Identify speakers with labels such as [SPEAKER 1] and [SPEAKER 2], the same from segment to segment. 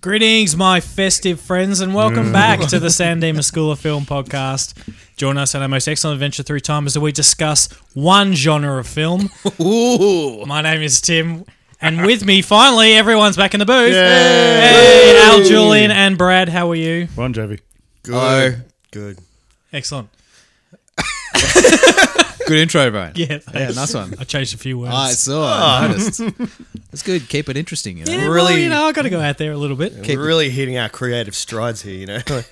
[SPEAKER 1] Greetings, my festive friends, and welcome back to the San Dimas School of Film podcast. Join us on our most excellent adventure through time as we discuss one genre of film.
[SPEAKER 2] Ooh.
[SPEAKER 1] My name is Tim, and with me, finally, everyone's back in the booth. Hey, Al, Julian, and Brad, how are you?
[SPEAKER 3] Bon Jovi.
[SPEAKER 2] Good. Good.
[SPEAKER 1] Excellent.
[SPEAKER 2] Good intro, Brian.
[SPEAKER 1] Yeah, thanks.
[SPEAKER 2] Yeah, nice one.
[SPEAKER 1] I changed a few words.
[SPEAKER 2] I saw. I noticed. That's good. Keep it interesting. You know?
[SPEAKER 1] yeah, really,
[SPEAKER 4] really-
[SPEAKER 1] you know, I got to go out there a little bit.
[SPEAKER 4] We're really hitting our creative strides here, you know. Like,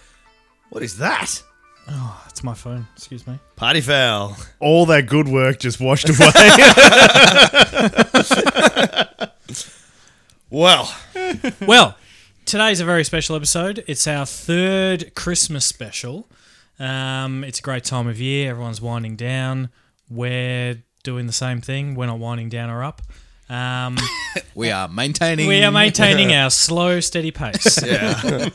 [SPEAKER 4] what is that?
[SPEAKER 1] Oh, it's my phone. Excuse me.
[SPEAKER 4] Party foul.
[SPEAKER 3] All that good work just washed away.
[SPEAKER 4] Well,
[SPEAKER 1] Well, today's a very special episode. It's our third Christmas special. Um, it's a great time of year. Everyone's winding down. We're doing the same thing. We're not winding down or up. Um,
[SPEAKER 2] We are maintaining.
[SPEAKER 1] we are maintaining our slow, steady pace. Yeah.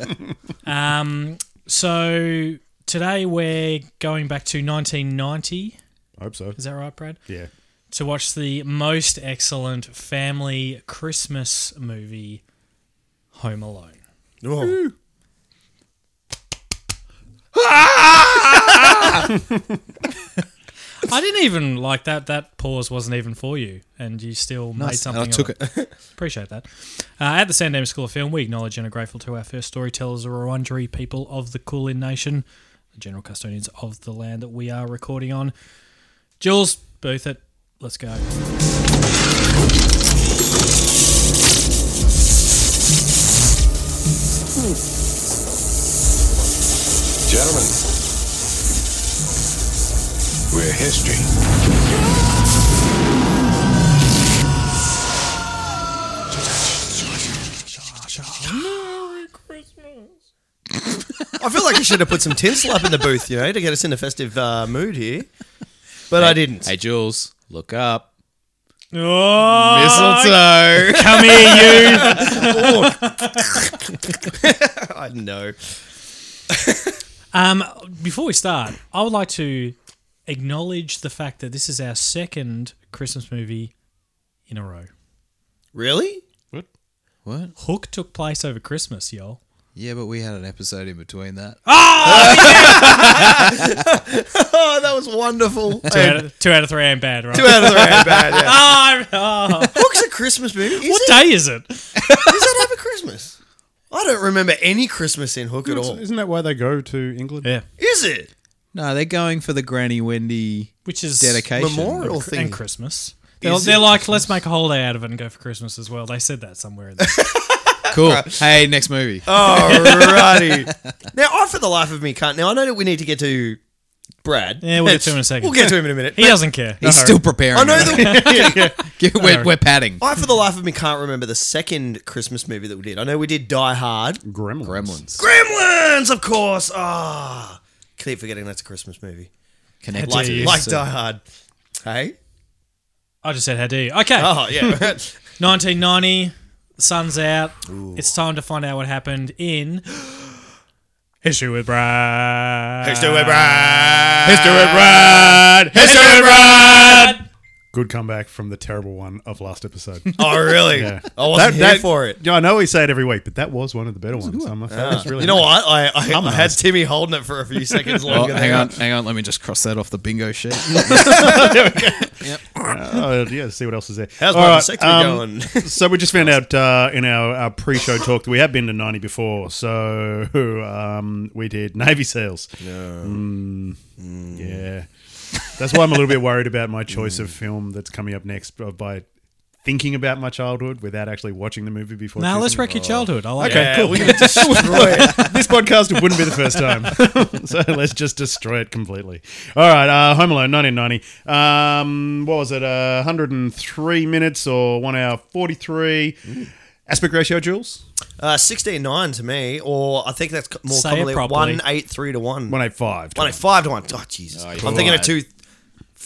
[SPEAKER 1] um, so today we're going back to 1990.
[SPEAKER 3] I hope so.
[SPEAKER 1] Is that right, Brad?
[SPEAKER 3] Yeah.
[SPEAKER 1] To watch the most excellent family Christmas movie, Home Alone.
[SPEAKER 4] oh,
[SPEAKER 1] I didn't even like that. That pause wasn't even for you, and you still made
[SPEAKER 2] Nice.
[SPEAKER 1] something.
[SPEAKER 2] I took
[SPEAKER 1] of it. Appreciate that. Uh, at the Sandamer School of Film, we acknowledge and are grateful to our first storytellers, the Wurundjeri people of the Kulin Nation, the general custodians of the land that we are recording on. Jules, booth it. Let's go.
[SPEAKER 5] Gentlemen, we're history.
[SPEAKER 4] I feel like I should have put some tinsel up in the booth, you know, to get us in a festive uh, mood here. But I didn't.
[SPEAKER 2] Hey, Jules, look up.
[SPEAKER 1] Oh,
[SPEAKER 2] Mistletoe.
[SPEAKER 1] come here, you.
[SPEAKER 4] I know.
[SPEAKER 1] Um, before we start, I would like to acknowledge the fact that this is our second Christmas movie in a row.
[SPEAKER 4] Really?
[SPEAKER 2] what?
[SPEAKER 1] Hook took place over Christmas, y'all.
[SPEAKER 2] Yeah, but we had an episode in between that.
[SPEAKER 4] Oh, that was wonderful.
[SPEAKER 1] Two, out, of, two out of three ain't bad, right?
[SPEAKER 4] Two out of the round, bad. Yeah.
[SPEAKER 1] Oh, oh.
[SPEAKER 4] Hook's a Christmas movie. Is
[SPEAKER 1] what
[SPEAKER 4] it?
[SPEAKER 1] day is it?
[SPEAKER 4] Does that have a Christmas? I don't remember any Christmas in Hook at all.
[SPEAKER 3] Isn't that why they go to England?
[SPEAKER 1] Yeah,
[SPEAKER 4] Is it?
[SPEAKER 2] No, they're going for the Granny Wendy
[SPEAKER 1] which is Oh,
[SPEAKER 2] dedication.
[SPEAKER 4] Memorial
[SPEAKER 1] and
[SPEAKER 4] thing.
[SPEAKER 1] Christmas. They're,
[SPEAKER 4] it
[SPEAKER 1] they're like, let's make a holiday out of it and go for Christmas as well. They said that somewhere. In there.
[SPEAKER 2] Cool. Hey, next movie.
[SPEAKER 4] Uh, Alrighty. now, I for the life of me can't. Now, I know that we need to get to Brad.
[SPEAKER 1] yeah, we'll get to him in a second.
[SPEAKER 4] We'll get to him in a minute.
[SPEAKER 1] He doesn't care.
[SPEAKER 2] He's
[SPEAKER 1] No.
[SPEAKER 2] still preparing.
[SPEAKER 4] I know
[SPEAKER 2] it.
[SPEAKER 4] that.
[SPEAKER 2] we're, we're padding.
[SPEAKER 4] I, for the life of me, can't remember the second Christmas movie that we did. I know we did Die Hard.
[SPEAKER 3] Gremlins.
[SPEAKER 2] Gremlins.
[SPEAKER 4] Gremlins, of course. Ah, keep forgetting that's a Christmas movie.
[SPEAKER 2] Connect
[SPEAKER 4] Like,
[SPEAKER 2] to you.
[SPEAKER 4] like uh,
[SPEAKER 2] So-
[SPEAKER 4] Die Hard. Hey.
[SPEAKER 1] I just said, how do you? Okay,
[SPEAKER 4] Oh yeah.
[SPEAKER 1] 1990, the sun's out. It's time to find out what happened in History with Brad.
[SPEAKER 4] History with Brad. History with
[SPEAKER 3] Good comeback from the terrible one of last episode.
[SPEAKER 4] Oh really?
[SPEAKER 3] Yeah.
[SPEAKER 4] I wasn't here for it.
[SPEAKER 3] Yeah, I know we say it Uh, every week, but that was one of the better ones. I'm like, that was really
[SPEAKER 4] You know
[SPEAKER 3] nice.
[SPEAKER 4] what? I, I, I had Timmy holding it for a few seconds
[SPEAKER 2] Oh,
[SPEAKER 4] longer.
[SPEAKER 2] hang
[SPEAKER 4] than-
[SPEAKER 2] on, hang on. Let me just cross that off the bingo sheet.
[SPEAKER 3] Oh, yeah, see what else is there.
[SPEAKER 4] How's
[SPEAKER 3] All um,
[SPEAKER 4] my vasectomy going?
[SPEAKER 3] so we just found out uh, in our, our pre-show talk that we have been to 90 before. So um, we did Navy SEALs. Mm, Yeah. That's why I'm a little bit worried about my choice of film that's coming up next b- by thinking about my childhood without actually watching the movie before.
[SPEAKER 1] Now let's
[SPEAKER 3] choosing it.
[SPEAKER 1] wreck your childhood. I like
[SPEAKER 3] Okay,
[SPEAKER 1] that.
[SPEAKER 3] cool. this podcast wouldn't be the first time. so let's just destroy it completely. All right, uh, Home Alone, 1990. Um, what was it? Uh, 103 minutes or 1 hour 43. Mm. Aspect ratio, Jules?
[SPEAKER 4] Uh, sixteen nine to me, or I think that's co- more
[SPEAKER 1] Say it
[SPEAKER 4] commonly
[SPEAKER 1] properly.
[SPEAKER 4] one eight three to one.
[SPEAKER 3] 185.
[SPEAKER 4] One eight five to one. Oh Jesus! I'm thinking of two.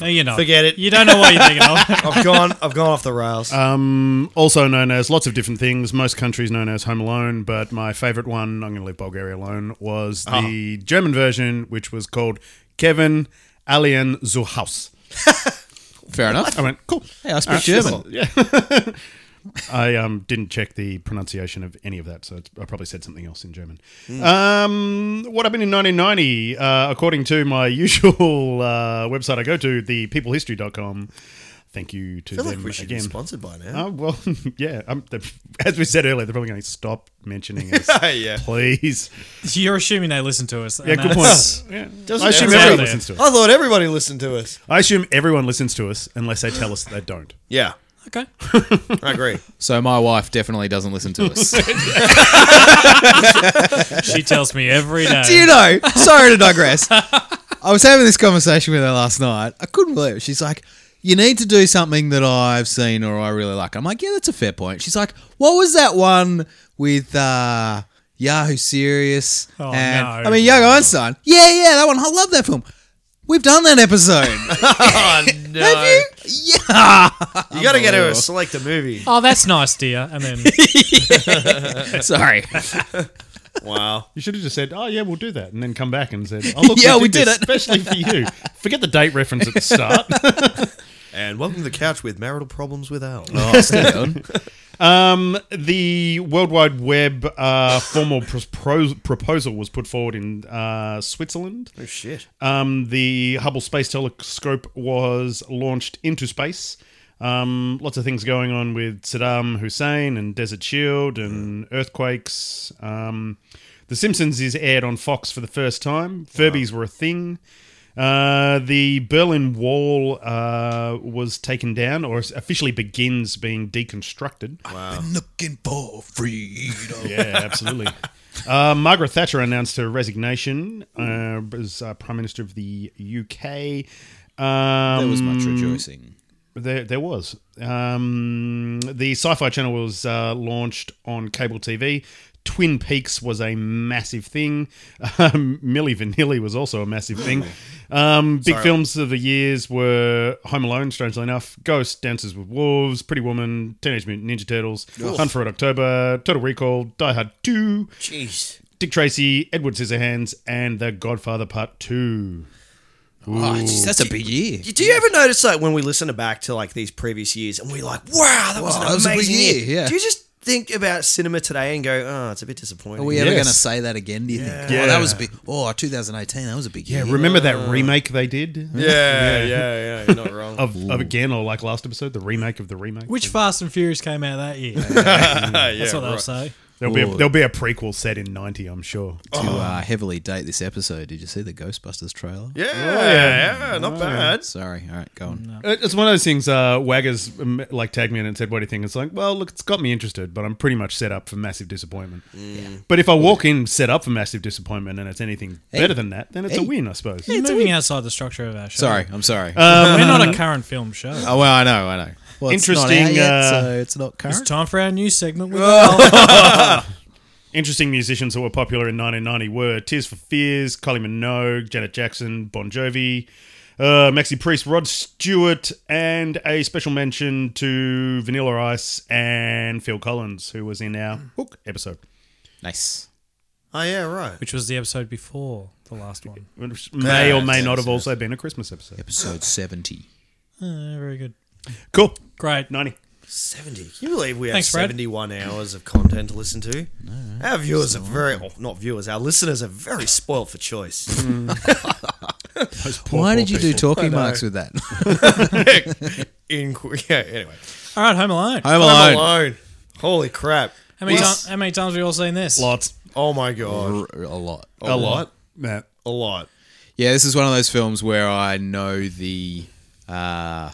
[SPEAKER 1] No, you're not.
[SPEAKER 4] Forget it.
[SPEAKER 1] You don't know what you're thinking of.
[SPEAKER 4] I've gone. I've gone off the rails.
[SPEAKER 3] Um, also known as lots of different things. Most countries known as Home Alone, but my favorite one, I'm going to leave Bulgaria alone, was the German version, which was called Kevin Alien zu Haus.
[SPEAKER 2] Fair enough.
[SPEAKER 3] I went, cool.
[SPEAKER 2] Hey, I speak German.
[SPEAKER 3] Yeah. I um, didn't check the pronunciation of any of that, so it's, I probably said something else in German.
[SPEAKER 4] Hmm.
[SPEAKER 3] Um, what happened in 1990? Uh, according to my usual uh, website I go to, the peoplehistory.com. Thank you
[SPEAKER 4] I
[SPEAKER 3] to
[SPEAKER 4] feel
[SPEAKER 3] them
[SPEAKER 4] like we should
[SPEAKER 3] again.
[SPEAKER 4] be sponsored by now.
[SPEAKER 3] Oh, well, yeah. Um, the, as we said earlier, they're probably going to stop mentioning us.
[SPEAKER 4] yeah.
[SPEAKER 3] Please.
[SPEAKER 1] You're assuming they listen to us.
[SPEAKER 3] Yeah,
[SPEAKER 1] and
[SPEAKER 3] good
[SPEAKER 1] that's-
[SPEAKER 3] point. Yeah.
[SPEAKER 4] Doesn't
[SPEAKER 3] I assume
[SPEAKER 4] matter.
[SPEAKER 3] everyone
[SPEAKER 1] Yeah.
[SPEAKER 3] listens to us.
[SPEAKER 4] I thought everybody listened to us.
[SPEAKER 3] I assume everyone listens to us unless they tell us that they don't.
[SPEAKER 4] Yeah,
[SPEAKER 1] Okay.
[SPEAKER 4] I agree.
[SPEAKER 2] So my wife definitely doesn't listen to us.
[SPEAKER 1] She tells me every day.
[SPEAKER 2] Do you know? Sorry to digress. I was having this conversation with her last night. I couldn't believe it. She's like, "You need to do something that I've seen or I really like." I'm like, "Yeah, that's a fair point." She's like, "What was that one with uh, Yahoo Serious?"
[SPEAKER 1] Oh,
[SPEAKER 2] and
[SPEAKER 1] no.
[SPEAKER 2] I mean, Young Einstein. Yeah, yeah, that one. I love that film. We've done that episode.
[SPEAKER 4] Oh no!
[SPEAKER 2] Have you? Yeah.
[SPEAKER 4] You got to get her to select a movie.
[SPEAKER 1] Oh, that's nice, dear. And then
[SPEAKER 2] Sorry.
[SPEAKER 4] Wow.
[SPEAKER 3] You should have just said, "Oh yeah, we'll do that," and then come back and said, "Oh look,
[SPEAKER 2] Yeah,
[SPEAKER 3] we
[SPEAKER 2] we
[SPEAKER 3] did,
[SPEAKER 2] did
[SPEAKER 3] this
[SPEAKER 2] it."
[SPEAKER 3] especially for you." Forget the date reference at the start.
[SPEAKER 4] And welcome to the couch with marital problems with Al.
[SPEAKER 2] Oh, stay on.
[SPEAKER 3] um, the World Wide Web uh, formal pro- proposal was put forward in uh, Switzerland.
[SPEAKER 4] Oh shit!
[SPEAKER 3] Um, the Hubble Space Telescope was launched into space. Um, lots of things going on with Saddam Hussein and Desert Shield and earthquakes. Um, the Simpsons is aired on Fox for the first time. Furbies were a thing. Uh, the Berlin Wall uh, was taken down, or officially begins being deconstructed.
[SPEAKER 2] Looking for freedom.
[SPEAKER 3] Yeah, absolutely. uh, Margaret Thatcher announced her resignation uh, as uh, Prime Minister of the UK. Um,
[SPEAKER 2] There was much rejoicing.
[SPEAKER 3] There, there was. Um, the Sci Fi Channel was uh, launched on cable TV. Twin Peaks was a massive thing. Um, Millie Vanilli was also a massive thing. Um, big films of the years were Home Alone, strangely enough, Ghost, Dances with Wolves, Pretty Woman, Teenage Mutant Ninja Turtles, Hunt for Red October, Total Recall, Die Hard 2,
[SPEAKER 4] Jeez.
[SPEAKER 3] Dick Tracy, Edward Scissorhands, and The Godfather Part 2.
[SPEAKER 2] Oh, geez, that's a big year.
[SPEAKER 4] Do you ever notice like when we listen back to like these previous years and we're like, wow, that was
[SPEAKER 2] Wow,
[SPEAKER 4] an
[SPEAKER 2] that was a big
[SPEAKER 4] amazing
[SPEAKER 2] year,
[SPEAKER 4] year.
[SPEAKER 2] yeah.
[SPEAKER 4] Do you just think about cinema today and go, oh, it's a bit disappointing?
[SPEAKER 2] Are we ever
[SPEAKER 3] Yes.
[SPEAKER 2] going to say that again? Do you think?
[SPEAKER 3] Yeah.
[SPEAKER 2] Oh, that was a big. Oh, 2018. That was a big.
[SPEAKER 3] Yeah,
[SPEAKER 2] year.
[SPEAKER 3] remember that remake they did?
[SPEAKER 4] yeah, yeah, yeah, You're not wrong.
[SPEAKER 3] of, of again or like last episode, the remake of the remake.
[SPEAKER 1] which Fast and Furious came out that year? That's what they'll say.
[SPEAKER 3] there'll be a, there'll be a prequel set in ninety, I'm sure.
[SPEAKER 2] To uh,
[SPEAKER 3] Oh.
[SPEAKER 2] heavily date this episode, did you see the Ghostbusters trailer?
[SPEAKER 4] Yeah, yeah,
[SPEAKER 1] Oh,
[SPEAKER 4] not bad.
[SPEAKER 2] Sorry. All right, go on.
[SPEAKER 3] It- It's one of those things. Uh, Waggers um, like tagged me in and said, "What do you think?" It's like, well, look, it's got me interested, but I'm pretty much set up for massive disappointment. But if I walk in set up for massive disappointment and it's anything better than that, then it's a
[SPEAKER 2] Hey.
[SPEAKER 3] win, I suppose.
[SPEAKER 1] You're moving outside the structure of our show.
[SPEAKER 2] Sorry. I'm sorry.
[SPEAKER 3] Uh,
[SPEAKER 1] We're not a current film show.
[SPEAKER 2] oh well, I know. I know. Well, it's not out
[SPEAKER 3] Interesting,
[SPEAKER 2] yet,
[SPEAKER 3] uh,
[SPEAKER 2] so it's not
[SPEAKER 1] It's
[SPEAKER 2] current.
[SPEAKER 1] time for our new segment. With Al.
[SPEAKER 3] Interesting musicians that were popular in 1990 were Tears for Fears, Kylie Minogue, Janet Jackson, Bon Jovi, uh, Maxi Priest, Rod Stewart, and a special mention to Vanilla Ice and Phil Collins, who was in our Hook episode.
[SPEAKER 2] nice.
[SPEAKER 4] Oh yeah, right.
[SPEAKER 1] Which was the episode before the last one.
[SPEAKER 3] Which may or may
[SPEAKER 2] Yes,
[SPEAKER 3] not have
[SPEAKER 2] yes,
[SPEAKER 3] also been a Christmas episode.
[SPEAKER 2] Episode 70.
[SPEAKER 1] Uh, very good.
[SPEAKER 3] Cool.
[SPEAKER 1] Great.
[SPEAKER 3] 90.
[SPEAKER 4] Seventy. Can you believe we have
[SPEAKER 1] Thanks, Brad.
[SPEAKER 4] seventy-one hours of content to listen to? Our viewers are very, oh, not viewers. Our listeners are very spoiled for choice.
[SPEAKER 3] Those poor,
[SPEAKER 2] Why
[SPEAKER 3] poor
[SPEAKER 2] did you do
[SPEAKER 3] people.
[SPEAKER 2] talking marks with that?
[SPEAKER 4] Hmm. In yeah. Anyway,
[SPEAKER 1] All right, Home Alone.
[SPEAKER 2] Home
[SPEAKER 4] Home
[SPEAKER 2] Alone.
[SPEAKER 4] Alone. Holy crap!
[SPEAKER 1] How many,
[SPEAKER 4] Yes.
[SPEAKER 1] ti- how many times have we all seen this?
[SPEAKER 3] Lots.
[SPEAKER 4] Oh my god!
[SPEAKER 2] R- A lot.
[SPEAKER 4] A lot.
[SPEAKER 3] Nah.
[SPEAKER 4] A lot.
[SPEAKER 2] Yeah, this is one of those films where I know the uh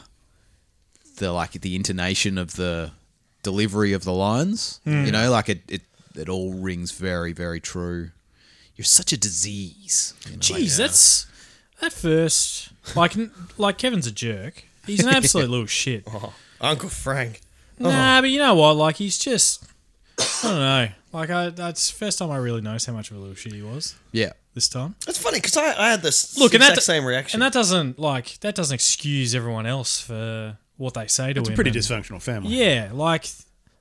[SPEAKER 2] the like the intonation of the delivery of the lines. You know, like it, it it all rings very, very true. You're such a disease. you know, like-
[SPEAKER 1] Jeez, that's that first. Like, n- like Kevin's a jerk. He's an absolute little shit.
[SPEAKER 4] Uncle Frank.
[SPEAKER 1] Nah, but you know what? Like, he's just. I don't know. Like, I that's the first time I really noticed how much of a little shit he was
[SPEAKER 2] yeah.
[SPEAKER 1] this time.
[SPEAKER 4] That's funny because I, I had this
[SPEAKER 1] Look, and
[SPEAKER 4] exact
[SPEAKER 1] that
[SPEAKER 4] same reaction.
[SPEAKER 1] And that doesn't like that doesn't excuse everyone else for what they say to
[SPEAKER 3] It's a
[SPEAKER 1] him.
[SPEAKER 3] pretty
[SPEAKER 1] and-
[SPEAKER 3] dysfunctional family.
[SPEAKER 1] Yeah, like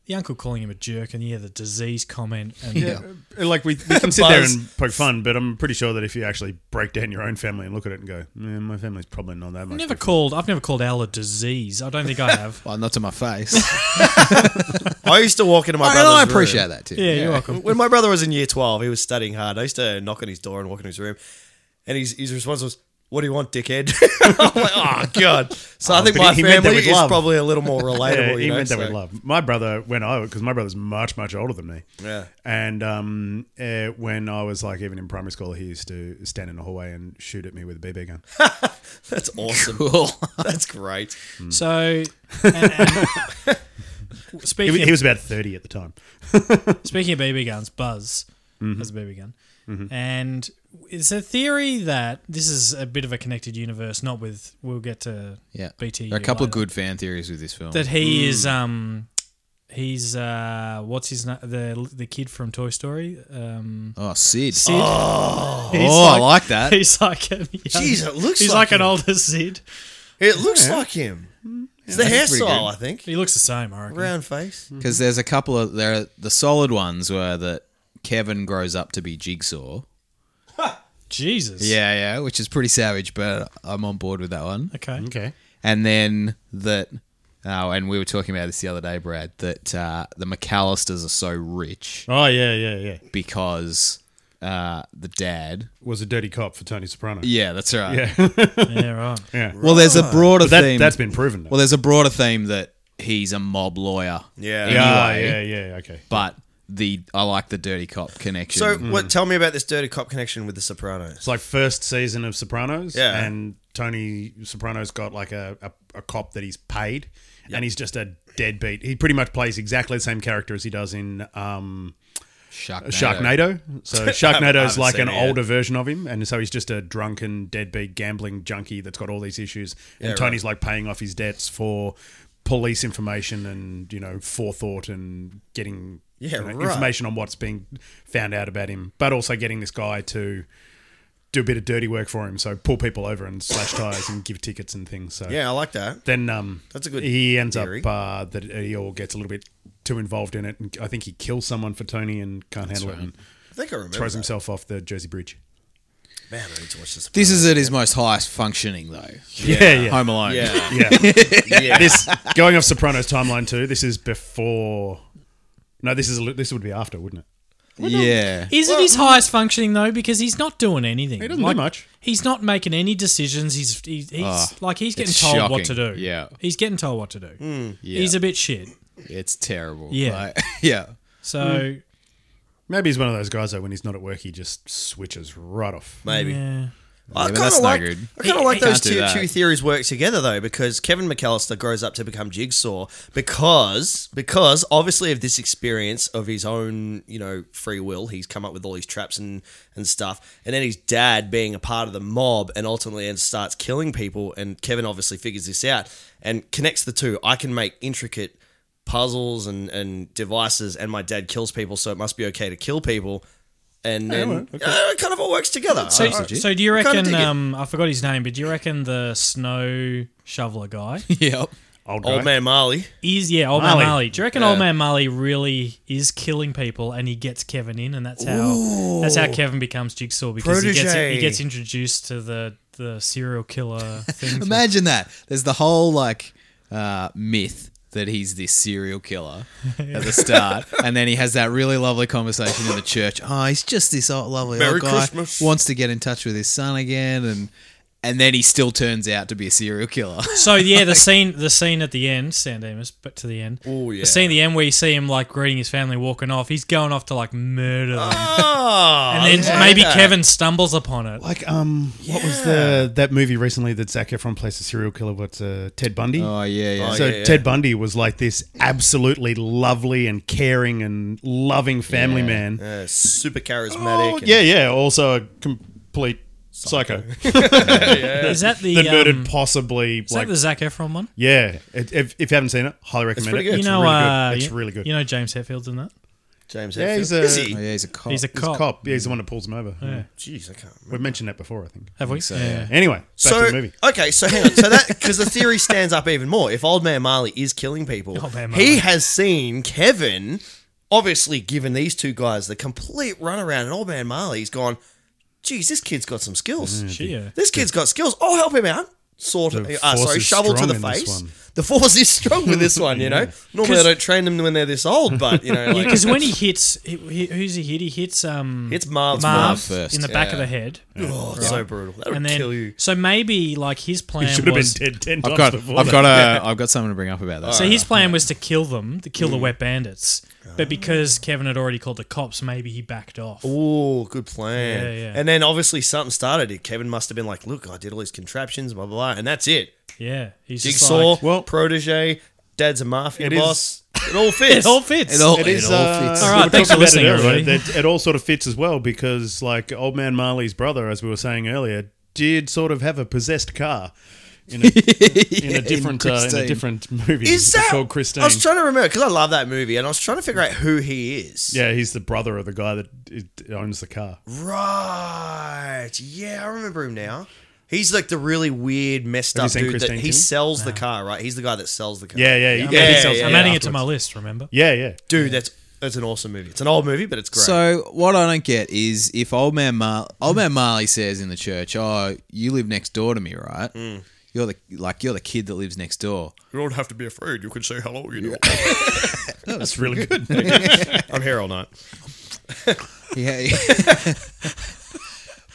[SPEAKER 1] the uncle calling him a jerk, and yeah, the disease comment, and
[SPEAKER 3] Yeah. Like we, we can sit there and poke fun, but I'm pretty sure that if you actually break down your own family and look at it and go, "Man, my family's probably not that much."
[SPEAKER 1] I've never
[SPEAKER 3] different."
[SPEAKER 1] called. I've never called Al a disease. I don't think I have.
[SPEAKER 2] Well, not to my face.
[SPEAKER 4] I used to walk into my
[SPEAKER 2] I,
[SPEAKER 4] brother's
[SPEAKER 2] I
[SPEAKER 4] room.
[SPEAKER 2] appreciate that too.
[SPEAKER 1] Yeah, you're welcome.
[SPEAKER 4] When my brother was in year 12, he was studying hard. I used to knock on his door and walk in his room, and his, his response was, What do you want, dickhead? I'm like, Oh, God. So I think
[SPEAKER 3] but
[SPEAKER 4] my
[SPEAKER 3] he meant that
[SPEAKER 4] family
[SPEAKER 3] with
[SPEAKER 4] is
[SPEAKER 3] love.
[SPEAKER 4] probably a little more relatable.
[SPEAKER 3] Yeah,
[SPEAKER 4] you
[SPEAKER 3] he
[SPEAKER 4] know,
[SPEAKER 3] meant that with
[SPEAKER 4] so-
[SPEAKER 3] love. My brother, when I because my brother's much much older than me.
[SPEAKER 4] Yeah.
[SPEAKER 3] And um, uh, when I was like even in primary school, he used to stand in the hallway and shoot at me with a BB gun.
[SPEAKER 4] That's awesome. That's great.
[SPEAKER 3] Hmm.
[SPEAKER 1] So, and, and
[SPEAKER 3] He,
[SPEAKER 1] speaking
[SPEAKER 3] wa-
[SPEAKER 1] of
[SPEAKER 3] he was about thirty at the time.
[SPEAKER 1] Speaking of BB guns, Buzz
[SPEAKER 3] Mm-hmm.
[SPEAKER 1] has a BB gun. And it's a theory that this is a bit of a connected universe, not with, we'll get to
[SPEAKER 2] Yeah.
[SPEAKER 1] BT.
[SPEAKER 2] There are a couple of
[SPEAKER 1] later.
[SPEAKER 2] good fan theories with this film.
[SPEAKER 1] That he is, um, he's, uh, what's his name? The, the kid from Toy Story. Um,
[SPEAKER 2] oh, Sid.
[SPEAKER 1] Sid. Oh,
[SPEAKER 2] Oh, I like that.
[SPEAKER 1] He's like, a young-
[SPEAKER 4] Jeez, it looks
[SPEAKER 1] he's
[SPEAKER 4] like
[SPEAKER 1] like an
[SPEAKER 4] him.
[SPEAKER 1] older Sid.
[SPEAKER 4] It looks like him.
[SPEAKER 3] Mm,
[SPEAKER 4] It's the
[SPEAKER 2] that's pretty
[SPEAKER 4] hairstyle, I
[SPEAKER 2] good.
[SPEAKER 4] think.
[SPEAKER 1] He looks the same, I reckon.
[SPEAKER 4] Round face.
[SPEAKER 3] Mm.
[SPEAKER 2] Because there's a couple of there are the solid ones were that Kevin grows up to be Jigsaw.
[SPEAKER 1] Jesus.
[SPEAKER 2] Yeah, yeah, which is pretty savage, but I'm on board with that one.
[SPEAKER 1] Okay.
[SPEAKER 3] Okay.
[SPEAKER 2] And then that, oh, and we were talking about this the other day, Brad. That uh, the McAllisters are so rich
[SPEAKER 3] Oh yeah, yeah, yeah.
[SPEAKER 2] because uh, the dad.
[SPEAKER 3] Was a dirty cop for Tony Soprano.
[SPEAKER 2] Yeah, that's right.
[SPEAKER 3] Yeah.
[SPEAKER 1] Yeah, right.
[SPEAKER 3] yeah.
[SPEAKER 2] Well, there's a broader
[SPEAKER 3] But that,
[SPEAKER 2] theme.
[SPEAKER 3] that's been proven. Though.
[SPEAKER 2] well, there's a broader theme that he's a mob lawyer.
[SPEAKER 4] Yeah.
[SPEAKER 3] yeah,
[SPEAKER 2] anyway.
[SPEAKER 3] yeah, yeah. Okay.
[SPEAKER 2] But the I like the dirty cop connection.
[SPEAKER 4] So,
[SPEAKER 3] Mm.
[SPEAKER 4] what? Tell me about this dirty cop connection with The Sopranos.
[SPEAKER 3] It's like first season of Sopranos.
[SPEAKER 4] Yeah.
[SPEAKER 3] And Tony Soprano's got like a, a, a cop that he's paid and he's just a deadbeat. He pretty much plays exactly the same character as he does in um,
[SPEAKER 2] Sharknado.
[SPEAKER 3] Sharknado. So Sharknado's
[SPEAKER 4] haven't
[SPEAKER 3] like an
[SPEAKER 4] seen it yet.
[SPEAKER 3] older version of him. And so he's just a drunken, deadbeat, gambling junkie that's got all these issues. And
[SPEAKER 4] Yeah,
[SPEAKER 3] Tony's like paying off his debts for police information and, you know, forethought and getting
[SPEAKER 4] Yeah,
[SPEAKER 3] you know,
[SPEAKER 4] right.
[SPEAKER 3] information on what's being found out about him, but also getting this guy to do a bit of dirty work for him. So pull people over and slash tires and give tickets and things. So
[SPEAKER 4] Yeah, I like that.
[SPEAKER 3] then um,
[SPEAKER 4] That's a good
[SPEAKER 3] He ends
[SPEAKER 4] theory.
[SPEAKER 3] up uh, that he all gets a little bit too involved in it, and I think he kills someone for Tony and can't handle it and
[SPEAKER 4] I think I remember.
[SPEAKER 3] throws
[SPEAKER 4] that.
[SPEAKER 3] himself off the Jersey Bridge.
[SPEAKER 4] Man, I need to watch The Sopranos.
[SPEAKER 2] This is at his most highest functioning though.
[SPEAKER 3] Yeah, yeah.
[SPEAKER 2] Home Alone.
[SPEAKER 4] Yeah.
[SPEAKER 3] Yeah,
[SPEAKER 4] yeah.
[SPEAKER 3] this going off Sopranos timeline too. This is before. No, this is a li- this would be after, wouldn't it?
[SPEAKER 2] yeah.
[SPEAKER 1] Is it his highest functioning though? Because he's not doing anything.
[SPEAKER 3] He doesn't
[SPEAKER 1] Like,
[SPEAKER 3] do much.
[SPEAKER 1] He's not making any decisions. He's he, he's like he's getting
[SPEAKER 2] it's
[SPEAKER 1] told what to
[SPEAKER 2] shocking.
[SPEAKER 1] do.
[SPEAKER 2] Yeah.
[SPEAKER 1] he's getting told what to do. He's a bit shit.
[SPEAKER 2] It's terrible.
[SPEAKER 1] Yeah.
[SPEAKER 2] Like, yeah.
[SPEAKER 1] So
[SPEAKER 3] Maybe he's one of those guys though. When he's not at work, he just switches right off.
[SPEAKER 4] Maybe.
[SPEAKER 1] yeah,
[SPEAKER 4] I
[SPEAKER 2] but
[SPEAKER 4] kind
[SPEAKER 2] that's
[SPEAKER 4] of
[SPEAKER 2] no
[SPEAKER 4] like,
[SPEAKER 2] good.
[SPEAKER 4] I kind of like those
[SPEAKER 2] Can't do
[SPEAKER 4] two,
[SPEAKER 2] that.
[SPEAKER 4] two theories work together though, because Kevin McAllister grows up to become Jigsaw because because obviously of this experience of his own you know free will, he's come up with all these traps and and stuff, and then his dad being a part of the mob and ultimately and starts killing people, and Kevin obviously figures this out and connects the two. I can make intricate puzzles and and devices, and my dad kills people, so it must be okay to kill people. And then Uh, it kind of all works together.
[SPEAKER 1] so,
[SPEAKER 4] I- I-
[SPEAKER 1] so do you
[SPEAKER 4] I kinda
[SPEAKER 1] reckon?
[SPEAKER 4] dig it.
[SPEAKER 1] Um, I forgot his name, but do you reckon the snow shoveler guy
[SPEAKER 2] Yep.
[SPEAKER 3] Old, guy.
[SPEAKER 4] Old man Marley.
[SPEAKER 1] is? Yeah, old man
[SPEAKER 3] Marley.
[SPEAKER 1] Marley. Do you reckon old man Marley really is killing people, and he gets Kevin in, and that's how that's how Kevin becomes Jigsaw because he gets
[SPEAKER 4] Protege.
[SPEAKER 1] he gets introduced to the the serial killer thing.
[SPEAKER 2] Imagine that. There's the whole like uh, myth that he's this serial killer at the start, and then he has that really lovely conversation in the church. Oh, he's just this old, lovely
[SPEAKER 4] Merry
[SPEAKER 2] old guy
[SPEAKER 4] Christmas.
[SPEAKER 2] wants to get in touch with his son again, and and then he still turns out to be a serial killer.
[SPEAKER 1] So yeah, the scene the scene at the end, San Dimas, but to the end.
[SPEAKER 4] Oh, yeah.
[SPEAKER 1] The scene at the end where you see him like greeting his family walking off, he's going off to like murder them.
[SPEAKER 4] Oh,
[SPEAKER 3] Ah.
[SPEAKER 1] and then maybe Kevin stumbles upon it.
[SPEAKER 3] Like um, what was the that movie recently that Zac Efron plays a serial killer? What's uh, Ted Bundy?
[SPEAKER 2] oh yeah, yeah.
[SPEAKER 3] so
[SPEAKER 4] yeah, yeah.
[SPEAKER 3] Ted Bundy was like this absolutely lovely and caring and loving family man.
[SPEAKER 4] Uh, super charismatic.
[SPEAKER 3] Oh,
[SPEAKER 4] and-
[SPEAKER 3] yeah, yeah. Also a complete psycho.
[SPEAKER 1] Is that the,
[SPEAKER 3] that
[SPEAKER 1] um,
[SPEAKER 3] murdered possibly
[SPEAKER 1] Is
[SPEAKER 3] like
[SPEAKER 1] that the Zac Efron one?
[SPEAKER 3] yeah. It, if, if you haven't seen it, highly recommend
[SPEAKER 4] pretty
[SPEAKER 3] it.
[SPEAKER 4] good.
[SPEAKER 3] It's
[SPEAKER 1] you know,
[SPEAKER 3] really
[SPEAKER 1] uh,
[SPEAKER 3] good. It's
[SPEAKER 1] you,
[SPEAKER 3] really good.
[SPEAKER 1] You know James Hetfield's in that.
[SPEAKER 4] James
[SPEAKER 3] Yeah, he's
[SPEAKER 4] Hetfield.
[SPEAKER 3] a-
[SPEAKER 4] Is he?
[SPEAKER 2] Oh, yeah, he's a cop.
[SPEAKER 1] He's a
[SPEAKER 3] He's a
[SPEAKER 1] cop.
[SPEAKER 3] cop. Yeah, he's the one that pulls him over.
[SPEAKER 1] Yeah.
[SPEAKER 4] Jeez, I can't remember.
[SPEAKER 3] We've mentioned that before, I think.
[SPEAKER 1] Have we?
[SPEAKER 2] so,
[SPEAKER 1] yeah.
[SPEAKER 3] Anyway, back
[SPEAKER 4] So
[SPEAKER 3] to the movie.
[SPEAKER 4] okay, so hang on. So that because the theory stands up even more. If Old Man Marley is killing people,
[SPEAKER 1] Old Man Marley.
[SPEAKER 4] he has seen Kevin. Obviously, given these two guys the complete runaround, and Old Man Marley's gone. Geez, this kid's got some skills.
[SPEAKER 1] She, yeah.
[SPEAKER 4] This kid's got skills. I'll help him out. Sort of.
[SPEAKER 3] Mm. The
[SPEAKER 4] Uh,
[SPEAKER 3] force
[SPEAKER 4] sorry,
[SPEAKER 3] is
[SPEAKER 4] shovel to
[SPEAKER 3] strong
[SPEAKER 4] the
[SPEAKER 3] in this
[SPEAKER 4] face.
[SPEAKER 3] one.
[SPEAKER 4] The force is strong with this one. You know, normally I
[SPEAKER 1] 'Cause-
[SPEAKER 4] don't train them when they're this old, but you know, like,
[SPEAKER 1] Because when he hits, he, he, who's he hit? He hits um,
[SPEAKER 4] it's Marv.
[SPEAKER 1] Marv
[SPEAKER 2] Marv first,
[SPEAKER 1] in the back of
[SPEAKER 2] yeah.
[SPEAKER 1] the head.
[SPEAKER 4] Oh, it's so brutal. That would
[SPEAKER 1] And then,
[SPEAKER 4] kill you.
[SPEAKER 1] so maybe like his plan
[SPEAKER 3] He should have been
[SPEAKER 1] was.
[SPEAKER 3] dead 10 times
[SPEAKER 2] I've got,
[SPEAKER 3] before.
[SPEAKER 2] I've
[SPEAKER 3] that.
[SPEAKER 2] got a, I've got something to bring up about that.
[SPEAKER 1] So his plan was to kill them, to kill the wet bandits. But because Kevin had already called the cops, maybe he backed off.
[SPEAKER 4] Oh, good plan.
[SPEAKER 1] Yeah, yeah.
[SPEAKER 4] And then obviously something started it. Kevin must have been like, look, I did all these contraptions, blah, blah, blah. And that's it.
[SPEAKER 1] Yeah, he's just
[SPEAKER 4] Jigsaw,
[SPEAKER 1] like-
[SPEAKER 3] well-
[SPEAKER 4] protege, dad's a mafia
[SPEAKER 3] It is-
[SPEAKER 4] boss. It all fits.
[SPEAKER 1] it all fits.
[SPEAKER 2] it all,
[SPEAKER 3] It
[SPEAKER 2] it
[SPEAKER 3] is.
[SPEAKER 2] all
[SPEAKER 3] uh,
[SPEAKER 2] fits.
[SPEAKER 1] All right,
[SPEAKER 3] we were
[SPEAKER 1] thanks
[SPEAKER 3] talking
[SPEAKER 1] for
[SPEAKER 3] about
[SPEAKER 1] listening,
[SPEAKER 3] it earlier,
[SPEAKER 1] everybody.
[SPEAKER 3] That it all sort of fits as well because, like, Old Man Marley's brother, as we were saying earlier, did sort of have a possessed car in a, in a different uh, in a
[SPEAKER 2] Christine.
[SPEAKER 3] different movie.
[SPEAKER 4] Is
[SPEAKER 3] It's
[SPEAKER 4] that
[SPEAKER 3] called Christine?
[SPEAKER 4] I was trying to remember because I love that movie, and I was trying to figure out who he is.
[SPEAKER 3] yeah, he's the brother of the guy that it- owns the car.
[SPEAKER 4] Right. Yeah, I remember him now. He's like the really weird, messed
[SPEAKER 3] Have you
[SPEAKER 4] up
[SPEAKER 3] seen
[SPEAKER 4] dude that
[SPEAKER 3] Christine
[SPEAKER 4] he
[SPEAKER 3] King?
[SPEAKER 4] sells the car. Right. He's the guy that sells the car.
[SPEAKER 3] Yeah, yeah, yeah.
[SPEAKER 1] I'm,
[SPEAKER 3] yeah,
[SPEAKER 1] adding,
[SPEAKER 3] he sells
[SPEAKER 4] yeah,
[SPEAKER 1] I'm
[SPEAKER 3] the car
[SPEAKER 1] adding it to my
[SPEAKER 3] afterwards.
[SPEAKER 1] list. Remember?
[SPEAKER 3] Yeah, yeah.
[SPEAKER 4] dude, that's that's an awesome movie. It's an old movie, but it's great.
[SPEAKER 2] So what I don't get is if old man Mar- old man Marley says in the church, "Oh, you live next door to me, right? You're the like you're the kid that lives next door."
[SPEAKER 4] you don't have to be afraid. You can say hello. You know,
[SPEAKER 3] That's really good.
[SPEAKER 4] I'm here all night.
[SPEAKER 2] Yeah.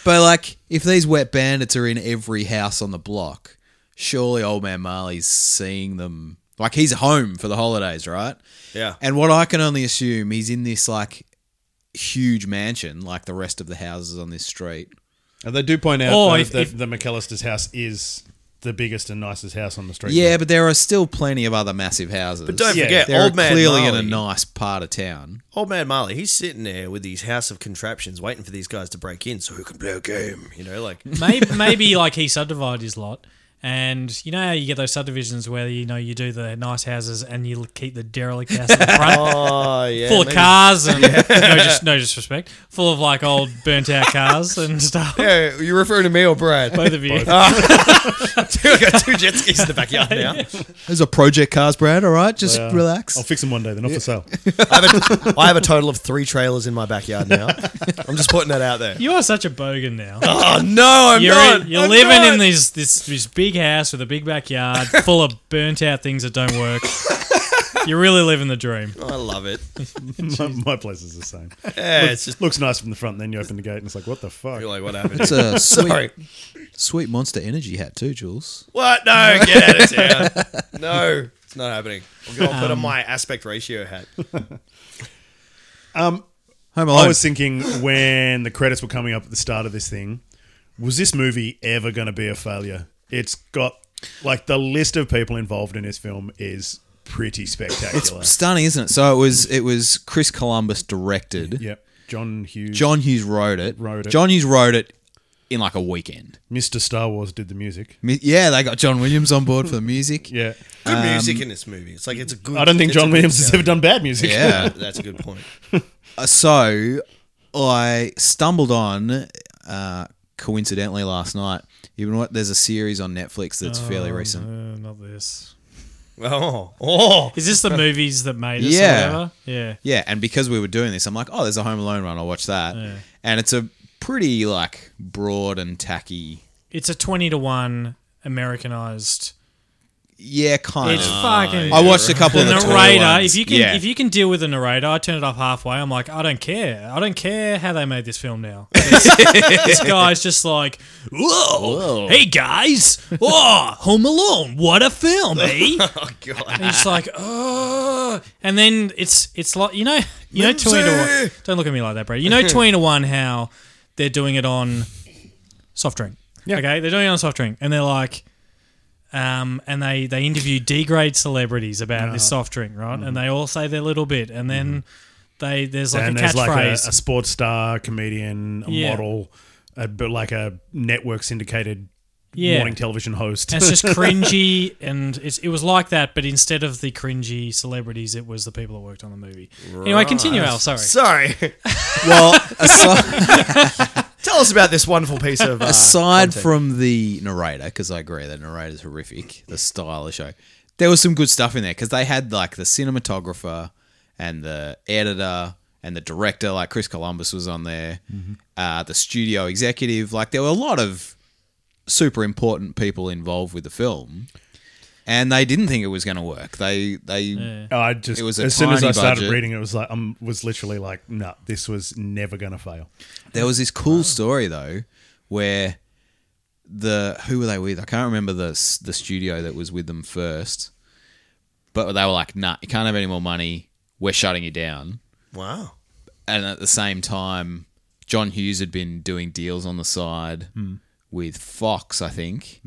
[SPEAKER 2] but like, if these wet bandits are in every house on the block, surely old man Marley's seeing them. Like he's home for the holidays, right?
[SPEAKER 4] Yeah.
[SPEAKER 2] And what I can only assume, he's in this like huge mansion, like the rest of the houses on this street.
[SPEAKER 3] And Uh, they do point out
[SPEAKER 1] Oh,
[SPEAKER 3] though,
[SPEAKER 1] if-
[SPEAKER 3] that
[SPEAKER 1] if-
[SPEAKER 3] the McAllister's house is the biggest and nicest house on the street.
[SPEAKER 2] Yeah, but there are still plenty of other massive houses. But
[SPEAKER 4] Don't
[SPEAKER 3] Yeah,
[SPEAKER 4] forget,
[SPEAKER 2] they're
[SPEAKER 4] old man
[SPEAKER 2] clearly
[SPEAKER 4] Marley.
[SPEAKER 2] in a nice part of town.
[SPEAKER 4] Old man Marley, he's sitting there with these house of contraptions, waiting for these guys to break in, so who can play a game? You know, like
[SPEAKER 1] maybe, maybe like he subdivided his lot, and you know how you get those subdivisions where you know you do the nice houses and you keep the derelict house in front.
[SPEAKER 4] oh yeah,
[SPEAKER 1] Full of
[SPEAKER 4] maybe-
[SPEAKER 1] cars and no, dis- no disrespect. Full of like old burnt out cars and stuff.
[SPEAKER 4] Yeah, Ah. you referring to me or Brad?
[SPEAKER 1] Both of you.
[SPEAKER 4] I got two jet skis in the backyard now.
[SPEAKER 2] There's a project cars, Brad. All right, just
[SPEAKER 3] Uh,
[SPEAKER 2] relax.
[SPEAKER 3] I'll fix them one day. They're not for sale.
[SPEAKER 4] I have, a, I have a total of three trailers in my backyard now. I'm just putting that out there.
[SPEAKER 1] You are such a bogan now.
[SPEAKER 4] Oh no, I'm
[SPEAKER 1] You're,
[SPEAKER 4] not.
[SPEAKER 1] you're
[SPEAKER 4] I'm
[SPEAKER 1] living
[SPEAKER 4] not.
[SPEAKER 1] in this, this this big house with a big backyard full of burnt out things that don't work. you're really living the dream.
[SPEAKER 4] I love it.
[SPEAKER 3] my, my place is the same.
[SPEAKER 4] Yeah, it's just
[SPEAKER 3] Looks nice from the front, and then you open the gate, and it's like, what the fuck?
[SPEAKER 4] you're like, what happened?
[SPEAKER 2] It's a sweet,
[SPEAKER 4] Sorry.
[SPEAKER 2] sweet Monster Energy hat too, Jules.
[SPEAKER 4] What? No, get out of town. No, it's not happening. I'll go- I'll
[SPEAKER 1] Um,
[SPEAKER 4] put on my aspect ratio hat.
[SPEAKER 2] Home
[SPEAKER 4] Oh,
[SPEAKER 3] I
[SPEAKER 2] Alone.
[SPEAKER 3] was thinking when the credits were coming up at the start of this thing, was this movie ever going to be a failure? It's got like the list of people involved in this film is pretty spectacular.
[SPEAKER 2] Stunning, isn't it? So it was. It was Chris Columbus directed.
[SPEAKER 3] yep, John Hughes,
[SPEAKER 2] John Hughes wrote it.
[SPEAKER 3] Wrote it.
[SPEAKER 2] John Hughes wrote it in like a weekend.
[SPEAKER 3] Mr. Star Wars did the music.
[SPEAKER 2] I mean, Yeah, they got John Williams on board for the music.
[SPEAKER 3] Yeah,
[SPEAKER 4] Good music in this movie. It's like it's a good.
[SPEAKER 3] Um, I don't think
[SPEAKER 4] it's a
[SPEAKER 3] John
[SPEAKER 4] good
[SPEAKER 3] Williams has
[SPEAKER 4] sound.
[SPEAKER 3] ever done bad music.
[SPEAKER 2] Yeah.
[SPEAKER 4] That's a good point.
[SPEAKER 2] Uh, So I stumbled on uh, coincidentally last night. You know what? There's a series on Netflix that's fairly recent.
[SPEAKER 1] Uh, not this.
[SPEAKER 4] Oh, oh,
[SPEAKER 1] Is this the movies that made us?
[SPEAKER 2] Yeah.
[SPEAKER 1] Or whatever? Yeah.
[SPEAKER 2] Yeah, and because we were doing this, I'm like, oh, there's a Home Alone run. I'll watch that. And it's a pretty like broad and tacky.
[SPEAKER 1] It's a twenty to one Americanized.
[SPEAKER 2] Yeah, kind
[SPEAKER 1] It's
[SPEAKER 2] of.
[SPEAKER 4] Ah,
[SPEAKER 1] fucking.
[SPEAKER 2] I watched a couple
[SPEAKER 1] the
[SPEAKER 2] of the toy
[SPEAKER 1] narrator.
[SPEAKER 2] ones.
[SPEAKER 1] If you can,
[SPEAKER 2] Yeah.
[SPEAKER 1] if you can deal with the narrator, I turn it off halfway. I'm like, I don't care. I don't care how they made this film. Now this, this guy's just like, whoa, hey guys, oh, Home Alone, what a film, eh?
[SPEAKER 4] oh god.
[SPEAKER 1] And it's like, oh, and then it's it's like you know you know twenty to one. Don't look at me like that, bro. You know twenty to one how they're doing it on soft drink. Okay, they're doing it on soft drink, and they're like, um, and they they interview D grade celebrities about this
[SPEAKER 3] Uh-huh.
[SPEAKER 1] soft drink, right?
[SPEAKER 3] Mm-hmm.
[SPEAKER 1] And they all say their little bit, and then they there's like
[SPEAKER 3] and
[SPEAKER 1] a
[SPEAKER 3] Mm-hmm. there's like a, a
[SPEAKER 1] catchphrase.
[SPEAKER 3] sports star, comedian, a
[SPEAKER 1] Yeah.
[SPEAKER 3] model, a, but like a network syndicated
[SPEAKER 1] Yeah.
[SPEAKER 3] morning television host.
[SPEAKER 1] And it's just cringy, and it's, it was like that, but instead of the cringy celebrities, it was the people that worked on the movie. Anyway, continue, Al. Sorry.
[SPEAKER 4] Sorry.
[SPEAKER 2] Well, aside,
[SPEAKER 4] Tell us about this wonderful piece of. Uh,
[SPEAKER 2] aside
[SPEAKER 4] content.
[SPEAKER 2] from the narrator, because I agree the narrator's horrific, the style of the show, there was some good stuff in there because they had like the cinematographer and the editor and the director, like Chris Columbus was on there, uh, the studio executive. Like there were a lot of super important people involved with the film. And they didn't think it was going to work. They they
[SPEAKER 3] Oh, I just
[SPEAKER 2] It was a
[SPEAKER 3] as soon as
[SPEAKER 2] tiny
[SPEAKER 3] I started
[SPEAKER 2] budget.
[SPEAKER 3] reading, it was like I um, was literally like, no, this was never gonna fail.
[SPEAKER 2] There was this cool story though, where the who were they with? I can't remember the s- the studio that was with them first, but they were like, "Nah, you can't have any more money. We're shutting you down."
[SPEAKER 4] Wow.
[SPEAKER 2] And at the same time, John Hughes had been doing deals on the side with Fox, I think,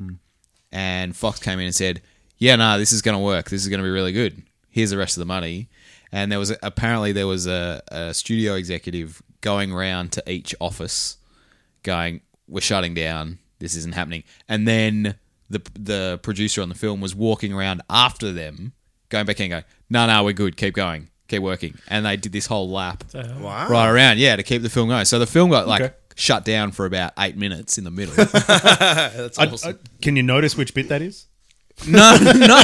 [SPEAKER 2] and Fox came in and said, "Yeah, nah, this is going to work. This is going to be really good. Here's the rest of the money." And there was apparently there was a, a studio executive going round to each office, going, "We're shutting down. This isn't happening." And then the the producer on the film was walking around after them, going back in, and going, "No, no, we're good. Keep going. Keep working." And they did this whole lap
[SPEAKER 4] Wow.
[SPEAKER 2] right around, yeah, to keep the film going. So the film got like.
[SPEAKER 3] Oh. Okay.
[SPEAKER 2] Shut down for about eight minutes in the middle.
[SPEAKER 4] That's
[SPEAKER 3] I,
[SPEAKER 4] awesome.
[SPEAKER 3] I- can you notice which bit that is?
[SPEAKER 2] No, no.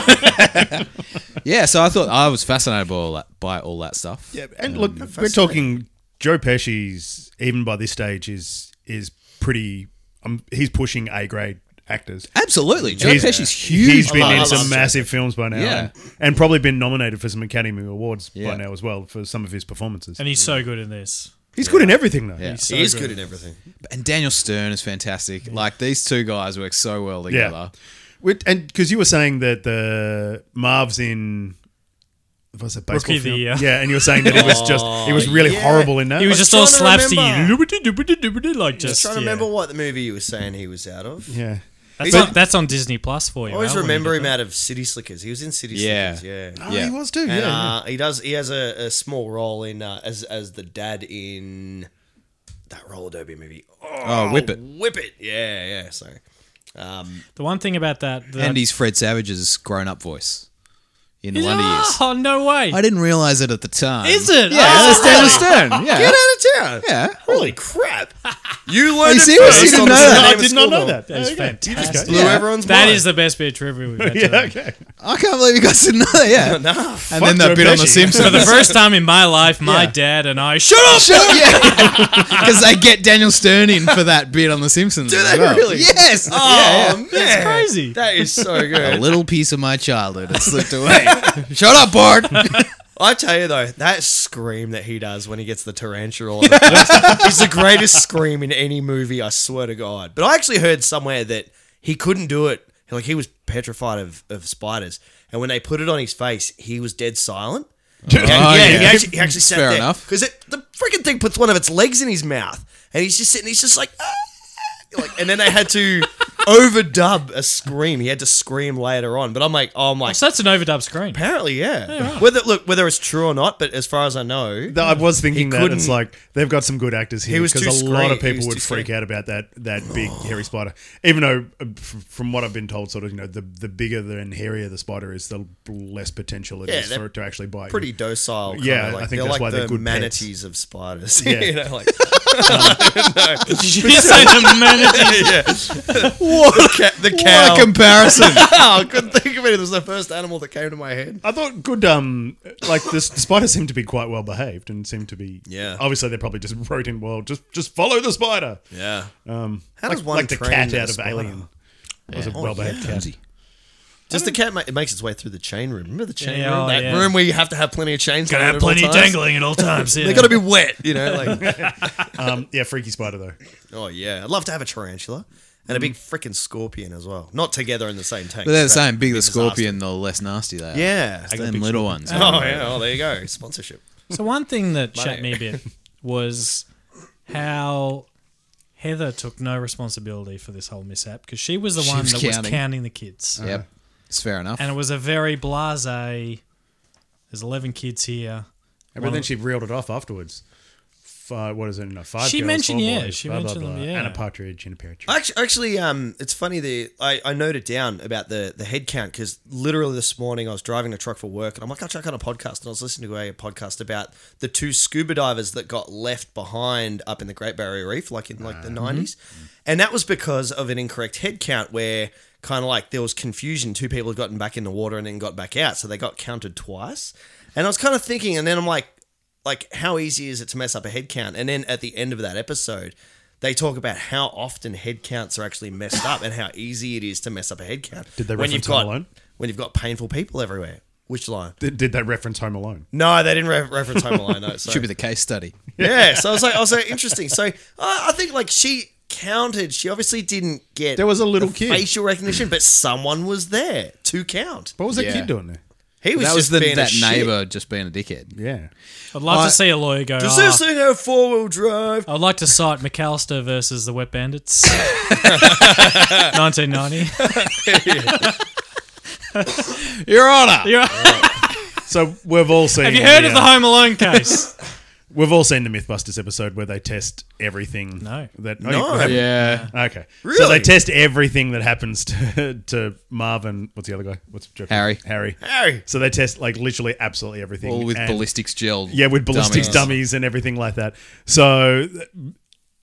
[SPEAKER 2] yeah, so I thought I was fascinated by all that, by all that stuff.
[SPEAKER 3] Yeah, and look, Um, we're talking Joe Pesci's. Even by this stage, is is pretty. Um, he's pushing A grade actors.
[SPEAKER 2] Absolutely, Joe
[SPEAKER 3] He's-
[SPEAKER 2] Pesci's huge.
[SPEAKER 3] He's been
[SPEAKER 2] I
[SPEAKER 3] in
[SPEAKER 2] love-
[SPEAKER 3] some massive films by now,
[SPEAKER 2] Yeah.
[SPEAKER 3] and, and probably been nominated for some Academy Awards
[SPEAKER 2] Yeah.
[SPEAKER 3] by now as well for some of his performances.
[SPEAKER 1] And he's so good in this.
[SPEAKER 3] he's good in everything though.
[SPEAKER 2] Yeah.
[SPEAKER 1] He's so
[SPEAKER 4] he is good at everything.
[SPEAKER 2] and Daniel Stern is fantastic. Like these two guys work so well together.
[SPEAKER 3] With- and because you were saying that the Marv's in. Was it baseball
[SPEAKER 1] Rookie of the
[SPEAKER 3] film?
[SPEAKER 1] Year.
[SPEAKER 3] Yeah, and you were saying that it was just it was really
[SPEAKER 4] yeah.
[SPEAKER 3] horrible in that.
[SPEAKER 1] He was just all
[SPEAKER 4] trying to
[SPEAKER 1] slapsy,
[SPEAKER 4] remember.
[SPEAKER 1] doobity-doobity-doobity, like
[SPEAKER 4] Just
[SPEAKER 1] just.
[SPEAKER 4] trying to
[SPEAKER 1] yeah.
[SPEAKER 4] remember what the movie you were saying he was out of.
[SPEAKER 3] yeah.
[SPEAKER 1] That's
[SPEAKER 4] But-
[SPEAKER 1] on, that's on Disney Plus for you.
[SPEAKER 4] I always
[SPEAKER 1] Al, when you
[SPEAKER 4] remember
[SPEAKER 1] get
[SPEAKER 4] him
[SPEAKER 1] that.
[SPEAKER 4] out of City Slickers. He was in City
[SPEAKER 2] Yeah.
[SPEAKER 4] Slickers. Yeah.
[SPEAKER 3] Oh,
[SPEAKER 2] Yeah.
[SPEAKER 3] he was too. yeah,
[SPEAKER 4] And
[SPEAKER 3] yeah.
[SPEAKER 4] uh, he does. He has a, a small role in uh, as as the dad in that roller derby movie.
[SPEAKER 2] Oh, Whip It.
[SPEAKER 4] Whip it. Yeah, yeah. So, um,
[SPEAKER 1] The one thing about that. that
[SPEAKER 2] And he's Fred Savage's grown-up voice in the Wonder Years.
[SPEAKER 1] Oh, no way.
[SPEAKER 2] I didn't realize it at the time.
[SPEAKER 1] Is it?
[SPEAKER 2] Yeah,
[SPEAKER 1] Oh,
[SPEAKER 2] it's Daniel Stern. Yeah,
[SPEAKER 4] get out of town.
[SPEAKER 2] yeah.
[SPEAKER 4] Holy crap! You
[SPEAKER 2] Are
[SPEAKER 4] learned
[SPEAKER 2] you
[SPEAKER 4] it
[SPEAKER 2] serious?
[SPEAKER 4] first
[SPEAKER 2] You didn't
[SPEAKER 4] on
[SPEAKER 2] know
[SPEAKER 4] the
[SPEAKER 2] that?
[SPEAKER 4] name
[SPEAKER 2] I
[SPEAKER 4] of
[SPEAKER 3] did
[SPEAKER 4] school
[SPEAKER 3] not know
[SPEAKER 4] book.
[SPEAKER 3] that.
[SPEAKER 1] That is
[SPEAKER 3] Okay. You just
[SPEAKER 1] fantastic.
[SPEAKER 3] go-
[SPEAKER 4] Blew
[SPEAKER 2] Yeah.
[SPEAKER 4] everyone's
[SPEAKER 1] That
[SPEAKER 4] mind.
[SPEAKER 1] is the best bit of trivia we've had.
[SPEAKER 3] Yeah,
[SPEAKER 1] today.
[SPEAKER 3] okay.
[SPEAKER 2] I can't believe you guys didn't know that. Yeah,
[SPEAKER 4] Nah,
[SPEAKER 2] and then
[SPEAKER 3] fuck
[SPEAKER 2] that
[SPEAKER 3] Joe
[SPEAKER 2] bit on the
[SPEAKER 1] For the
[SPEAKER 3] Pesci.
[SPEAKER 2] Simpsons.
[SPEAKER 1] first time in my life, my
[SPEAKER 2] Yeah.
[SPEAKER 1] dad and I shut up.
[SPEAKER 2] Sure, yeah. Because they get Daniel Stern in for that bit on The Simpsons. Do
[SPEAKER 4] they really?
[SPEAKER 2] Yes.
[SPEAKER 4] Oh man,
[SPEAKER 1] That's crazy.
[SPEAKER 4] That is so
[SPEAKER 2] A
[SPEAKER 4] good.
[SPEAKER 2] little piece of my childhood has slipped away. Shut up, Bart.
[SPEAKER 4] I tell you though, that scream that he does when he gets the tarantula on the is the greatest scream in any movie. I swear to God. But I actually heard somewhere that he couldn't do it. Like he was petrified of, of spiders, and when they put it on his face, he was dead silent.
[SPEAKER 2] Oh,
[SPEAKER 4] yeah, He
[SPEAKER 2] yeah.
[SPEAKER 4] actually, he actually sat
[SPEAKER 2] Fair
[SPEAKER 4] there
[SPEAKER 2] enough.
[SPEAKER 4] because the freaking thing puts one of its legs in his mouth, and he's just sitting. He's just like, "Ah," like, and then they had to overdub a scream. He had to scream later on. But I'm like, oh my
[SPEAKER 1] So that's an overdub screen.
[SPEAKER 4] Apparently, yeah. Whether look whether it's true or not, but as far as I know,
[SPEAKER 3] No, I was thinking that
[SPEAKER 4] couldn't-
[SPEAKER 3] it's like they've got some good actors here
[SPEAKER 4] He was
[SPEAKER 3] because
[SPEAKER 4] too
[SPEAKER 3] a lot
[SPEAKER 4] scree-
[SPEAKER 3] of
[SPEAKER 4] he
[SPEAKER 3] people
[SPEAKER 4] was
[SPEAKER 3] would
[SPEAKER 4] too Oh.
[SPEAKER 3] freak
[SPEAKER 4] scree-
[SPEAKER 3] out about that that big hairy spider. Even though, uh, f- from what I've been told, sort of you know the the bigger and hairier the spider is, the less potential it is
[SPEAKER 4] Yeah, they're
[SPEAKER 3] for it to actually bite. you.
[SPEAKER 4] pretty docile. kinda,
[SPEAKER 3] Yeah,
[SPEAKER 4] like,
[SPEAKER 3] I think
[SPEAKER 4] they're
[SPEAKER 3] that's
[SPEAKER 4] like
[SPEAKER 3] why
[SPEAKER 4] the
[SPEAKER 3] they're good pets.
[SPEAKER 4] manatees of spiders.
[SPEAKER 3] Yeah.
[SPEAKER 4] you know, like
[SPEAKER 1] Did you say the manager?
[SPEAKER 4] yeah. the, ca- the cow.
[SPEAKER 2] What a comparison.
[SPEAKER 4] Oh, I couldn't think of it. It was the first animal that came to my head.
[SPEAKER 3] I thought good. Um, like this, the spider seemed to be quite well behaved and seemed to be.
[SPEAKER 4] Yeah.
[SPEAKER 3] Obviously, they probably just wrote in, "Well, just just follow the spider."
[SPEAKER 4] Yeah.
[SPEAKER 3] Um,
[SPEAKER 4] How
[SPEAKER 3] like,
[SPEAKER 4] does one
[SPEAKER 3] like the
[SPEAKER 4] train
[SPEAKER 3] cat
[SPEAKER 4] the
[SPEAKER 3] out of
[SPEAKER 4] spider? Oh,
[SPEAKER 3] Alien? Was a well behaved cat.
[SPEAKER 4] Just the cat ma- it makes its way through the chain room. Remember the chain
[SPEAKER 1] Yeah,
[SPEAKER 4] room?
[SPEAKER 1] oh,
[SPEAKER 4] that
[SPEAKER 1] yeah.
[SPEAKER 4] room where you have to have plenty of chains.
[SPEAKER 1] Gotta
[SPEAKER 4] going
[SPEAKER 1] have
[SPEAKER 4] at all
[SPEAKER 1] plenty
[SPEAKER 4] times?
[SPEAKER 1] dangling at all times. Yeah.
[SPEAKER 4] They gotta be wet, you know. Like,
[SPEAKER 3] Um, yeah, freaky spider though.
[SPEAKER 4] oh yeah, I'd love to have a tarantula and a
[SPEAKER 3] Mm.
[SPEAKER 4] big freaking scorpion as well. Not together in the same tank.
[SPEAKER 2] But they're the
[SPEAKER 4] That'd
[SPEAKER 2] same.
[SPEAKER 4] be
[SPEAKER 2] Big
[SPEAKER 4] a
[SPEAKER 2] the
[SPEAKER 4] disaster.
[SPEAKER 2] scorpion, the less nasty they are.
[SPEAKER 4] Yeah.
[SPEAKER 2] It's Them little ones.
[SPEAKER 4] Oh yeah. Well, there you go. Sponsorship.
[SPEAKER 1] So one thing that shut
[SPEAKER 4] Money.
[SPEAKER 1] me a bit was how Heather took no responsibility for this whole mishap because she was the
[SPEAKER 2] She
[SPEAKER 1] one
[SPEAKER 2] was
[SPEAKER 1] that was
[SPEAKER 2] counting.
[SPEAKER 1] counting the kids,
[SPEAKER 2] Yep. It's fair enough.
[SPEAKER 1] and it was a very blasé. There's eleven kids here.
[SPEAKER 3] But then she reeled it off afterwards. five, what is it? No, five.
[SPEAKER 1] She
[SPEAKER 3] girls,
[SPEAKER 1] mentioned-
[SPEAKER 3] four
[SPEAKER 1] yeah,
[SPEAKER 3] boys,
[SPEAKER 1] she
[SPEAKER 3] blah, blah,
[SPEAKER 1] mentioned them,
[SPEAKER 3] blah,
[SPEAKER 1] yeah.
[SPEAKER 3] and a partridge in a pear tree.
[SPEAKER 4] Actually, actually um, it's funny the I, I noted down about the the head count because literally this morning I was driving a truck for work and I'm like I'll check on a podcast and I was listening to a podcast about the two scuba divers that got left behind up in the Great Barrier Reef like in like the 90s and that was because of an incorrect head count where kind of like there was confusion two people had gotten back in the water and then got back out so they got counted twice and I was kind of thinking and then I'm like like how easy is it to mess up a head count? And then at the end of that episode, they talk about how often head counts are actually messed up and how easy it is to mess up a head count.
[SPEAKER 3] Did they reference Home
[SPEAKER 4] got
[SPEAKER 3] Alone?
[SPEAKER 4] when you've got painful people everywhere? Which line?
[SPEAKER 3] Did, did they reference Home Alone?
[SPEAKER 4] No, they didn't re- reference Home Alone. Though, so.
[SPEAKER 2] Should be the case study.
[SPEAKER 4] yeah. So I was like, I was like, interesting. So uh, I think like she counted. She obviously didn't get.
[SPEAKER 3] There was a little
[SPEAKER 4] the
[SPEAKER 3] kid.
[SPEAKER 4] facial recognition, but someone was there to count.
[SPEAKER 3] What was that
[SPEAKER 2] Yeah.
[SPEAKER 3] kid doing there?
[SPEAKER 4] He was
[SPEAKER 2] That
[SPEAKER 4] just
[SPEAKER 2] was the,
[SPEAKER 4] being
[SPEAKER 2] that
[SPEAKER 4] a Shit.
[SPEAKER 2] neighbour just being a dickhead.
[SPEAKER 3] Yeah,
[SPEAKER 1] I'd love
[SPEAKER 2] I-
[SPEAKER 1] to see a lawyer go.
[SPEAKER 4] Does
[SPEAKER 1] "Ah,
[SPEAKER 4] this thing have four wheel drive?
[SPEAKER 1] I'd like to cite McAllister versus the Wet Bandits, 1990.
[SPEAKER 2] Your Honour.
[SPEAKER 1] You're-
[SPEAKER 3] so we've all seen.
[SPEAKER 1] Have you heard of the Home Alone case?
[SPEAKER 3] We've all seen the MythBusters episode where they test everything.
[SPEAKER 1] No.
[SPEAKER 3] that oh,
[SPEAKER 4] No.
[SPEAKER 3] you-
[SPEAKER 2] yeah.
[SPEAKER 3] Okay. So
[SPEAKER 4] Really?
[SPEAKER 3] they test everything that happens to, to Marvin. What's the other guy? What's Jeffrey?
[SPEAKER 2] Harry.
[SPEAKER 3] Harry.
[SPEAKER 4] Harry.
[SPEAKER 3] So they test like literally absolutely everything.
[SPEAKER 2] All with
[SPEAKER 3] and-
[SPEAKER 2] ballistics gel.
[SPEAKER 3] Yeah, with ballistics dummies. and everything like that. So th-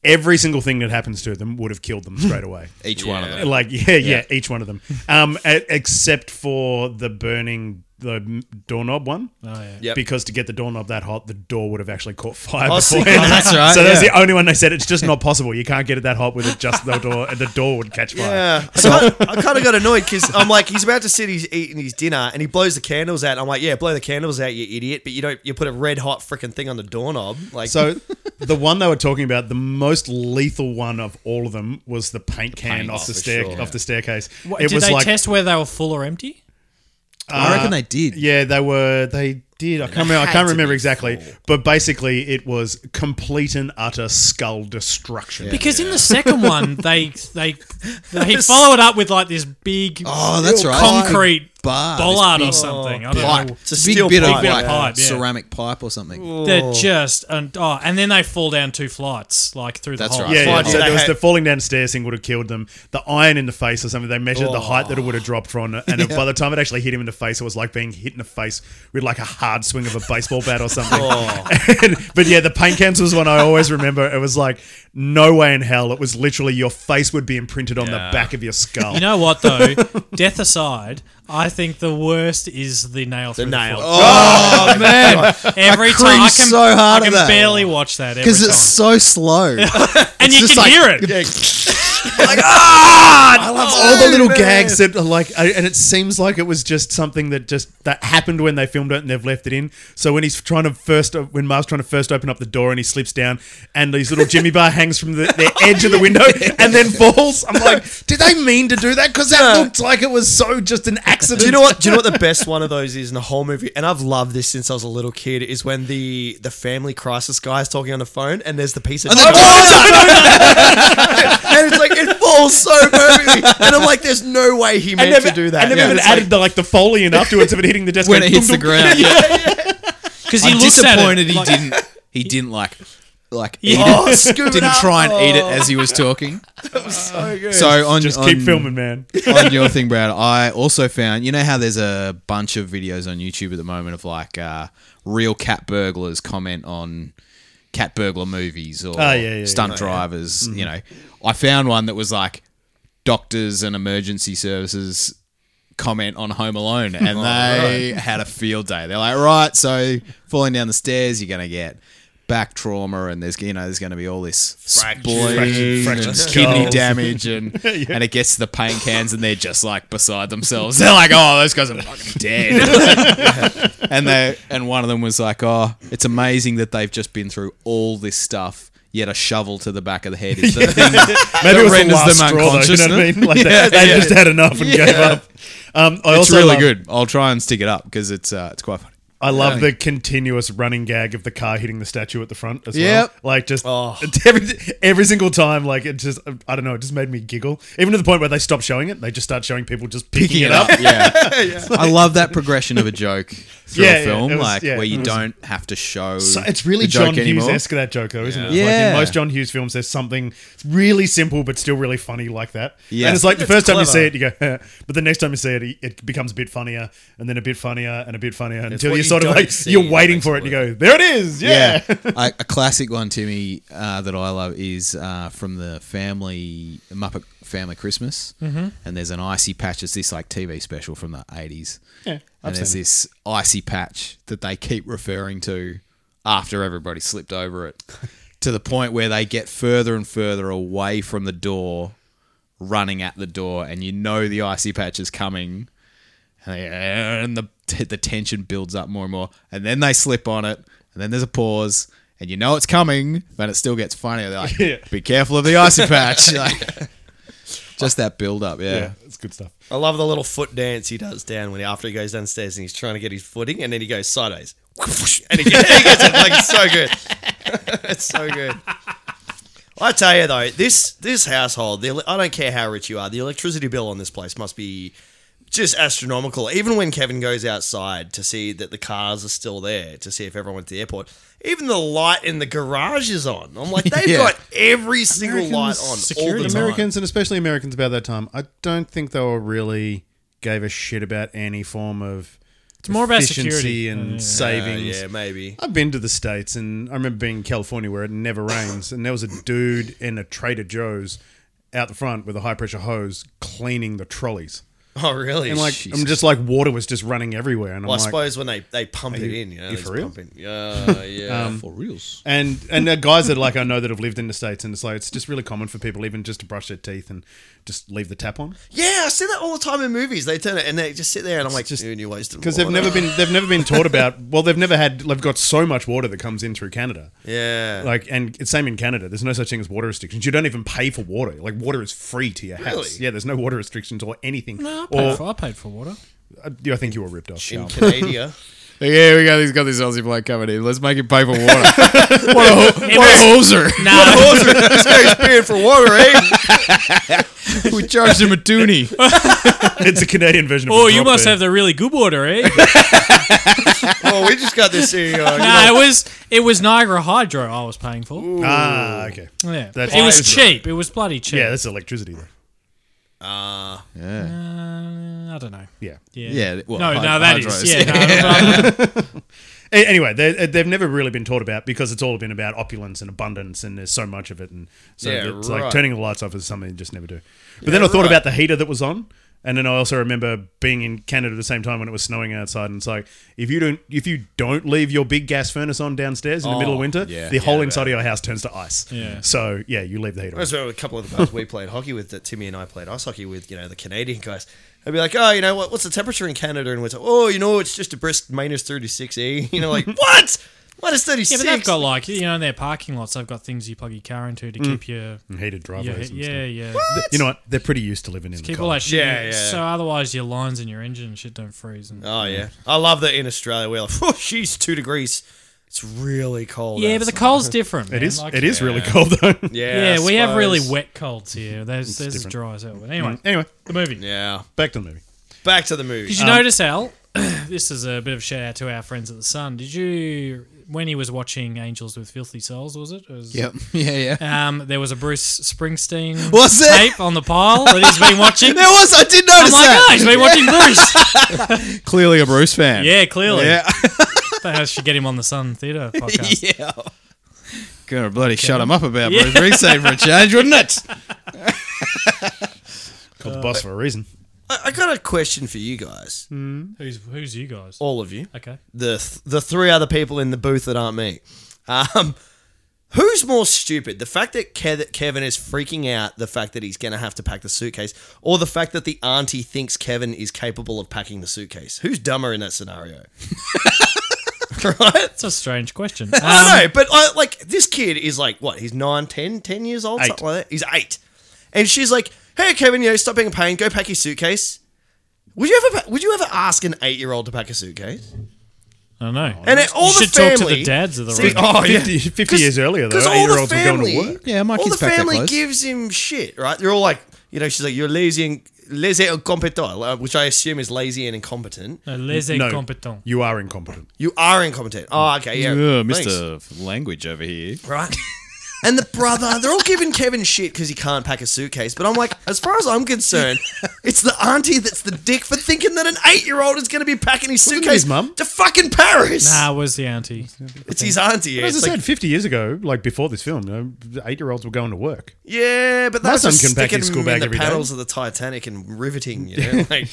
[SPEAKER 3] every single thing that happens to them would have killed them straight away.
[SPEAKER 2] Each one of them.
[SPEAKER 3] like yeah, yeah, each one of them, um, e- except for the burning the m- doorknob one.
[SPEAKER 1] Oh, yeah.
[SPEAKER 4] Yep.
[SPEAKER 3] Because to get the doorknob that hot, the door would have actually caught
[SPEAKER 4] I
[SPEAKER 3] fire.
[SPEAKER 4] was
[SPEAKER 3] before
[SPEAKER 4] thinking-
[SPEAKER 3] it.
[SPEAKER 4] Oh,
[SPEAKER 2] that's right,
[SPEAKER 3] So that's
[SPEAKER 2] yeah.
[SPEAKER 3] the only one they said it's just not possible. You can't get it that hot with it just the door. The door would catch fire.
[SPEAKER 4] Yeah, I, got- I kind of got annoyed because I'm like, he's about to sit, he's eating his dinner, and he blows the candles out. I'm like, yeah, blow the candles out, you idiot! But you don't, you put a red hot freaking thing on the doorknob, like,
[SPEAKER 3] So the one they were talking about, the most lethal one of all of them, was the paint can
[SPEAKER 2] paint, Oh,
[SPEAKER 3] off the
[SPEAKER 2] for
[SPEAKER 3] stair
[SPEAKER 2] sure.
[SPEAKER 3] off the staircase.
[SPEAKER 1] What,
[SPEAKER 3] it
[SPEAKER 1] did
[SPEAKER 3] was
[SPEAKER 1] they
[SPEAKER 3] like
[SPEAKER 1] test whether they were full or empty?
[SPEAKER 2] I reckon they did.
[SPEAKER 3] Uh, yeah, they were they did. I can't remember. I
[SPEAKER 4] had
[SPEAKER 3] can't
[SPEAKER 4] to
[SPEAKER 3] remember
[SPEAKER 4] be
[SPEAKER 3] exactly,
[SPEAKER 4] full.
[SPEAKER 3] but basically it was complete and utter skull destruction.
[SPEAKER 1] Because in the second one, they they they follow it up with like this big
[SPEAKER 2] Oh, that's right.
[SPEAKER 1] concrete
[SPEAKER 2] Bar, this
[SPEAKER 1] bollard or
[SPEAKER 2] big
[SPEAKER 1] something. I don't
[SPEAKER 2] Pipe.
[SPEAKER 1] know.
[SPEAKER 4] It's a
[SPEAKER 2] big
[SPEAKER 4] steel
[SPEAKER 2] bit
[SPEAKER 4] pipe.
[SPEAKER 2] of
[SPEAKER 1] Big bit of
[SPEAKER 2] like
[SPEAKER 1] pipe, yeah.
[SPEAKER 2] ceramic pipe or something.
[SPEAKER 1] They're just and oh, and then they fall down two flights like through the
[SPEAKER 2] That's
[SPEAKER 1] hole.
[SPEAKER 2] right.
[SPEAKER 3] Yeah, yeah.
[SPEAKER 4] Fine,
[SPEAKER 3] So
[SPEAKER 4] so
[SPEAKER 3] there
[SPEAKER 4] they
[SPEAKER 3] was
[SPEAKER 4] had-
[SPEAKER 3] the falling downstairs thing would have killed them. The iron in the face or something. They measured the height that it
[SPEAKER 1] Oh.
[SPEAKER 3] would have dropped from, and by the time it actually hit him in the face, it was like being hit in the face with like a hard swing of a baseball bat or something.
[SPEAKER 4] Oh.
[SPEAKER 3] And- but yeah, the paint cans was one I always remember. It was like no way in hell. It was literally your face would be imprinted on the back of your skull.
[SPEAKER 1] You know what though? Death aside, I think the worst is the nail through the
[SPEAKER 4] nail.
[SPEAKER 1] foot.
[SPEAKER 2] Oh man,
[SPEAKER 1] every
[SPEAKER 2] I
[SPEAKER 1] time I
[SPEAKER 2] cringe
[SPEAKER 1] can,
[SPEAKER 2] so hard
[SPEAKER 1] I
[SPEAKER 2] at
[SPEAKER 1] can
[SPEAKER 2] that.
[SPEAKER 1] barely watch that every
[SPEAKER 2] because
[SPEAKER 1] time.
[SPEAKER 2] it's so slow.
[SPEAKER 1] and you
[SPEAKER 2] just
[SPEAKER 1] can
[SPEAKER 2] like-
[SPEAKER 1] hear it.
[SPEAKER 2] ah!
[SPEAKER 3] I love
[SPEAKER 2] Oh,
[SPEAKER 3] all the little gags that are like, I, and it seems like it was just something that just that happened when they filmed it and they've left it in. So when he's trying to first, when Marv's trying to first open up the door and he slips down, and his little Jimmy bar hangs from the, the edge of the window and then falls. I'm like, did they mean to do that? Because that
[SPEAKER 4] Yeah.
[SPEAKER 3] looked like it was so just an accident.
[SPEAKER 4] Do you know what? Do you know what the best one of those is in the whole movie? And I've loved this since I was a little kid. Is when the the family crisis guy is talking on the phone, and there's the piece of doughnut. and it's like it falls so perfectly. And I'm like, there's no way he
[SPEAKER 3] I
[SPEAKER 4] meant
[SPEAKER 3] never,
[SPEAKER 4] to do that.
[SPEAKER 3] I never
[SPEAKER 4] Yeah.
[SPEAKER 3] even
[SPEAKER 4] It's like-
[SPEAKER 3] added the like the foley in afterwards of it hitting the desk
[SPEAKER 2] when
[SPEAKER 3] going,
[SPEAKER 2] it hits
[SPEAKER 3] "Dum,
[SPEAKER 2] the
[SPEAKER 3] dum,
[SPEAKER 2] ground.
[SPEAKER 1] Because he
[SPEAKER 2] I'm
[SPEAKER 1] looks
[SPEAKER 2] disappointed
[SPEAKER 1] at it.
[SPEAKER 2] he
[SPEAKER 1] like-
[SPEAKER 2] didn't. He didn't like like eat
[SPEAKER 4] Oh,
[SPEAKER 2] it.
[SPEAKER 4] scoop it
[SPEAKER 2] didn't
[SPEAKER 4] up.
[SPEAKER 2] try and eat it as he was talking.
[SPEAKER 4] Oh, good.
[SPEAKER 2] So on
[SPEAKER 3] Just
[SPEAKER 2] on,
[SPEAKER 3] keep filming, man.
[SPEAKER 2] on your thing, Brad. I also found you know how there's a bunch of videos on YouTube at the moment of like uh, real cat burglars comment on cat burglar movies or
[SPEAKER 3] Oh, yeah, yeah,
[SPEAKER 2] stunt
[SPEAKER 3] yeah. Mm-hmm.
[SPEAKER 2] drivers. You know, I found one that was like doctors and emergency services comment on Home Alone, and
[SPEAKER 3] Oh,
[SPEAKER 2] they had a field day. They're like, right, so falling down the stairs, you're gonna get. Back trauma, and there's you know there's going to be all this
[SPEAKER 4] Fractures.
[SPEAKER 2] spleen
[SPEAKER 3] Fractures,
[SPEAKER 2] and
[SPEAKER 3] fractures,
[SPEAKER 2] kidney
[SPEAKER 3] skulls.
[SPEAKER 2] damage damage and and it gets to the paint cans and they're just like beside themselves. They're like, oh, those guys are fucking dead. and they and one of them was like, oh, it's amazing that they've just been through all this stuff. Yet a shovel to the back of the head is the thing.
[SPEAKER 3] Maybe
[SPEAKER 2] that
[SPEAKER 3] it was the
[SPEAKER 2] renders
[SPEAKER 3] last
[SPEAKER 2] them
[SPEAKER 3] straw, though, you know what I
[SPEAKER 2] unconscious,
[SPEAKER 3] mean? Like they, they just had enough and gave up. Um, I
[SPEAKER 2] It's
[SPEAKER 3] also
[SPEAKER 2] really
[SPEAKER 3] love-
[SPEAKER 2] good. I'll try and stick it up because it's uh, it's quite funny.
[SPEAKER 3] I love the continuous running gag of the car hitting the statue at the front as
[SPEAKER 2] Yep.
[SPEAKER 3] well. Like just
[SPEAKER 4] Oh.
[SPEAKER 3] it's every every single time, like it just I don't know, it just made me giggle. Even to the point where they stop showing it, they just start showing people just picking, it up.
[SPEAKER 2] Yeah. I love that progression of a joke through
[SPEAKER 3] Yeah,
[SPEAKER 2] a
[SPEAKER 3] yeah,
[SPEAKER 2] film,
[SPEAKER 3] it was-
[SPEAKER 2] like
[SPEAKER 3] yeah,
[SPEAKER 2] where
[SPEAKER 3] it
[SPEAKER 2] you
[SPEAKER 3] was-
[SPEAKER 2] don't have to show.
[SPEAKER 3] So it's really
[SPEAKER 2] the joke
[SPEAKER 3] John Hughes
[SPEAKER 2] anymore.
[SPEAKER 3] esque that joke though, isn't it?
[SPEAKER 2] Yeah.
[SPEAKER 3] Like
[SPEAKER 2] Yeah.
[SPEAKER 3] in most John Hughes films, there's something really simple but still really funny like that.
[SPEAKER 2] Yeah.
[SPEAKER 3] And it's like the
[SPEAKER 4] It's
[SPEAKER 3] first time you
[SPEAKER 4] clever.
[SPEAKER 3] see it, you go, "Huh." but the next time you see it, it becomes a bit funnier, and then a bit funnier, and a bit funnier, until
[SPEAKER 4] what you
[SPEAKER 3] you're sort of
[SPEAKER 4] don't
[SPEAKER 3] like
[SPEAKER 4] see
[SPEAKER 3] you're
[SPEAKER 4] that
[SPEAKER 3] waiting
[SPEAKER 4] makes
[SPEAKER 3] for
[SPEAKER 4] it
[SPEAKER 3] it, and you go, there it is, yeah.
[SPEAKER 2] I, a classic one, Timmy, uh, that I love is uh, from the family Muppet Family Christmas, mm-hmm. and there's an icy patch. It's this like TV special from the eighties,
[SPEAKER 3] Yeah,
[SPEAKER 2] and
[SPEAKER 3] I've
[SPEAKER 2] there's
[SPEAKER 3] seen
[SPEAKER 2] this icy patch that they keep referring to after everybody slipped over it, to the point where they get further and further away from the door, running at the door, and you know the icy patch is coming. And the the tension builds up more and more, and then they slip on it, and then there's a pause, and you know it's coming, but it still gets funnier. They're like,
[SPEAKER 3] Yeah.
[SPEAKER 2] "Be careful of the icy patch." Like, just that build up, yeah.
[SPEAKER 3] yeah, it's good stuff.
[SPEAKER 4] I love the little foot dance he does down when he, after he goes downstairs and he's trying to get his footing, and then he goes sideways, and he gets, he gets it like it's so good. it's so good. I tell you though, this this household, the, ele- I don't care how rich you are, the electricity bill on this place must be just astronomical. Even when Kevin goes outside to see that the cars are still there, to see if everyone went to the airport, even the light in the garage is on. I'm like, they've
[SPEAKER 2] Yeah.
[SPEAKER 4] got every single light on all
[SPEAKER 1] security
[SPEAKER 4] the time.
[SPEAKER 3] Americans and especially Americans about that time, I don't think they were really gave a shit about any form of it's
[SPEAKER 1] more about security.
[SPEAKER 3] efficiency and
[SPEAKER 4] Uh,
[SPEAKER 3] savings.
[SPEAKER 4] yeah, maybe.
[SPEAKER 3] I've been to the States and I remember being in California where it never rains. And there was a dude in a Trader Joe's out the front with a high pressure hose cleaning the trolleys.
[SPEAKER 4] Oh, really?
[SPEAKER 3] And like, I'm just like, water was just running everywhere. And I'm
[SPEAKER 4] Well, I
[SPEAKER 3] like,
[SPEAKER 4] suppose when they, they pump it in, you know,
[SPEAKER 3] you
[SPEAKER 4] they just
[SPEAKER 3] for real?
[SPEAKER 4] pump it. Yeah, yeah.
[SPEAKER 2] For reals,
[SPEAKER 3] and and there are guys that like I know that have lived in the states, and it's like it's just really common for people even just to brush their teeth and just leave the tap on
[SPEAKER 4] yeah, I see that all the time in movies. They turn it and they just sit there, and I'm like, just, dude, you wasted
[SPEAKER 3] because they've never been they've never been taught about. Well, they've never had they've got so much water that comes in through Canada.
[SPEAKER 4] Yeah.
[SPEAKER 3] like and it's same in Canada. There's no such thing as water restrictions. You don't even pay for water. Like water is free to your house.
[SPEAKER 4] Really?
[SPEAKER 3] Yeah, there's no water restrictions or anything.
[SPEAKER 1] No, I paid,
[SPEAKER 3] or
[SPEAKER 1] for, I paid for water.
[SPEAKER 3] uh, yeah, I think you were ripped off.
[SPEAKER 4] in Canada.
[SPEAKER 2] yeah, we got he's got this Aussie bloke coming in. Let's make him pay for water. what a, ho- what a hoser!
[SPEAKER 1] No,
[SPEAKER 4] this guy's paying for water, eh?
[SPEAKER 2] we charged him a toonie.
[SPEAKER 3] it's a Canadian version. of a
[SPEAKER 1] oh, you
[SPEAKER 3] drop
[SPEAKER 1] must
[SPEAKER 3] in.
[SPEAKER 1] have the really good water, eh?
[SPEAKER 4] Oh, we just got this here. Uh, you know,
[SPEAKER 1] Nah, it was it was Niagara Hydro I was paying for.
[SPEAKER 3] Ah, okay.
[SPEAKER 1] yeah,
[SPEAKER 3] that's
[SPEAKER 1] it was
[SPEAKER 3] hydro.
[SPEAKER 1] cheap. It was bloody cheap.
[SPEAKER 3] Yeah, that's electricity though.
[SPEAKER 2] Yeah,
[SPEAKER 1] Uh, I don't know.
[SPEAKER 3] Yeah.
[SPEAKER 1] Yeah.
[SPEAKER 2] yeah. Well,
[SPEAKER 1] no,
[SPEAKER 2] hy-
[SPEAKER 1] no, that is. Yeah,
[SPEAKER 2] hydros.
[SPEAKER 1] no, no, no.
[SPEAKER 3] A- Anyway, they, uh, they've never really been taught about because it's all been about opulence and abundance, and there's so much of it, and so
[SPEAKER 4] Yeah,
[SPEAKER 3] it's
[SPEAKER 4] right.
[SPEAKER 3] like turning the lights off is something you just never do. But then I thought about the heater that was on, and then I also remember being in Canada at the same time when it was snowing outside, and it's like if you don't if you don't leave your big gas furnace on downstairs in the
[SPEAKER 4] Oh,
[SPEAKER 3] middle of winter,
[SPEAKER 2] yeah.
[SPEAKER 3] the whole inside of your house turns to ice.
[SPEAKER 1] Yeah.
[SPEAKER 3] So yeah, you leave the heater.
[SPEAKER 4] I
[SPEAKER 3] on.
[SPEAKER 4] was with a couple of the guys we played hockey with that Timmy and I played ice hockey with, you know, the Canadian guys. I'd be like, oh, you know what? What's the temperature in Canada? And we're like, oh, you know, it's just a brisk minus 36, eh? You know, like, what? Minus 36?
[SPEAKER 1] yeah, but they've got like you know in their parking lots they've got things you plug your car into
[SPEAKER 2] Mm.
[SPEAKER 1] to keep your
[SPEAKER 3] And Heated
[SPEAKER 1] yeah
[SPEAKER 3] driveways. and
[SPEAKER 1] yeah
[SPEAKER 3] stuff.
[SPEAKER 1] yeah.
[SPEAKER 3] You know what? They're pretty used to living in the
[SPEAKER 1] Keep
[SPEAKER 3] cold.
[SPEAKER 1] all that shit.
[SPEAKER 4] Yeah,
[SPEAKER 1] in-
[SPEAKER 4] yeah.
[SPEAKER 1] So otherwise your lines and your engine and shit don't freeze. And,
[SPEAKER 4] Oh yeah, I love that in Australia we're like, oh, she's two degrees. It's really cold.
[SPEAKER 1] yeah, but the
[SPEAKER 4] outside."
[SPEAKER 1] cold's different.
[SPEAKER 3] it
[SPEAKER 1] man.
[SPEAKER 3] is.
[SPEAKER 1] Like-
[SPEAKER 3] it is really cold though.
[SPEAKER 4] yeah,
[SPEAKER 1] Yeah,
[SPEAKER 4] I
[SPEAKER 1] we have really
[SPEAKER 4] suppose.
[SPEAKER 1] wet colds here. There's there's as
[SPEAKER 3] different. Mm-hmm.
[SPEAKER 1] dry as hell. But anyway,
[SPEAKER 3] anyway,
[SPEAKER 1] the movie.
[SPEAKER 4] Yeah,
[SPEAKER 3] back to the movie.
[SPEAKER 4] back to the movie.
[SPEAKER 1] Did you notice, Al? this is a bit of a shout out to our friends at the Sun. Did you, when he was watching Angels with Filthy Souls, was it? It was-
[SPEAKER 2] Yep. Yeah, yeah.
[SPEAKER 1] Um, there was a Bruce Springsteen
[SPEAKER 2] Was there?
[SPEAKER 1] tape on the pile that he's been watching.
[SPEAKER 2] There was. I did
[SPEAKER 1] I'm
[SPEAKER 2] notice
[SPEAKER 1] like,
[SPEAKER 2] that.
[SPEAKER 1] oh, he's been watching Bruce.
[SPEAKER 2] Clearly a Bruce fan.
[SPEAKER 1] yeah, clearly.
[SPEAKER 2] Yeah.
[SPEAKER 1] They should get him on the Sun Theatre podcast.
[SPEAKER 2] Yeah. Gonna bloody shut him up about Bruce Springsteen for a change, wouldn't it?
[SPEAKER 3] Called
[SPEAKER 1] Uh,
[SPEAKER 3] the boss for a reason.
[SPEAKER 4] I, Uh, I got a question for you guys,
[SPEAKER 1] Hmm. Who's who's you guys?
[SPEAKER 4] all of you,
[SPEAKER 1] Okay.
[SPEAKER 4] the th- the three other people in the booth that aren't me. Um, who's more stupid? The fact that Kev- Kevin is freaking out, the fact that he's going to have to pack the suitcase, or the fact that the auntie thinks Kevin is capable of packing the suitcase? Who's dumber in that scenario? right?
[SPEAKER 1] That's a strange question.
[SPEAKER 4] I know, but I, like this kid is like what? He's nine, ten, ten years old,
[SPEAKER 3] Eight.
[SPEAKER 4] something like that. He's eight, and she's like, "Hey, Kevin, you know, stop being a pain. Go pack your suitcase." Would you ever? pa- Would you ever ask an eight-year-old to pack a suitcase?
[SPEAKER 1] Um, I don't know.
[SPEAKER 4] And it- all
[SPEAKER 1] you
[SPEAKER 4] the
[SPEAKER 1] should talk to
[SPEAKER 4] family-
[SPEAKER 1] the dads of the
[SPEAKER 4] See,
[SPEAKER 1] room.
[SPEAKER 4] oh, yeah.
[SPEAKER 3] 50, 50 years earlier, though,
[SPEAKER 4] Because all
[SPEAKER 3] eight year
[SPEAKER 4] the
[SPEAKER 3] olds were going
[SPEAKER 4] family,
[SPEAKER 3] to work.
[SPEAKER 2] Yeah, my
[SPEAKER 4] all
[SPEAKER 2] kids
[SPEAKER 4] the
[SPEAKER 2] pack their
[SPEAKER 4] family
[SPEAKER 2] clothes.
[SPEAKER 4] gives him shit, right? They're all like, you know, she's like, you're lazy and lazy and incompetent, uh, which I assume is lazy and incompetent.
[SPEAKER 1] Oh, No, les
[SPEAKER 3] No,
[SPEAKER 1] incompetents.
[SPEAKER 3] you are incompetent.
[SPEAKER 4] You are incompetent. Oh, okay, yeah,
[SPEAKER 2] Ugh,
[SPEAKER 4] thanks.
[SPEAKER 2] Mr. Language over here.
[SPEAKER 4] right? And the brother, they're all giving Kevin shit because he can't pack a suitcase. But I'm like, as far as I'm concerned, it's the auntie that's the dick for thinking that an eight year old is going to be packing his
[SPEAKER 3] Wasn't it
[SPEAKER 4] suitcase
[SPEAKER 3] his mum?
[SPEAKER 4] to fucking Paris.
[SPEAKER 1] Nah, where's the auntie?
[SPEAKER 4] it's his auntie. yeah.
[SPEAKER 3] As
[SPEAKER 4] It's
[SPEAKER 3] I
[SPEAKER 4] like,
[SPEAKER 3] said, 50 years ago, like before this film, you know, eight year olds were going to work.
[SPEAKER 4] yeah, but
[SPEAKER 3] My
[SPEAKER 4] that's
[SPEAKER 3] son
[SPEAKER 4] just
[SPEAKER 3] can pack
[SPEAKER 4] sticking
[SPEAKER 3] his
[SPEAKER 4] him
[SPEAKER 3] school
[SPEAKER 4] in
[SPEAKER 3] bag
[SPEAKER 4] the
[SPEAKER 3] every day.
[SPEAKER 4] panels of the Titanic and riveting. You know? like,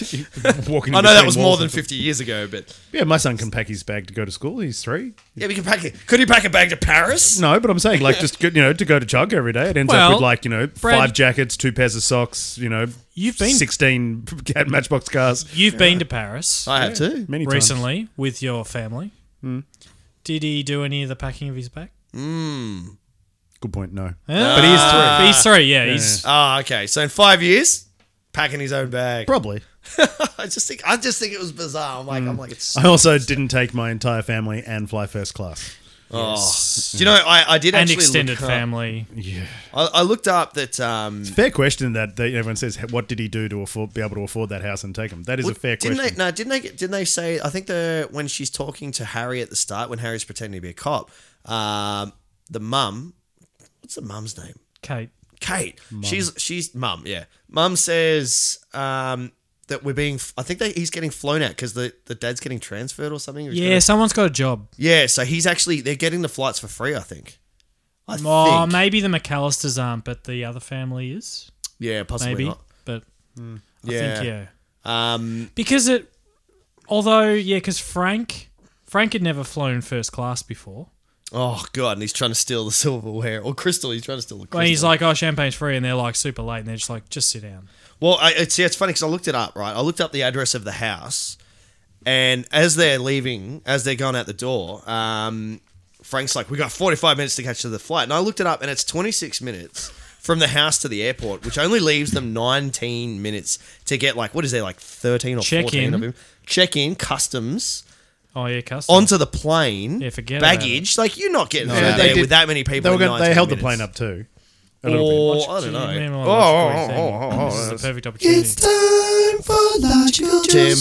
[SPEAKER 3] Walking
[SPEAKER 4] I know that
[SPEAKER 3] between
[SPEAKER 4] was more
[SPEAKER 3] walls
[SPEAKER 4] than
[SPEAKER 3] and-
[SPEAKER 4] 50 years ago, but
[SPEAKER 3] Yeah, my son can pack his bag to go to school. He's three.
[SPEAKER 4] yeah, we can pack it. Could he pack a bag to Paris?
[SPEAKER 3] No, but I'm saying like just you know to go to chug every day. It ends
[SPEAKER 1] Well,
[SPEAKER 3] up with like you know
[SPEAKER 1] Brad-
[SPEAKER 3] five jackets, two pairs of socks. You know,
[SPEAKER 1] You've been-
[SPEAKER 3] sixteen matchbox cars.
[SPEAKER 1] You've been to Paris
[SPEAKER 4] I have too.
[SPEAKER 3] Many times.
[SPEAKER 1] recently with your family. Did he do any of the packing of his bag?
[SPEAKER 3] Good point. No,
[SPEAKER 1] but he's three. He's three. Yeah, he's
[SPEAKER 4] Ah, okay. So in five years, packing his own bag.
[SPEAKER 3] probably.
[SPEAKER 4] I just think I just think it was bizarre. I'm like, I'm like, it's
[SPEAKER 3] I also didn't take my entire family and fly first class.
[SPEAKER 4] Oh. Do you know? I, I did
[SPEAKER 1] and
[SPEAKER 4] actually
[SPEAKER 1] extended
[SPEAKER 4] look up-
[SPEAKER 1] family.
[SPEAKER 4] I, I looked up that um,
[SPEAKER 3] Fair question. That, that everyone says, what did he do to afford, be able to afford that house and take him? That is a fair
[SPEAKER 4] didn't
[SPEAKER 3] question.
[SPEAKER 4] They, no, didn't they? Didn't they say? I think the when she's talking to Harry at the start, when Harry's pretending to be a cop, um, the mum, what's the mum's name?
[SPEAKER 1] Kate.
[SPEAKER 4] Kate. She's she's mum. Yeah, mum says um, that we're being. I think they, he's getting flown out because the, the dad's getting transferred or something. or he's
[SPEAKER 1] Yeah,
[SPEAKER 4] gonna-
[SPEAKER 1] someone's got a job.
[SPEAKER 4] yeah. So he's actually they're getting the flights for free. I think. I
[SPEAKER 1] Oh,
[SPEAKER 4] think.
[SPEAKER 1] maybe the McAllisters aren't, but the other family is.
[SPEAKER 4] Yeah, possibly
[SPEAKER 1] Maybe,
[SPEAKER 4] not.
[SPEAKER 1] but I
[SPEAKER 4] Yeah.
[SPEAKER 1] think yeah.
[SPEAKER 4] Um,
[SPEAKER 1] Because it, although yeah, because Frank, Frank had never flown first class before.
[SPEAKER 4] oh god, and he's trying to steal the silverware or crystal. He's trying to steal the crystal.
[SPEAKER 1] Well, he's like, oh, champagne's free, and they're like super late, and they're just like, just sit down.
[SPEAKER 4] Well, I, it's, yeah, it's funny because I looked it up, right? I looked up the address of the house, and as they're leaving, as they're going out the door, um, Frank's like, "We got 45 minutes to catch to the flight." And I looked it up, and it's 26 minutes from the house to the airport, which only leaves them 19 minutes to get like what is there like 13 or
[SPEAKER 1] Check
[SPEAKER 4] 14 of
[SPEAKER 1] in.
[SPEAKER 4] them. Check in, customs,
[SPEAKER 1] Oh yeah, cuss.
[SPEAKER 4] onto the plane,
[SPEAKER 1] Yeah, forget about
[SPEAKER 4] baggage. Like you're not getting out
[SPEAKER 3] they
[SPEAKER 4] of there
[SPEAKER 3] did-
[SPEAKER 4] with that many people.
[SPEAKER 3] They, were
[SPEAKER 4] in
[SPEAKER 3] gonna,
[SPEAKER 4] 19
[SPEAKER 3] they held the
[SPEAKER 4] minutes.
[SPEAKER 3] plane up too. A little bit.
[SPEAKER 4] Or I don't know.
[SPEAKER 1] Oh, oh, oh, oh, this is a perfect opportunity.
[SPEAKER 4] Tim.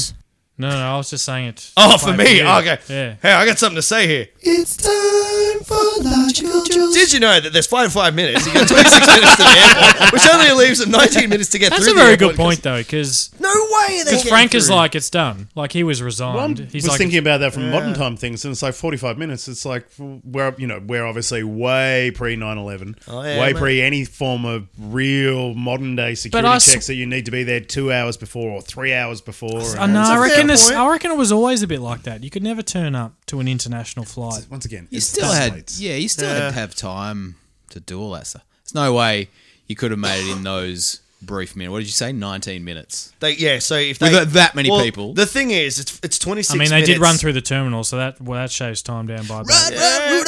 [SPEAKER 1] No, no, I was just saying it.
[SPEAKER 4] Oh, for me?
[SPEAKER 1] Yeah.
[SPEAKER 4] okay.
[SPEAKER 1] Yeah.
[SPEAKER 4] Hey, I got something to say here. It's time for logical Did you know that there's 45 minutes? You got 26 minutes to the airport, which only leaves them 19 minutes to get
[SPEAKER 1] That's
[SPEAKER 4] through.
[SPEAKER 1] a
[SPEAKER 4] the
[SPEAKER 1] very
[SPEAKER 4] airport
[SPEAKER 1] good point though, because
[SPEAKER 4] No way they getting
[SPEAKER 1] Frank is
[SPEAKER 4] through.
[SPEAKER 1] like, it's done. Like he was resigned.
[SPEAKER 3] Well, I'm
[SPEAKER 1] He's
[SPEAKER 3] was
[SPEAKER 1] like,
[SPEAKER 3] thinking about that from modern time things, and it's like 45 minutes. It's like we're you know we're obviously way pre 9/11,
[SPEAKER 4] Oh, yeah,
[SPEAKER 3] way
[SPEAKER 4] mate.
[SPEAKER 3] pre any form of real modern day security
[SPEAKER 1] I s-
[SPEAKER 3] checks that you need to be there two hours before or three hours before.
[SPEAKER 1] I
[SPEAKER 3] and-
[SPEAKER 1] know. I
[SPEAKER 4] fair
[SPEAKER 1] reckon. This,
[SPEAKER 4] point.
[SPEAKER 1] I reckon it was always a bit like that. You could never turn up to an international flight.
[SPEAKER 3] Once again,
[SPEAKER 2] You
[SPEAKER 3] it's
[SPEAKER 2] still
[SPEAKER 3] dust
[SPEAKER 2] had,
[SPEAKER 3] plates.
[SPEAKER 2] yeah, you still had to have time to do all that stuff. There's no way you could have made it in those brief minutes. What did you say? 19 minutes.
[SPEAKER 4] They, yeah, so if they
[SPEAKER 2] With that- that many
[SPEAKER 4] well,
[SPEAKER 2] people.
[SPEAKER 4] The thing is, it's, it's
[SPEAKER 1] I
[SPEAKER 4] 26
[SPEAKER 1] mean, they
[SPEAKER 4] minutes.
[SPEAKER 1] did run through the terminal, so that well, that shaves time down by. about-
[SPEAKER 4] Yeah.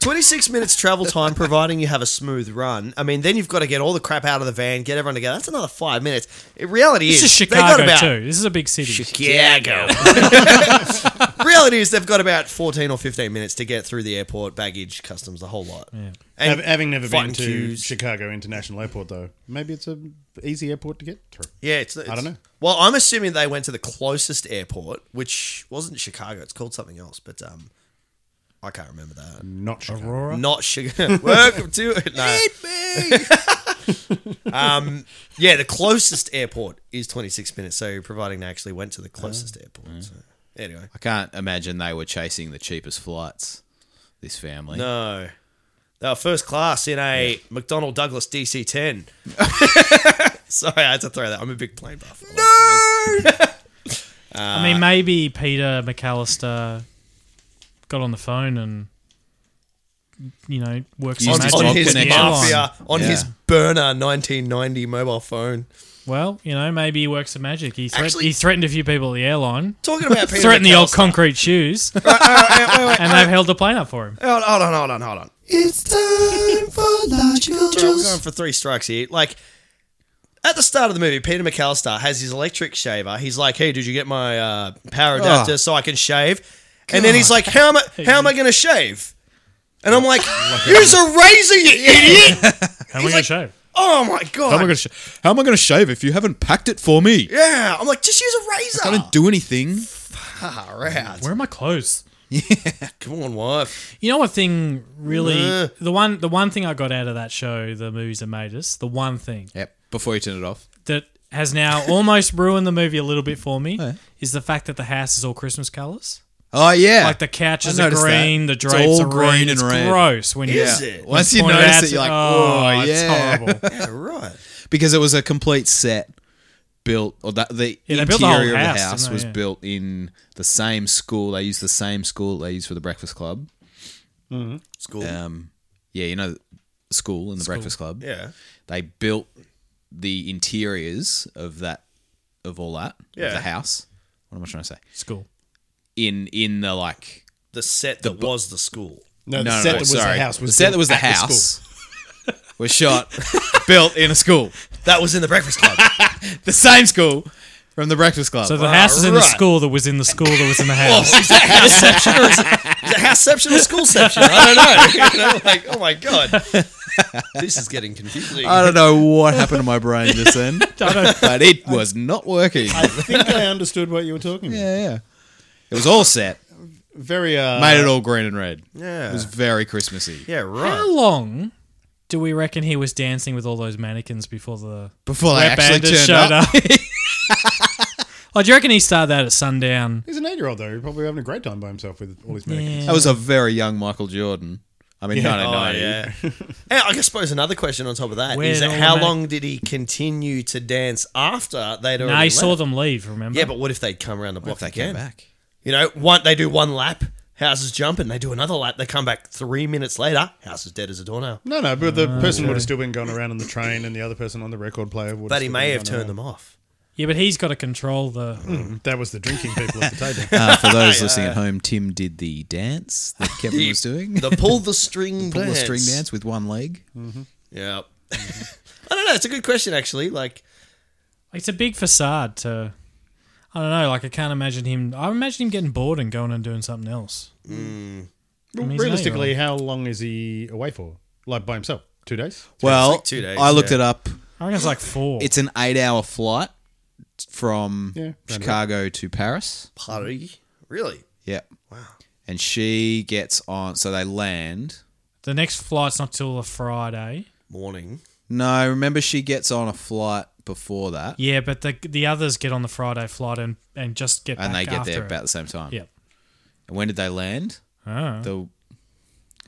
[SPEAKER 4] 26 minutes travel time, providing you have a smooth run. I mean, then you've got to get all the crap out of the van, get everyone together. That's another five minutes. It, reality
[SPEAKER 1] This
[SPEAKER 4] is,
[SPEAKER 1] is
[SPEAKER 4] they got
[SPEAKER 1] Chicago
[SPEAKER 4] about,
[SPEAKER 1] too. This is a big city.
[SPEAKER 4] Chicago. Reality is they've got about 14 or 15 minutes to get through the airport, baggage, customs, the whole lot. Yeah.
[SPEAKER 3] Hav- Having never been
[SPEAKER 4] fighting
[SPEAKER 3] to
[SPEAKER 4] queues.
[SPEAKER 3] Chicago International Airport, though, maybe it's an easy airport to get through.
[SPEAKER 4] Yeah, it's, it's-
[SPEAKER 3] don't know.
[SPEAKER 4] Well, I'm assuming they went to the closest airport, which wasn't Chicago. It's called something else, but um, I can't remember that.
[SPEAKER 3] Not Chicago.
[SPEAKER 1] Aurora.
[SPEAKER 4] Not Chicago. Welcome to it. No. um, yeah, the closest airport is 26 minutes. So, providing they actually went to the closest
[SPEAKER 3] Oh.
[SPEAKER 4] airport. So. Anyway,
[SPEAKER 2] I can't imagine they were chasing the cheapest flights, this family.
[SPEAKER 4] no. They were first class in a McDonnell Douglas DC 10. Sorry, I had to throw that. I'm a big plane buff. No!
[SPEAKER 1] I mean, maybe Peter McAllister got on the phone and you know works
[SPEAKER 2] Used
[SPEAKER 1] on, magic
[SPEAKER 4] on, on
[SPEAKER 2] his old
[SPEAKER 4] his
[SPEAKER 1] with the
[SPEAKER 2] connection.
[SPEAKER 1] airline.
[SPEAKER 4] mafia, on his
[SPEAKER 2] Yeah.
[SPEAKER 4] burner 1990 mobile phone.
[SPEAKER 1] Well, you know, maybe he works at magic. He, threat-
[SPEAKER 4] Actually-
[SPEAKER 1] he threatened a few people at the airline.
[SPEAKER 4] Talking about Peter
[SPEAKER 1] Threatened the old
[SPEAKER 4] McAllister.
[SPEAKER 1] concrete shoes, and they've held the plane up for him.
[SPEAKER 4] Hold, hold on, hold on, hold on.
[SPEAKER 6] It's time for logical
[SPEAKER 4] We're going for three strikes here. Like at the start of the movie, Peter McAllister has his electric shaver. He's like, "Hey, did you get my uh, power adapter so I can shave?" And then he's like, "How am I? How am I going to shave?" And I'm like, "Use a razor, you idiot!"
[SPEAKER 1] How am I going to
[SPEAKER 4] like-
[SPEAKER 1] shave?
[SPEAKER 4] Oh my
[SPEAKER 2] How am I
[SPEAKER 4] god!
[SPEAKER 2] going to sh- How am I going to shave if you haven't packed it for me?
[SPEAKER 4] yeah, I'm like, just use a
[SPEAKER 2] I
[SPEAKER 4] razor.
[SPEAKER 2] don't do anything.
[SPEAKER 4] Far out.
[SPEAKER 1] Where are my clothes?
[SPEAKER 4] Come on, wife.
[SPEAKER 1] You know what thing really
[SPEAKER 4] Ugh.
[SPEAKER 1] the one the one thing I got out of that show, the movies that made us, the one thing
[SPEAKER 2] Yep. Before you turn it off.
[SPEAKER 1] that has now almost ruined the movie a little bit for me is the fact that the house is all Christmas colours.
[SPEAKER 2] Oh yeah.
[SPEAKER 1] Like the couches
[SPEAKER 2] I
[SPEAKER 1] are
[SPEAKER 2] noticed
[SPEAKER 1] green,
[SPEAKER 2] that.
[SPEAKER 1] the
[SPEAKER 2] It's
[SPEAKER 1] drapes
[SPEAKER 2] all
[SPEAKER 1] are green,
[SPEAKER 2] green and
[SPEAKER 1] it's
[SPEAKER 2] red.
[SPEAKER 1] gross when you
[SPEAKER 4] Is
[SPEAKER 1] when
[SPEAKER 4] it?
[SPEAKER 1] you
[SPEAKER 2] Once you
[SPEAKER 1] point it
[SPEAKER 2] notice
[SPEAKER 1] out,
[SPEAKER 2] it, you're like,
[SPEAKER 1] oh,
[SPEAKER 2] oh,
[SPEAKER 1] it's
[SPEAKER 2] yeah.
[SPEAKER 1] horrible.
[SPEAKER 4] Yeah, right.
[SPEAKER 2] because it was a complete set built or that the
[SPEAKER 1] Yeah, they
[SPEAKER 2] interior
[SPEAKER 1] built the whole
[SPEAKER 2] of the
[SPEAKER 1] house,
[SPEAKER 2] house,
[SPEAKER 1] didn't they?
[SPEAKER 2] was
[SPEAKER 1] Yeah.
[SPEAKER 2] built in the same school they used the same school they used for the breakfast club
[SPEAKER 1] Mm-hmm.
[SPEAKER 4] It's cool.
[SPEAKER 2] um yeah you know the school and the breakfast club
[SPEAKER 4] Yeah.
[SPEAKER 2] they built the interiors of that of all that of
[SPEAKER 4] Yeah.
[SPEAKER 2] the house what am i trying to say
[SPEAKER 1] School.
[SPEAKER 2] in in the like
[SPEAKER 4] The set that was the school.
[SPEAKER 3] No, Uh,
[SPEAKER 2] no, no,
[SPEAKER 3] the
[SPEAKER 2] no,
[SPEAKER 3] set that was
[SPEAKER 2] sorry
[SPEAKER 3] the house was
[SPEAKER 2] the set that
[SPEAKER 3] built
[SPEAKER 2] was the
[SPEAKER 3] at school.
[SPEAKER 2] house was shot built in a school
[SPEAKER 4] That was in the Breakfast Club.
[SPEAKER 2] the same school from the breakfast club
[SPEAKER 1] So the house is in the
[SPEAKER 4] right.
[SPEAKER 1] school that was in the school that was in the house.
[SPEAKER 4] is that houseception or is it, is it houseception or schoolception? I don't know. You know, like, oh my god, this is getting confusing.
[SPEAKER 2] I don't know what happened to my brain just then, but it was not working.
[SPEAKER 3] I think I understood what you were talking about.
[SPEAKER 2] yeah, yeah. It was all set,
[SPEAKER 3] Very uh,
[SPEAKER 2] made it all green and red.
[SPEAKER 4] Yeah.
[SPEAKER 2] it was very Christmassy.
[SPEAKER 4] yeah, right.
[SPEAKER 1] How long do we reckon he was dancing with all those mannequins before the
[SPEAKER 2] Before they
[SPEAKER 1] rap
[SPEAKER 2] actually
[SPEAKER 1] band
[SPEAKER 2] turned
[SPEAKER 1] showed
[SPEAKER 2] up,
[SPEAKER 1] up? Well, do you reckon he started that at sundown?
[SPEAKER 3] He's an eight-year-old though. He's probably having a great time by himself with all his mannequins.
[SPEAKER 2] that was a very young Michael Jordan. I mean,
[SPEAKER 4] Oh
[SPEAKER 2] 1990.
[SPEAKER 4] yeah. And I guess suppose another question on top of that is
[SPEAKER 1] Where
[SPEAKER 4] that
[SPEAKER 1] it all
[SPEAKER 4] how
[SPEAKER 1] ma-
[SPEAKER 4] long did he continue to dance after they'd already?
[SPEAKER 1] No, he saw
[SPEAKER 4] left?
[SPEAKER 1] them leave. Remember?
[SPEAKER 4] Yeah, but what if they'd come around the block
[SPEAKER 2] They
[SPEAKER 4] again?
[SPEAKER 2] came back.
[SPEAKER 4] You know, one they do one lap, houses jump, and they do another lap. They come back three minutes later, house is dead as a doornail.
[SPEAKER 3] No, no, but
[SPEAKER 2] Oh,
[SPEAKER 3] the person would have still been going around on the train, and the other person on the record player would.
[SPEAKER 4] But he may have turned them off.
[SPEAKER 1] yeah, but he's got to control
[SPEAKER 2] Hmm.
[SPEAKER 1] the.
[SPEAKER 3] That was the drinking people at the table.
[SPEAKER 2] Uh, for those listening at home, Tim did the dance that Kevin was doing.
[SPEAKER 4] The pull the string
[SPEAKER 2] Pull the
[SPEAKER 4] dance.
[SPEAKER 2] string dance Mm-hmm. with one leg.
[SPEAKER 4] Yeah. I don't know. It's a good question, actually. Like,
[SPEAKER 1] It's a big facade to. I don't know. Like I can't imagine him. I imagine him getting bored and going and doing something else.
[SPEAKER 3] Well,
[SPEAKER 1] he's an
[SPEAKER 3] Realistically, how long is he away for? Like by himself, two days.
[SPEAKER 2] Well,
[SPEAKER 4] like two days,
[SPEAKER 2] I looked
[SPEAKER 4] yeah.
[SPEAKER 2] it up.
[SPEAKER 1] I reckon it's like four.
[SPEAKER 2] It's an eight-hour flight from
[SPEAKER 3] Yeah, round about.
[SPEAKER 2] Chicago to Paris.
[SPEAKER 4] Paris? Really?
[SPEAKER 2] Yep. Wow. And she gets on. So they land.
[SPEAKER 1] the next flight's not till a Friday.
[SPEAKER 4] Morning.
[SPEAKER 2] No, remember she gets on a flight before that,
[SPEAKER 1] Yeah, but the the others get on the Friday flight and and just get
[SPEAKER 2] and they
[SPEAKER 1] back
[SPEAKER 2] get
[SPEAKER 1] after
[SPEAKER 2] there
[SPEAKER 1] it.
[SPEAKER 2] about the same time.
[SPEAKER 1] Yep.
[SPEAKER 2] And when did they land?
[SPEAKER 1] Oh.
[SPEAKER 2] The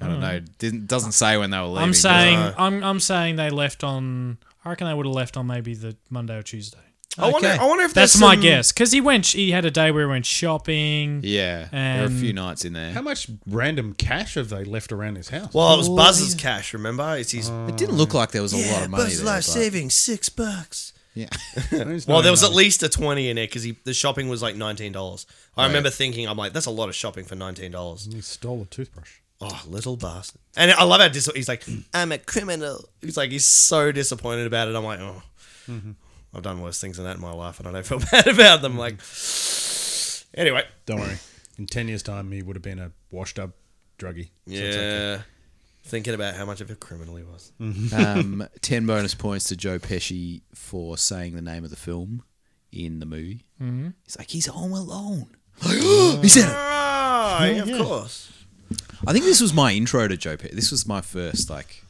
[SPEAKER 2] I don't know. Didn't doesn't say when they were leaving.
[SPEAKER 1] I'm
[SPEAKER 2] does it?
[SPEAKER 1] saying I'm I'm saying they left on. I reckon they would have left on maybe the Monday or Tuesday.
[SPEAKER 4] I wonder.
[SPEAKER 2] Okay.
[SPEAKER 4] I wonder if
[SPEAKER 1] That's
[SPEAKER 4] there's
[SPEAKER 1] my
[SPEAKER 4] some-
[SPEAKER 1] guess because he went. He had a day where he went shopping.
[SPEAKER 2] Yeah, there were a few
[SPEAKER 1] And-
[SPEAKER 2] nights in
[SPEAKER 3] How
[SPEAKER 2] there.
[SPEAKER 3] much random cash have they left around his house?
[SPEAKER 4] Well, it was Buzz's cash. Remember, it's his.
[SPEAKER 2] It didn't look like there was Uh, a lot of money
[SPEAKER 4] Buzz's
[SPEAKER 2] there.
[SPEAKER 4] life
[SPEAKER 2] but-
[SPEAKER 4] savings six bucks.
[SPEAKER 2] Yeah,
[SPEAKER 3] There's
[SPEAKER 4] Well,
[SPEAKER 3] no
[SPEAKER 4] there was
[SPEAKER 3] money.
[SPEAKER 4] at least a twenty in it because the shopping was like nineteen dollars. I remember thinking, I'm like, that's a lot of shopping for nineteen dollars.
[SPEAKER 3] He stole a toothbrush.
[SPEAKER 4] Oh, little bastard! And I love how dis- he's like, I'm a criminal. He's like, he's so disappointed about it. I'm like, oh, I've done worse things than that in my life, and I don't feel bad about them. Like, anyway,
[SPEAKER 3] Don't worry. In ten years' time, he would have been a washed-up druggie. So
[SPEAKER 4] yeah,
[SPEAKER 3] it's okay.
[SPEAKER 4] thinking about how much of a criminal he was.
[SPEAKER 2] um, ten bonus points to Joe Pesci for saying the name of the film in the movie. Mm-hmm. He's like, he's home alone. he said it.
[SPEAKER 4] Ah, yeah, of course.
[SPEAKER 2] I think this was my intro to Joe. Pe- this was my first like.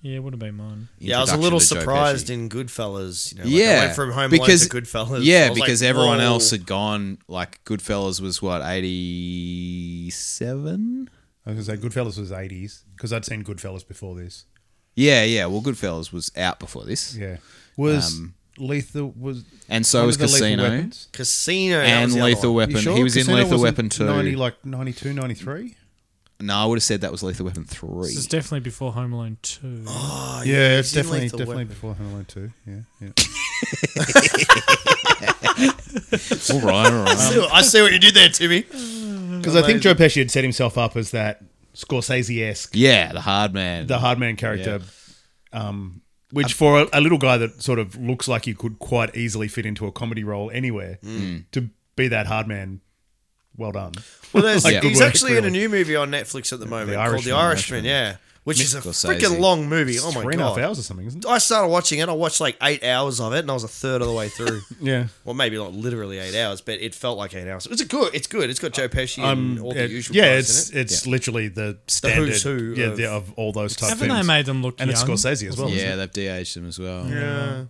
[SPEAKER 1] Yeah, it would have been mine.
[SPEAKER 4] Yeah, I was a
[SPEAKER 2] introduction
[SPEAKER 4] little
[SPEAKER 2] to Joe Pesci.
[SPEAKER 4] surprised in Goodfellas. You know, like I
[SPEAKER 2] yeah,
[SPEAKER 4] went from Home
[SPEAKER 2] because
[SPEAKER 4] Alone to Goodfellas. I
[SPEAKER 2] Yeah,
[SPEAKER 4] was
[SPEAKER 2] because
[SPEAKER 4] like,
[SPEAKER 2] everyone
[SPEAKER 4] whoa.
[SPEAKER 2] else had gone. Like Goodfellas was what eighty seven.
[SPEAKER 3] I was gonna say Goodfellas was eighties because I'd seen Goodfellas before this.
[SPEAKER 2] Yeah, yeah. Well, Goodfellas was out before this,
[SPEAKER 3] Yeah, Um, was lethal was
[SPEAKER 2] and so
[SPEAKER 3] one
[SPEAKER 2] was
[SPEAKER 3] of the Lethal
[SPEAKER 2] Casino
[SPEAKER 3] Weapons?
[SPEAKER 4] Casino that
[SPEAKER 2] and
[SPEAKER 4] was the other
[SPEAKER 2] Lethal
[SPEAKER 4] one.
[SPEAKER 3] You
[SPEAKER 2] Weapon.
[SPEAKER 3] sure?
[SPEAKER 2] He was
[SPEAKER 3] Casino
[SPEAKER 2] in Lethal
[SPEAKER 3] wasn't
[SPEAKER 2] Weapon two.
[SPEAKER 3] 90, like 92, 93?
[SPEAKER 2] no, I would have said that was Lethal Weapon three.
[SPEAKER 1] This is definitely before Home Alone two.
[SPEAKER 2] Oh,
[SPEAKER 4] Oh,
[SPEAKER 3] yeah, it's
[SPEAKER 4] in
[SPEAKER 3] definitely
[SPEAKER 4] Lethal
[SPEAKER 3] definitely
[SPEAKER 4] Weapon.
[SPEAKER 3] before Home Alone two. Yeah, yeah.
[SPEAKER 2] all right, all right.
[SPEAKER 4] Ooh, I see what you did there, Timmy.
[SPEAKER 3] Because I think Joe Pesci had set himself up as that Scorsese esque,
[SPEAKER 2] yeah, the Hard Man.
[SPEAKER 3] the hard man character, um, which for a, a little guy that sort of looks
[SPEAKER 4] Hmm.
[SPEAKER 3] like you could quite easily fit into a comedy role anywhere, to be that hard man well done.
[SPEAKER 4] Well, there's,
[SPEAKER 2] Like, good
[SPEAKER 4] he's
[SPEAKER 3] work,
[SPEAKER 4] actually in a
[SPEAKER 3] really.
[SPEAKER 4] new movie on Netflix at the moment called The Irishman,
[SPEAKER 3] Irishman.
[SPEAKER 4] yeah, which is a
[SPEAKER 2] Scorsese.
[SPEAKER 4] freaking long movie. Oh my
[SPEAKER 3] Three and a half
[SPEAKER 4] god!
[SPEAKER 3] hours or something, isn't it?
[SPEAKER 4] I started watching it. I watched like eight hours of it, and I was a third of the way through.
[SPEAKER 3] Yeah.
[SPEAKER 4] Well, maybe not literally eight hours, but it felt like eight hours. It's a good. It's good. It's got Joe Pesci and all the
[SPEAKER 3] Mm, Um, It-
[SPEAKER 4] usual.
[SPEAKER 3] yeah,
[SPEAKER 4] guys
[SPEAKER 3] it's
[SPEAKER 4] in it.
[SPEAKER 3] it's literally the standard
[SPEAKER 4] who
[SPEAKER 3] yeah,
[SPEAKER 4] of-
[SPEAKER 3] the- of, all those type
[SPEAKER 1] Haven't
[SPEAKER 3] films.
[SPEAKER 1] they made them look
[SPEAKER 3] and it's
[SPEAKER 1] young?
[SPEAKER 3] Scorsese as well. isn't
[SPEAKER 2] yeah,
[SPEAKER 3] it?
[SPEAKER 2] they've de-aged him as well.
[SPEAKER 3] uh,
[SPEAKER 2] Yeah,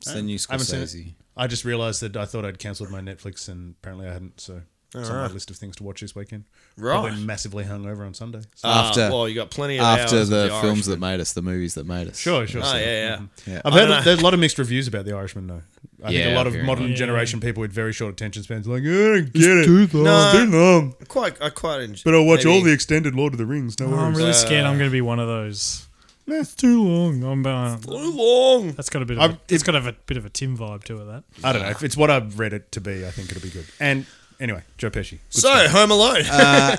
[SPEAKER 2] it's the new
[SPEAKER 3] I haven't seen it.
[SPEAKER 2] Scorsese.
[SPEAKER 3] I just realized that I thought I'd cancelled my Netflix, and apparently I hadn't. So it's on my list of things to watch this weekend.
[SPEAKER 4] Right.
[SPEAKER 3] Probably massively hungover on Sunday. So.
[SPEAKER 4] Ah,
[SPEAKER 2] After-
[SPEAKER 4] well, you got plenty of
[SPEAKER 2] After
[SPEAKER 4] hours of
[SPEAKER 2] the,
[SPEAKER 4] the
[SPEAKER 2] films that made us, the movies that made us.
[SPEAKER 3] Sure, sure.
[SPEAKER 4] Oh
[SPEAKER 3] so-
[SPEAKER 4] yeah, yeah.
[SPEAKER 2] Yeah.
[SPEAKER 3] I've heard there's a lot of mixed reviews about The Irishman, though. I
[SPEAKER 2] Yeah,
[SPEAKER 3] think a lot of
[SPEAKER 2] very
[SPEAKER 3] modern
[SPEAKER 1] much.
[SPEAKER 3] generation people with very short attention spans are like, I don't get it. Too long.
[SPEAKER 4] No.
[SPEAKER 3] It's too long.
[SPEAKER 4] Quite, I quite enjoy.
[SPEAKER 3] But I'll watch
[SPEAKER 4] maybe-
[SPEAKER 3] all the extended Lord of the Rings. No
[SPEAKER 1] Oh, I'm
[SPEAKER 3] worries.
[SPEAKER 1] really scared. I'm going to be one of those. That's too long. I'm. Uh,
[SPEAKER 4] Too long.
[SPEAKER 1] that's got a bit. Of
[SPEAKER 3] I'm-
[SPEAKER 1] a, it's got to have a bit of a Tim vibe to it. That
[SPEAKER 3] I don't know. If it's what I've read it to be, I think it'll be good. And anyway, Joe Pesci. Good
[SPEAKER 4] So Home Alone.
[SPEAKER 2] Uh,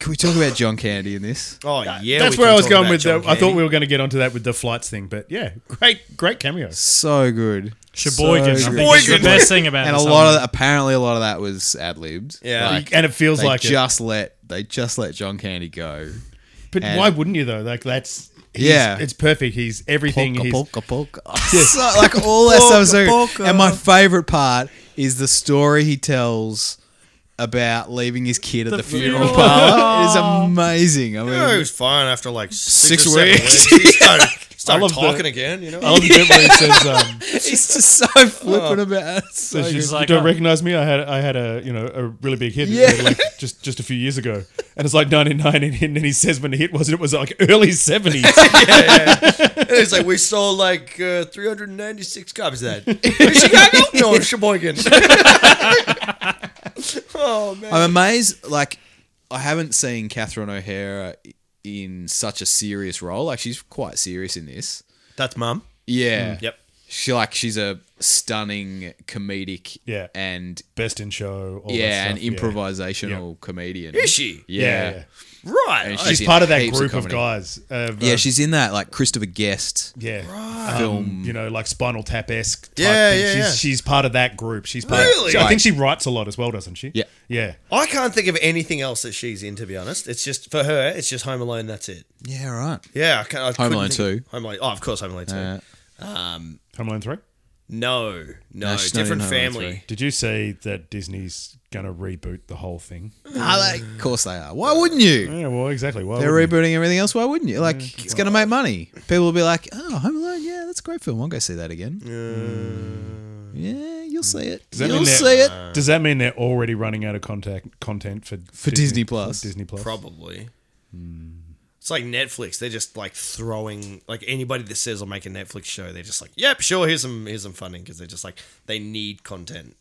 [SPEAKER 2] Can we talk about John Candy in this?
[SPEAKER 4] oh yeah,
[SPEAKER 3] That's
[SPEAKER 4] we
[SPEAKER 3] where
[SPEAKER 4] can
[SPEAKER 3] I was
[SPEAKER 4] talk
[SPEAKER 3] going
[SPEAKER 4] about
[SPEAKER 3] with. The,
[SPEAKER 4] John
[SPEAKER 3] I thought
[SPEAKER 4] Candy.
[SPEAKER 3] we were going to get onto that with the flights thing, but yeah, great, great cameo.
[SPEAKER 2] So good.
[SPEAKER 1] Sheboygan. I
[SPEAKER 2] So good.
[SPEAKER 1] think is the
[SPEAKER 4] Sheboygan.
[SPEAKER 1] best thing about
[SPEAKER 2] And a
[SPEAKER 1] this
[SPEAKER 2] lot of
[SPEAKER 1] album.
[SPEAKER 2] that, apparently a lot of that was ad libbed.
[SPEAKER 4] Yeah.
[SPEAKER 2] like,
[SPEAKER 3] and it feels
[SPEAKER 2] they
[SPEAKER 3] like it.
[SPEAKER 2] just let they just let John Candy go.
[SPEAKER 3] But
[SPEAKER 2] and-
[SPEAKER 3] why wouldn't you though? Like that's he's-
[SPEAKER 2] Yeah.
[SPEAKER 3] it's perfect. He's everything.
[SPEAKER 2] Polka,
[SPEAKER 3] He's
[SPEAKER 2] polka, polka. So, like all that stuff. is so good.
[SPEAKER 4] polka.
[SPEAKER 2] And my favorite part is the story he tells about leaving his kid at the, funeral
[SPEAKER 1] funeral.
[SPEAKER 2] parlor. it is amazing. I mean,
[SPEAKER 4] No, it was fine after like six,
[SPEAKER 2] Six
[SPEAKER 4] or seven
[SPEAKER 2] weeks.
[SPEAKER 4] weeks. He started, started
[SPEAKER 3] love the-
[SPEAKER 4] talking again. You know,
[SPEAKER 3] I love the bit where he says, um,
[SPEAKER 2] he's just so flippant
[SPEAKER 4] Oh.
[SPEAKER 2] about it. It's so
[SPEAKER 3] says,
[SPEAKER 2] good.
[SPEAKER 3] you,
[SPEAKER 1] like,
[SPEAKER 3] don't
[SPEAKER 1] oh.
[SPEAKER 3] recognize me. I had I had a you know a really big hit.
[SPEAKER 2] Yeah.
[SPEAKER 3] like just just a few years ago, and it's like 1990, and then he says when the hit was, it was like early 70s.
[SPEAKER 4] And it's like we sold like uh, 396 copies of that. In Chicago? No, in Sheboygan. oh man.
[SPEAKER 2] I'm amazed. Like, I haven't seen Catherine O'Hara in such a serious role. Like, she's quite serious in this.
[SPEAKER 4] That's mum.
[SPEAKER 2] Yeah.
[SPEAKER 4] Mm. Yep.
[SPEAKER 2] She like she's a stunning comedic.
[SPEAKER 3] Yeah.
[SPEAKER 2] And
[SPEAKER 3] Best in show. All that
[SPEAKER 2] yeah,
[SPEAKER 3] stuff,
[SPEAKER 2] an improvisational comedian.
[SPEAKER 4] Is she?
[SPEAKER 2] Yeah.
[SPEAKER 3] Yeah.
[SPEAKER 2] Yeah.
[SPEAKER 3] yeah.
[SPEAKER 4] Right.
[SPEAKER 2] And
[SPEAKER 4] I-
[SPEAKER 3] She's
[SPEAKER 2] in
[SPEAKER 3] part of that
[SPEAKER 2] heaps of
[SPEAKER 3] group of,
[SPEAKER 2] comedy.
[SPEAKER 3] guys. Of, uh,
[SPEAKER 2] she's in that like Christopher Guest
[SPEAKER 3] yeah. Um,
[SPEAKER 2] film.
[SPEAKER 3] you know, like Spinal Tap esque.
[SPEAKER 4] Yeah, yeah,
[SPEAKER 3] she's,
[SPEAKER 4] yeah.
[SPEAKER 3] She's part of that group. She's part.
[SPEAKER 4] Really?
[SPEAKER 3] Of, I think she writes a lot as well, doesn't she?
[SPEAKER 2] Yeah.
[SPEAKER 3] yeah.
[SPEAKER 4] I can't think of anything else that she's in. To be honest, it's just for her. It's just Home Alone. That's it.
[SPEAKER 2] Yeah, right.
[SPEAKER 4] Yeah. I can't, I couldn't
[SPEAKER 2] Alone
[SPEAKER 4] think- Home Alone. Oh, of course, Home Alone Two.
[SPEAKER 2] Uh,
[SPEAKER 3] Home Alone three.
[SPEAKER 4] no, no,
[SPEAKER 2] No, she's not
[SPEAKER 4] different
[SPEAKER 2] in Home Alone
[SPEAKER 4] family.
[SPEAKER 3] Did you see that Disney's gonna reboot the whole thing?
[SPEAKER 2] are they? Of course they are. Why wouldn't you?
[SPEAKER 3] Yeah, well, exactly. Why
[SPEAKER 2] They're
[SPEAKER 3] wouldn't you?
[SPEAKER 2] rebooting everything else. Why wouldn't you? Like, it's going to make money. People will be like, "Oh, Home Alone. Yeah, that's a great film. I'll go see that again." Mm. Yeah, you'll see it.
[SPEAKER 3] that
[SPEAKER 2] You'll
[SPEAKER 3] mean that-
[SPEAKER 2] see it.
[SPEAKER 3] Does that mean they're already running out of contact content for for
[SPEAKER 2] Disney Plus.
[SPEAKER 3] for Disney Plus.
[SPEAKER 4] Probably.
[SPEAKER 3] Hmm.
[SPEAKER 4] It's like Netflix. They're just like throwing like anybody that says I'll make a Netflix show. They're just like, yep, sure. Here's some here's some funding because they're just like they need content.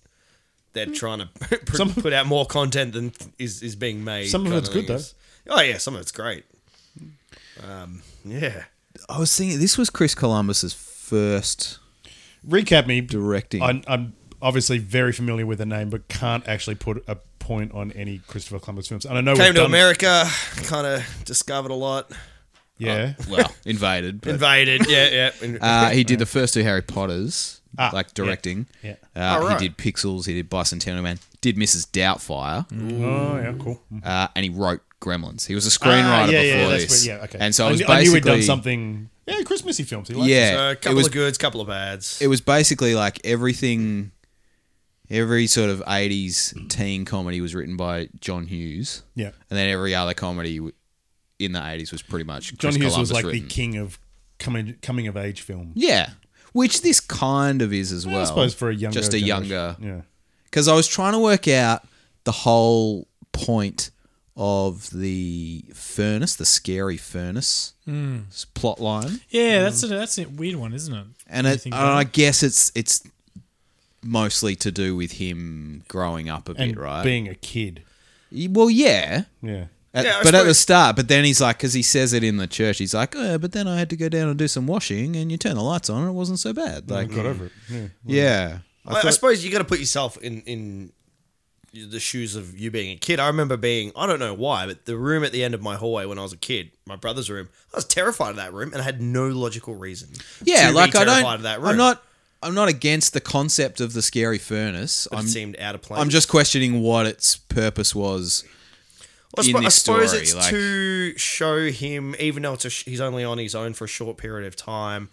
[SPEAKER 4] They're trying to put,
[SPEAKER 3] Hmm. Some-
[SPEAKER 4] put out more content than is is being made.
[SPEAKER 3] Some of
[SPEAKER 4] kinda
[SPEAKER 3] it's good,
[SPEAKER 4] thing is- Oh yeah, some of it's great. Um, yeah.
[SPEAKER 2] I was thinking this was Chris Columbus's first
[SPEAKER 3] Recap me.
[SPEAKER 2] directing.
[SPEAKER 3] I'm, I'm obviously very familiar with the name, but can't actually put a point on any Christopher Columbus films. And I know
[SPEAKER 4] Came
[SPEAKER 3] we've
[SPEAKER 4] to
[SPEAKER 3] done-
[SPEAKER 4] America, kind of discovered a lot,
[SPEAKER 3] Yeah.
[SPEAKER 2] well, invaded. but-
[SPEAKER 4] invaded. Yeah, yeah. In-
[SPEAKER 2] Uh, he did the first two Harry Potters, like directing.
[SPEAKER 3] Ah, yeah.
[SPEAKER 2] Uh,
[SPEAKER 4] Oh, right.
[SPEAKER 2] He did Pixels. He did Bicentennial Man. Did Mrs. Doubtfire,
[SPEAKER 3] oh yeah, cool.
[SPEAKER 2] uh, and he wrote Gremlins. He was a
[SPEAKER 3] Ah,
[SPEAKER 2] screenwriter
[SPEAKER 3] yeah,
[SPEAKER 2] before
[SPEAKER 3] yeah, that's
[SPEAKER 2] this.
[SPEAKER 3] where- yeah, okay.
[SPEAKER 2] And so it was
[SPEAKER 3] knew-
[SPEAKER 2] basically
[SPEAKER 3] I knew we'd done something. Yeah, Christmassy films. He likes
[SPEAKER 2] Yeah,
[SPEAKER 4] uh,
[SPEAKER 2] it
[SPEAKER 4] couple
[SPEAKER 2] was
[SPEAKER 4] of goods, couple of bads.
[SPEAKER 2] it was basically like everything, every sort of eighties teen comedy was written by John Hughes.
[SPEAKER 3] Yeah.
[SPEAKER 2] and then every other comedy w- in the eighties was pretty much
[SPEAKER 3] John
[SPEAKER 2] Chris
[SPEAKER 3] Hughes
[SPEAKER 2] Columbus
[SPEAKER 3] was like
[SPEAKER 2] written.
[SPEAKER 3] the king of coming coming of age film.
[SPEAKER 2] yeah, which this kind of is as well.
[SPEAKER 3] I suppose for a younger,
[SPEAKER 2] just a
[SPEAKER 3] generation.
[SPEAKER 2] younger.
[SPEAKER 3] Yeah.
[SPEAKER 2] because I was trying to work out the whole point of the furnace, the scary furnace
[SPEAKER 4] Hmm.
[SPEAKER 2] s- plot line,
[SPEAKER 1] yeah, that's a, that's a weird one, isn't it?
[SPEAKER 2] and,
[SPEAKER 1] You
[SPEAKER 2] it,
[SPEAKER 1] think
[SPEAKER 2] and
[SPEAKER 1] about
[SPEAKER 2] I guess it's it's mostly to do with him growing up a
[SPEAKER 3] And
[SPEAKER 2] bit, right?
[SPEAKER 3] being a kid.
[SPEAKER 2] Y- well, yeah.
[SPEAKER 3] Yeah.
[SPEAKER 2] At-
[SPEAKER 4] Yeah, I
[SPEAKER 2] but at the
[SPEAKER 4] suppose-
[SPEAKER 2] start, but then he's like, because he says it in the church, he's like, oh, but then I had to go down and do some washing, and you turn the lights on, and it wasn't so
[SPEAKER 4] Mm,
[SPEAKER 2] bad. Like,
[SPEAKER 3] Got over it. Yeah.
[SPEAKER 2] yeah,
[SPEAKER 4] I, I suppose you got to put yourself in in the shoes of you being a kid. I remember being I don't know why, but the room at the end of my hallway when I was a kid, my brother's room, I was terrified of that room, and I had no logical reason.
[SPEAKER 2] yeah,
[SPEAKER 4] to
[SPEAKER 2] like
[SPEAKER 4] be
[SPEAKER 2] I
[SPEAKER 4] terrified
[SPEAKER 2] don't.
[SPEAKER 4] Of that room.
[SPEAKER 2] I'm not. I'm not against the concept of the scary furnace.
[SPEAKER 4] But
[SPEAKER 2] I'm
[SPEAKER 4] it seemed out of place.
[SPEAKER 2] I'm just questioning what its purpose was.
[SPEAKER 4] Well, I,
[SPEAKER 2] in
[SPEAKER 4] suppo- I
[SPEAKER 2] this
[SPEAKER 4] suppose
[SPEAKER 2] story,
[SPEAKER 4] it's
[SPEAKER 2] like-
[SPEAKER 4] to show him, even though it's a sh- he's only on his own for a short period of time.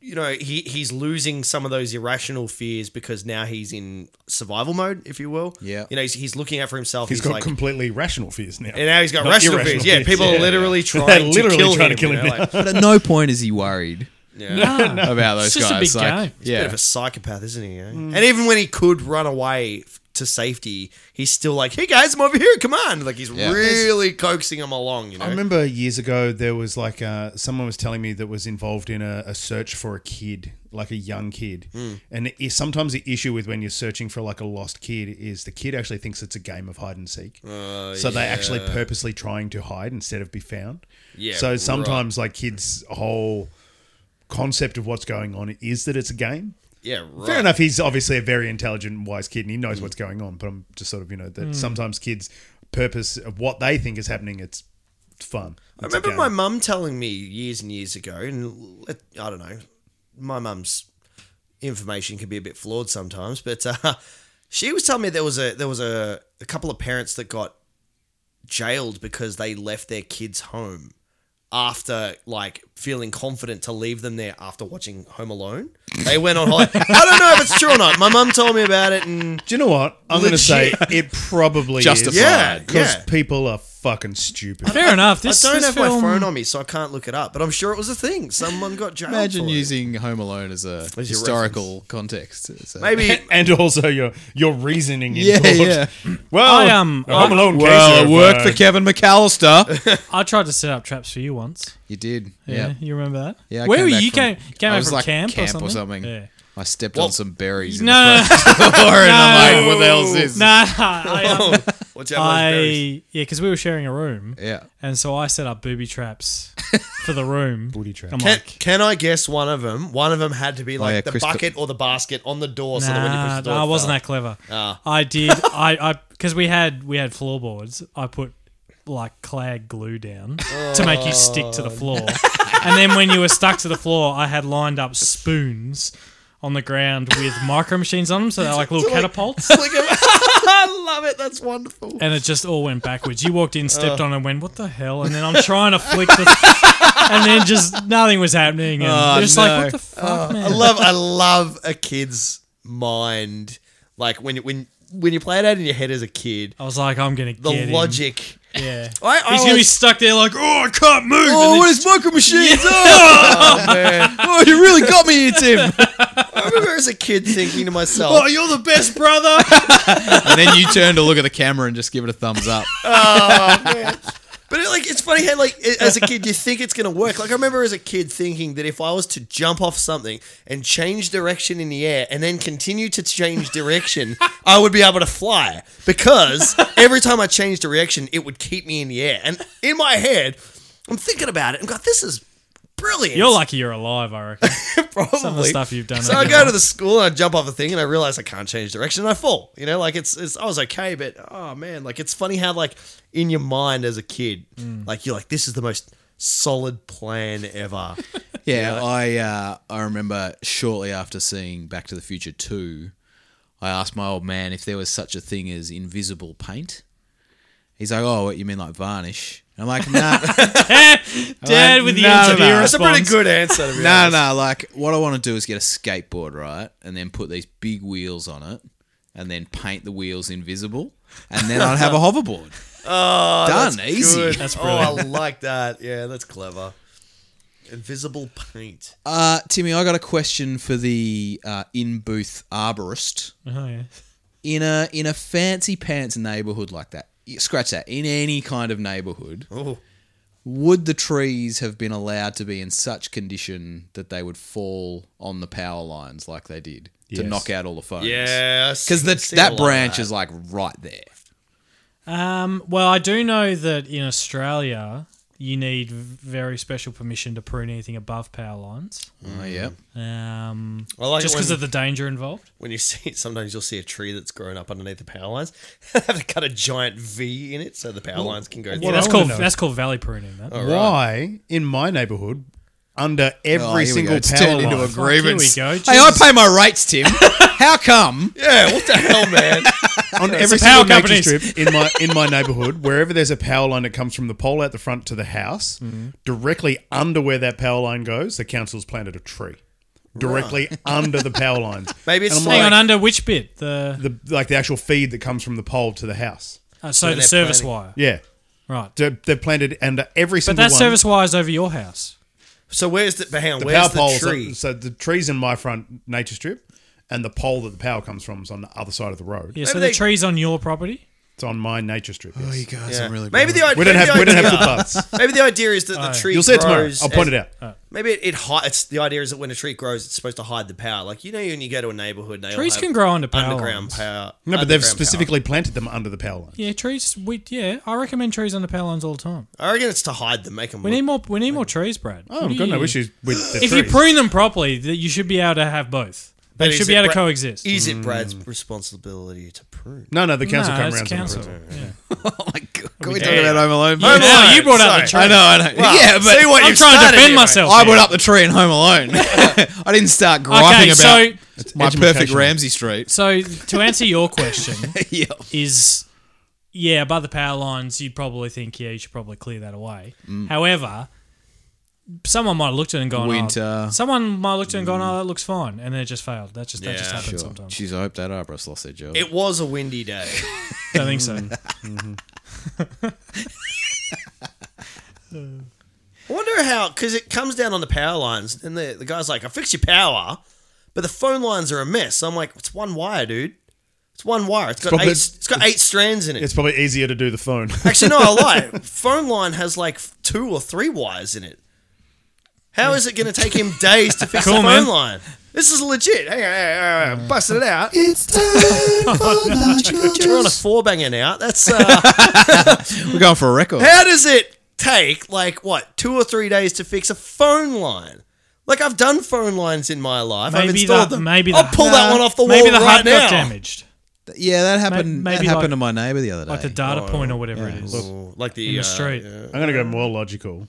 [SPEAKER 4] You know, he he's losing some of those irrational fears because now he's in survival mode, if you will.
[SPEAKER 2] Yeah.
[SPEAKER 4] You know, he's, he's looking out for himself.
[SPEAKER 7] He's got
[SPEAKER 4] like,
[SPEAKER 7] completely rational fears now.
[SPEAKER 4] and now he's got
[SPEAKER 7] Not
[SPEAKER 4] rational
[SPEAKER 7] irrational
[SPEAKER 4] fears. Yeah,
[SPEAKER 7] fears,
[SPEAKER 4] people
[SPEAKER 7] yeah.
[SPEAKER 4] are literally trying
[SPEAKER 7] literally
[SPEAKER 4] to kill
[SPEAKER 7] trying
[SPEAKER 4] him.
[SPEAKER 7] to kill
[SPEAKER 4] you
[SPEAKER 7] him
[SPEAKER 4] know, like,
[SPEAKER 2] But at no point is he worried
[SPEAKER 4] yeah.
[SPEAKER 2] about
[SPEAKER 1] It's
[SPEAKER 2] those
[SPEAKER 1] just a
[SPEAKER 2] guys.
[SPEAKER 1] big
[SPEAKER 2] like,
[SPEAKER 1] game. It's
[SPEAKER 2] Yeah,
[SPEAKER 4] Bit of a psychopath, isn't he? eh? And even when he could run away f- to safety, he's still like, "Hey guys, I'm over here. Come on!" Like he's
[SPEAKER 2] Yeah.
[SPEAKER 4] really coaxing him along. You know.
[SPEAKER 7] I remember years ago there was like uh, someone was telling me that was involved in a, a search for a kid, like a young kid, and it is, sometimes the issue with when you're searching for like a lost kid is the kid actually thinks it's a game of hide and seek, so they're actually purposely trying to hide instead of be found.
[SPEAKER 4] Yeah,
[SPEAKER 7] So sometimes like kids' whole concept of what's going on is that it's a game.
[SPEAKER 4] yeah. Right.
[SPEAKER 7] Fair enough. He's obviously a very intelligent and wise kid, and he knows
[SPEAKER 2] Mm.
[SPEAKER 7] what's going on. But I'm just sort of, you know, that sometimes kids' purpose of what they think is happening, it's fun.
[SPEAKER 4] I
[SPEAKER 7] It's a
[SPEAKER 4] remember
[SPEAKER 7] game.
[SPEAKER 4] my mum telling me years and years ago, and let- I don't know, my mum's information can be a bit flawed sometimes, but uh, she was telling me there was a there was a, a couple of parents that got jailed because they left their kids home after like feeling confident to leave them there after watching Home Alone. They went on holiday. I don't know if it's true or not. My mum told me about it, and
[SPEAKER 7] Do you know what? I'm going to say
[SPEAKER 4] Legit.
[SPEAKER 7] it probably
[SPEAKER 2] Justified.
[SPEAKER 4] yeah,
[SPEAKER 7] because
[SPEAKER 4] yeah.
[SPEAKER 7] people are fucking stupid.
[SPEAKER 1] Fair enough. This,
[SPEAKER 4] I don't
[SPEAKER 1] this
[SPEAKER 4] have
[SPEAKER 1] film-
[SPEAKER 4] my phone on me, so I can't look it up. But I'm sure it was a thing. Someone got jailed.
[SPEAKER 2] imagine
[SPEAKER 4] for it.
[SPEAKER 2] using Home Alone as a
[SPEAKER 4] your
[SPEAKER 2] historical context. It's a-
[SPEAKER 4] maybe
[SPEAKER 7] and also your your reasoning. in
[SPEAKER 2] Yeah,
[SPEAKER 7] court. Well,
[SPEAKER 1] I, um,
[SPEAKER 7] Home
[SPEAKER 1] I-
[SPEAKER 7] Alone.
[SPEAKER 2] Well,
[SPEAKER 7] case
[SPEAKER 2] it
[SPEAKER 7] of,
[SPEAKER 2] worked
[SPEAKER 7] uh,
[SPEAKER 2] for Kevin McAllister.
[SPEAKER 1] I tried to set up traps for you once.
[SPEAKER 2] you did.
[SPEAKER 1] Yeah,
[SPEAKER 2] Yeah.
[SPEAKER 1] you remember that?
[SPEAKER 2] Yeah, I
[SPEAKER 1] Where
[SPEAKER 2] came
[SPEAKER 1] were
[SPEAKER 2] back
[SPEAKER 1] you?
[SPEAKER 2] from-
[SPEAKER 1] came came
[SPEAKER 2] I
[SPEAKER 1] back
[SPEAKER 2] was
[SPEAKER 1] from
[SPEAKER 2] like
[SPEAKER 1] camp,
[SPEAKER 2] camp
[SPEAKER 1] or something.
[SPEAKER 2] or something.
[SPEAKER 1] Yeah.
[SPEAKER 2] I stepped
[SPEAKER 4] Well,
[SPEAKER 2] on some berries in
[SPEAKER 1] No,
[SPEAKER 2] the front door, and I'm like, what the hell's this?
[SPEAKER 1] Nah, I, um,
[SPEAKER 4] What's that?
[SPEAKER 1] I yeah, because we were sharing a room,
[SPEAKER 2] Yeah.
[SPEAKER 1] and so I set up booby traps for the room. booby traps. I'm
[SPEAKER 4] Can,
[SPEAKER 1] like,
[SPEAKER 4] can I guess one of them? One of them had to be like
[SPEAKER 2] yeah,
[SPEAKER 4] the
[SPEAKER 2] Chris-
[SPEAKER 4] bucket or the basket on the door, so that when you
[SPEAKER 1] nah,
[SPEAKER 4] push the door,
[SPEAKER 1] nah, I
[SPEAKER 4] it
[SPEAKER 1] wasn't
[SPEAKER 4] fell.
[SPEAKER 1] that clever.
[SPEAKER 4] Ah.
[SPEAKER 1] I did. I I because we had we had floorboards. I put like clag glue down to make you stick to the
[SPEAKER 4] Oh.
[SPEAKER 1] floor, and then when you were stuck to the floor, I had lined up spoons. On the ground with micro machines on them, so they're like little catapults.
[SPEAKER 4] I love it. That's wonderful.
[SPEAKER 1] and it just all went backwards. You walked in, stepped
[SPEAKER 4] Oh.
[SPEAKER 1] on, and went, "What the hell?" And then I'm trying to flick the, and then just nothing was happening, and
[SPEAKER 2] Oh,
[SPEAKER 1] you're just
[SPEAKER 2] no.
[SPEAKER 1] like, "What the fuck,
[SPEAKER 4] I
[SPEAKER 1] man?"
[SPEAKER 4] love. I love a kid's mind. Like when you- when when you play it out in your head as a kid,
[SPEAKER 1] I was like, "I'm gonna
[SPEAKER 4] the
[SPEAKER 1] get him."
[SPEAKER 4] logic.
[SPEAKER 1] Yeah,
[SPEAKER 4] I, I
[SPEAKER 1] he's gonna be
[SPEAKER 4] always-
[SPEAKER 1] stuck there, like, "Oh, I can't move."
[SPEAKER 2] Oh,
[SPEAKER 1] and
[SPEAKER 2] what
[SPEAKER 1] then-
[SPEAKER 2] is micro machines? Oh, Oh, you really got me here, Tim.
[SPEAKER 4] I remember as a kid thinking to myself,
[SPEAKER 2] Oh, you're the best brother. and then you turn to look at the camera and just give it a thumbs up.
[SPEAKER 4] But it, like, it's funny how like i- as a kid you think it's gonna work. Like I remember as a kid thinking that if I was to jump off something and change direction in the air and then continue to change direction, I would be able to fly because every time I changed direction, it would keep me in the air. And in my head, I'm thinking about it and God, this is brilliant.
[SPEAKER 1] You're lucky you're alive, I reckon.
[SPEAKER 4] probably
[SPEAKER 1] Some of the stuff you've done.
[SPEAKER 4] So I go to the school and I jump off a thing and I realize I can't change direction and I fall. You know, like it's it's I was okay, but oh man, like it's funny how like in your mind as a kid,
[SPEAKER 1] Mm.
[SPEAKER 4] like you're like this is the most solid plan ever.
[SPEAKER 2] Yeah, I uh, I remember shortly after seeing Back to the Future 2, I asked my old man if there was such a thing as invisible paint. He's like, "Oh, what, you mean like varnish?" I'm like, "Nah,
[SPEAKER 1] Eh? Dad with the
[SPEAKER 2] No, no,
[SPEAKER 1] engineer
[SPEAKER 2] no.
[SPEAKER 4] That's a pretty
[SPEAKER 1] response.
[SPEAKER 4] good answer. To be
[SPEAKER 2] no,
[SPEAKER 4] honest.
[SPEAKER 2] no. Like, what I want to do is get a skateboard, right, and then put these big wheels on it, and then paint the wheels invisible, and then I'd have a hoverboard. Oh, done, easy.
[SPEAKER 4] Good.
[SPEAKER 1] That's
[SPEAKER 4] oh, I like that. Yeah, that's clever. Invisible paint.
[SPEAKER 2] Uh, Timmy, I got a question for the uh, in booth arborist.
[SPEAKER 1] Oh, yeah.
[SPEAKER 2] In a in a fancy pants neighborhood like that, scratch that. In any kind of neighborhood,
[SPEAKER 4] Oh,
[SPEAKER 2] would the trees have been allowed to be in such condition that they would fall on the power lines like they did to
[SPEAKER 7] Yes.
[SPEAKER 2] knock out all the phones?
[SPEAKER 4] yeah,
[SPEAKER 2] because that that branch is like right there.
[SPEAKER 1] Um, well, I do know that in Australia, you need very special permission to prune anything above power lines.
[SPEAKER 2] Oh yeah,
[SPEAKER 1] Um,
[SPEAKER 4] I like it
[SPEAKER 1] just because
[SPEAKER 4] when-
[SPEAKER 1] of the danger involved.
[SPEAKER 4] when you see sometimes you'll see a tree that's grown up underneath the power lines. They have to cut a giant V in it so the power lines can go.
[SPEAKER 1] Yeah,
[SPEAKER 4] through.
[SPEAKER 1] that's
[SPEAKER 7] I wanna
[SPEAKER 1] called
[SPEAKER 7] know-
[SPEAKER 1] that's called valley pruning. That.
[SPEAKER 7] Why in my neighborhood
[SPEAKER 3] under every
[SPEAKER 2] Oh, here we go.
[SPEAKER 3] single
[SPEAKER 2] It's
[SPEAKER 3] power
[SPEAKER 2] turned
[SPEAKER 3] line.
[SPEAKER 2] into a
[SPEAKER 1] Fuck, here we
[SPEAKER 2] grievance.
[SPEAKER 1] go.
[SPEAKER 2] Hey, I
[SPEAKER 1] Jesus.
[SPEAKER 2] pay my rates, Tim. How come?
[SPEAKER 4] Yeah, what the hell, man?
[SPEAKER 3] on every
[SPEAKER 1] the power
[SPEAKER 3] single nature
[SPEAKER 1] companies.
[SPEAKER 3] strip in my in my neighborhood, wherever there's a power line that comes from the pole out the front to the house, directly under where that power line goes, the council's planted a tree. Directly under the power lines.
[SPEAKER 4] Maybe it's
[SPEAKER 3] And I'm
[SPEAKER 4] like-
[SPEAKER 1] Hang on,
[SPEAKER 3] like,
[SPEAKER 1] under which bit? The
[SPEAKER 3] the like the actual feed that comes from the pole to the house.
[SPEAKER 1] uh, so the
[SPEAKER 4] they're
[SPEAKER 1] service
[SPEAKER 4] planning.
[SPEAKER 1] wire,
[SPEAKER 3] Yeah.
[SPEAKER 1] right?
[SPEAKER 3] They're, they're planted under every
[SPEAKER 1] But
[SPEAKER 3] single
[SPEAKER 1] that
[SPEAKER 3] one.
[SPEAKER 1] service wire is over your house.
[SPEAKER 4] So where's the hang on,
[SPEAKER 3] the power
[SPEAKER 4] where's
[SPEAKER 3] poles.
[SPEAKER 4] the tree?
[SPEAKER 3] so the trees in my front nature strip and the pole that the power comes from is on the other side of the road.
[SPEAKER 1] Yeah,
[SPEAKER 4] Maybe
[SPEAKER 1] so
[SPEAKER 4] they-
[SPEAKER 1] the tree's on your property.
[SPEAKER 3] It's on my nature strip. yes.
[SPEAKER 2] guys
[SPEAKER 4] Yeah. maybe the idea.
[SPEAKER 3] We don't have we
[SPEAKER 4] maybe the
[SPEAKER 3] don't have
[SPEAKER 4] idea-
[SPEAKER 3] footpaths.
[SPEAKER 4] Maybe the idea is that the tree.
[SPEAKER 3] You'll see it tomorrow.
[SPEAKER 4] grows
[SPEAKER 3] I'll point
[SPEAKER 4] as-
[SPEAKER 3] it out.
[SPEAKER 4] Maybe it, it hides. The idea is that when a tree grows, it's supposed to hide the power. Like you know, when you go to a neighborhood, they all
[SPEAKER 1] Trees
[SPEAKER 4] have
[SPEAKER 1] can grow under power
[SPEAKER 4] underground
[SPEAKER 1] lines.
[SPEAKER 4] power.
[SPEAKER 3] No, but they've
[SPEAKER 4] underground power.
[SPEAKER 3] specifically planted them under the power line.
[SPEAKER 1] Yeah, trees. We yeah, I recommend trees under power lines all the time.
[SPEAKER 4] I reckon it's to hide them, make them.
[SPEAKER 1] We need more. We need more trees, Brad.
[SPEAKER 3] Oh,
[SPEAKER 1] What do
[SPEAKER 3] I've got no
[SPEAKER 1] you-
[SPEAKER 3] issues with the
[SPEAKER 1] If you
[SPEAKER 3] trees.
[SPEAKER 1] prune them properly, that you should be able to have both. They should be able to coexist.
[SPEAKER 4] Is it Brad's responsibility to prune?
[SPEAKER 3] Mm. no, no, the council
[SPEAKER 1] No,
[SPEAKER 3] come
[SPEAKER 1] it's
[SPEAKER 3] around.
[SPEAKER 1] council.
[SPEAKER 3] Council.
[SPEAKER 2] Oh my god! Can we talk about Home Alone?
[SPEAKER 1] Yeah.
[SPEAKER 2] Home Alone.
[SPEAKER 1] No, you brought out the tree.
[SPEAKER 2] I know, I know. yeah, but
[SPEAKER 4] see what
[SPEAKER 1] I'm trying to
[SPEAKER 4] you've started
[SPEAKER 1] defend
[SPEAKER 4] here, mate.
[SPEAKER 1] myself.
[SPEAKER 2] I
[SPEAKER 1] here.
[SPEAKER 2] brought up the tree in Home Alone. I didn't start griping
[SPEAKER 1] Okay,
[SPEAKER 2] about
[SPEAKER 1] so
[SPEAKER 2] my perfect
[SPEAKER 3] education.
[SPEAKER 2] Ramsey Street.
[SPEAKER 1] so to answer your question
[SPEAKER 2] yeah.
[SPEAKER 1] is, yeah, above the power lines, you'd probably think yeah, you should probably clear that away.
[SPEAKER 4] Mm.
[SPEAKER 1] However, someone might have looked at it and gone, oh,
[SPEAKER 2] Winter.
[SPEAKER 1] someone might have looked at it and gone, oh, that looks fine, and then it just failed. That just that just
[SPEAKER 4] Mm. Yeah,
[SPEAKER 1] happens
[SPEAKER 2] Sure.
[SPEAKER 1] sometimes.
[SPEAKER 2] Jeez, I hope that Ibrox lost their job.
[SPEAKER 4] It was a windy day.
[SPEAKER 1] Don't think so.
[SPEAKER 4] I wonder how, because it comes down on the power lines, and the, the guy's like, I fixed your power, but the phone lines are a mess. I'm like, it's one wire, dude. It's one wire. It's got,
[SPEAKER 3] Probably-
[SPEAKER 4] eight, it's got eight strands in it.
[SPEAKER 3] It's probably easier to do the phone.
[SPEAKER 4] Actually, no, I lie. Phone line has like f- two or three wires in it. How is it going to take him days to fix
[SPEAKER 1] Cool,
[SPEAKER 4] the phone
[SPEAKER 1] man.
[SPEAKER 4] line? This is legit. Hang on, hang on, hang on, busting it out.
[SPEAKER 8] It's time for logical
[SPEAKER 4] We're on a
[SPEAKER 8] juice.
[SPEAKER 4] four banging out. That's uh,
[SPEAKER 2] We're going for a record.
[SPEAKER 4] how does it take like what two or three days to fix a phone line? Like I've done phone lines in my life. I've
[SPEAKER 1] Maybe
[SPEAKER 4] installed
[SPEAKER 1] the
[SPEAKER 4] them.
[SPEAKER 1] maybe
[SPEAKER 4] I'll
[SPEAKER 1] the,
[SPEAKER 4] pull that one off the wall
[SPEAKER 1] Maybe the
[SPEAKER 4] right
[SPEAKER 1] hut
[SPEAKER 4] now.
[SPEAKER 1] got damaged,
[SPEAKER 2] Yeah, that happened.
[SPEAKER 1] May- maybe
[SPEAKER 2] that happened
[SPEAKER 1] like-
[SPEAKER 2] to my neighbour the other day.
[SPEAKER 1] like the data
[SPEAKER 2] Oh,
[SPEAKER 1] point or whatever it is
[SPEAKER 4] Ooh, like the,
[SPEAKER 1] in
[SPEAKER 4] uh,
[SPEAKER 1] the street.
[SPEAKER 3] I'm going to go more logical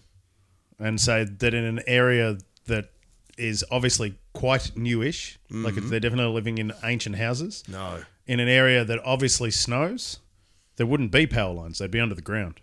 [SPEAKER 3] and say that in an area that is obviously quite newish, like they're definitely living in ancient houses,
[SPEAKER 4] Mm-hmm. No.
[SPEAKER 3] in an area that obviously snows, there wouldn't be power lines. They'd be under the ground.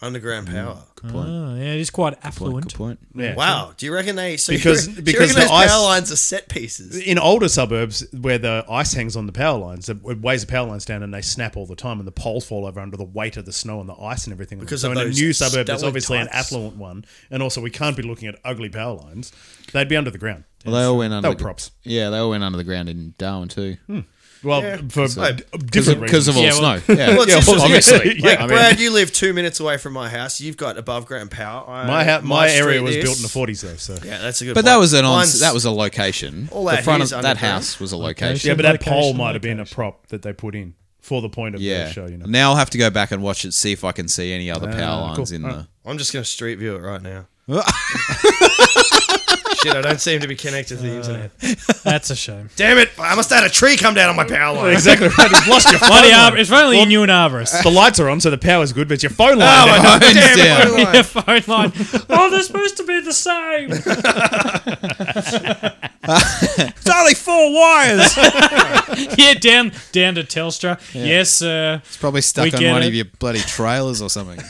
[SPEAKER 4] Underground
[SPEAKER 1] Mm.
[SPEAKER 4] power.
[SPEAKER 2] Good point.
[SPEAKER 1] Oh, yeah, it is quite
[SPEAKER 2] Point,
[SPEAKER 1] affluent.
[SPEAKER 2] good point.
[SPEAKER 3] Yeah.
[SPEAKER 4] Wow. Do you reckon they? So
[SPEAKER 3] Because-
[SPEAKER 4] you, reckon- do you
[SPEAKER 3] because
[SPEAKER 4] reckon those
[SPEAKER 3] the ice-
[SPEAKER 4] power lines are set pieces.
[SPEAKER 3] In older suburbs where the ice hangs on the power lines, it weighs the power lines down and they snap all the time, and the poles fall over under the weight of the snow and the ice and everything.
[SPEAKER 4] Because
[SPEAKER 3] so
[SPEAKER 4] of
[SPEAKER 3] in
[SPEAKER 4] those
[SPEAKER 3] a new suburb, there's
[SPEAKER 4] stellar
[SPEAKER 3] obviously an
[SPEAKER 4] types.
[SPEAKER 3] affluent one, and also we can't be looking at ugly power lines. They'd be under the ground.
[SPEAKER 2] Well, they all went under.
[SPEAKER 3] were
[SPEAKER 2] the-
[SPEAKER 3] props.
[SPEAKER 2] Yeah, they all went under the ground in Darwin too,
[SPEAKER 3] Well, for
[SPEAKER 2] So-
[SPEAKER 3] d-
[SPEAKER 2] because
[SPEAKER 3] different
[SPEAKER 2] of,
[SPEAKER 3] reasons.
[SPEAKER 2] 'cause of all
[SPEAKER 1] Yeah,
[SPEAKER 2] the
[SPEAKER 1] well-
[SPEAKER 2] snow. Yeah,
[SPEAKER 4] Well, it's
[SPEAKER 2] Yeah,
[SPEAKER 4] interesting.
[SPEAKER 2] obviously.
[SPEAKER 3] Yeah,
[SPEAKER 4] Like,
[SPEAKER 3] I mean-
[SPEAKER 4] Brad, you live two minutes away from my house. You've got above ground power. I-
[SPEAKER 3] my ha- my area
[SPEAKER 4] street
[SPEAKER 3] was
[SPEAKER 4] is-
[SPEAKER 3] built in the 40s though, so
[SPEAKER 4] Yeah, that's a good.
[SPEAKER 2] But
[SPEAKER 4] point.
[SPEAKER 2] that was an on.
[SPEAKER 4] Mine's-
[SPEAKER 2] That was a location.
[SPEAKER 4] All
[SPEAKER 2] the
[SPEAKER 4] that
[SPEAKER 2] front
[SPEAKER 4] is
[SPEAKER 2] of that
[SPEAKER 4] underground.
[SPEAKER 2] house was a location.
[SPEAKER 3] yeah, but that
[SPEAKER 1] Location,
[SPEAKER 3] pole might have been a
[SPEAKER 1] location.
[SPEAKER 3] prop that they put in for the point of
[SPEAKER 2] Yeah.
[SPEAKER 3] the show. You know,
[SPEAKER 2] Now I'll have to go back and watch it, see if I can see any other power
[SPEAKER 3] cool.
[SPEAKER 2] lines in
[SPEAKER 3] All
[SPEAKER 2] the.
[SPEAKER 4] I'm just gonna street view it right now. Shit, I don't seem to be connected to the internet.
[SPEAKER 1] That's a shame.
[SPEAKER 4] Damn it! I must have had a tree come down on my power line.
[SPEAKER 3] exactly right. You've lost your phone.
[SPEAKER 1] Bloody
[SPEAKER 3] line.
[SPEAKER 1] arbor. If only you knew an
[SPEAKER 2] uh,
[SPEAKER 1] arborist.
[SPEAKER 3] The lights are on, so the power's good, but your phone line.
[SPEAKER 2] Oh, hands down.
[SPEAKER 1] Your phone line. Oh, they're supposed to be the same.
[SPEAKER 2] It's only four wires.
[SPEAKER 1] yeah, down down to Telstra. Yes, uh, sir.
[SPEAKER 2] It's probably stuck
[SPEAKER 1] We
[SPEAKER 2] on
[SPEAKER 1] get
[SPEAKER 2] one
[SPEAKER 1] it.
[SPEAKER 2] of your bloody trailers or something.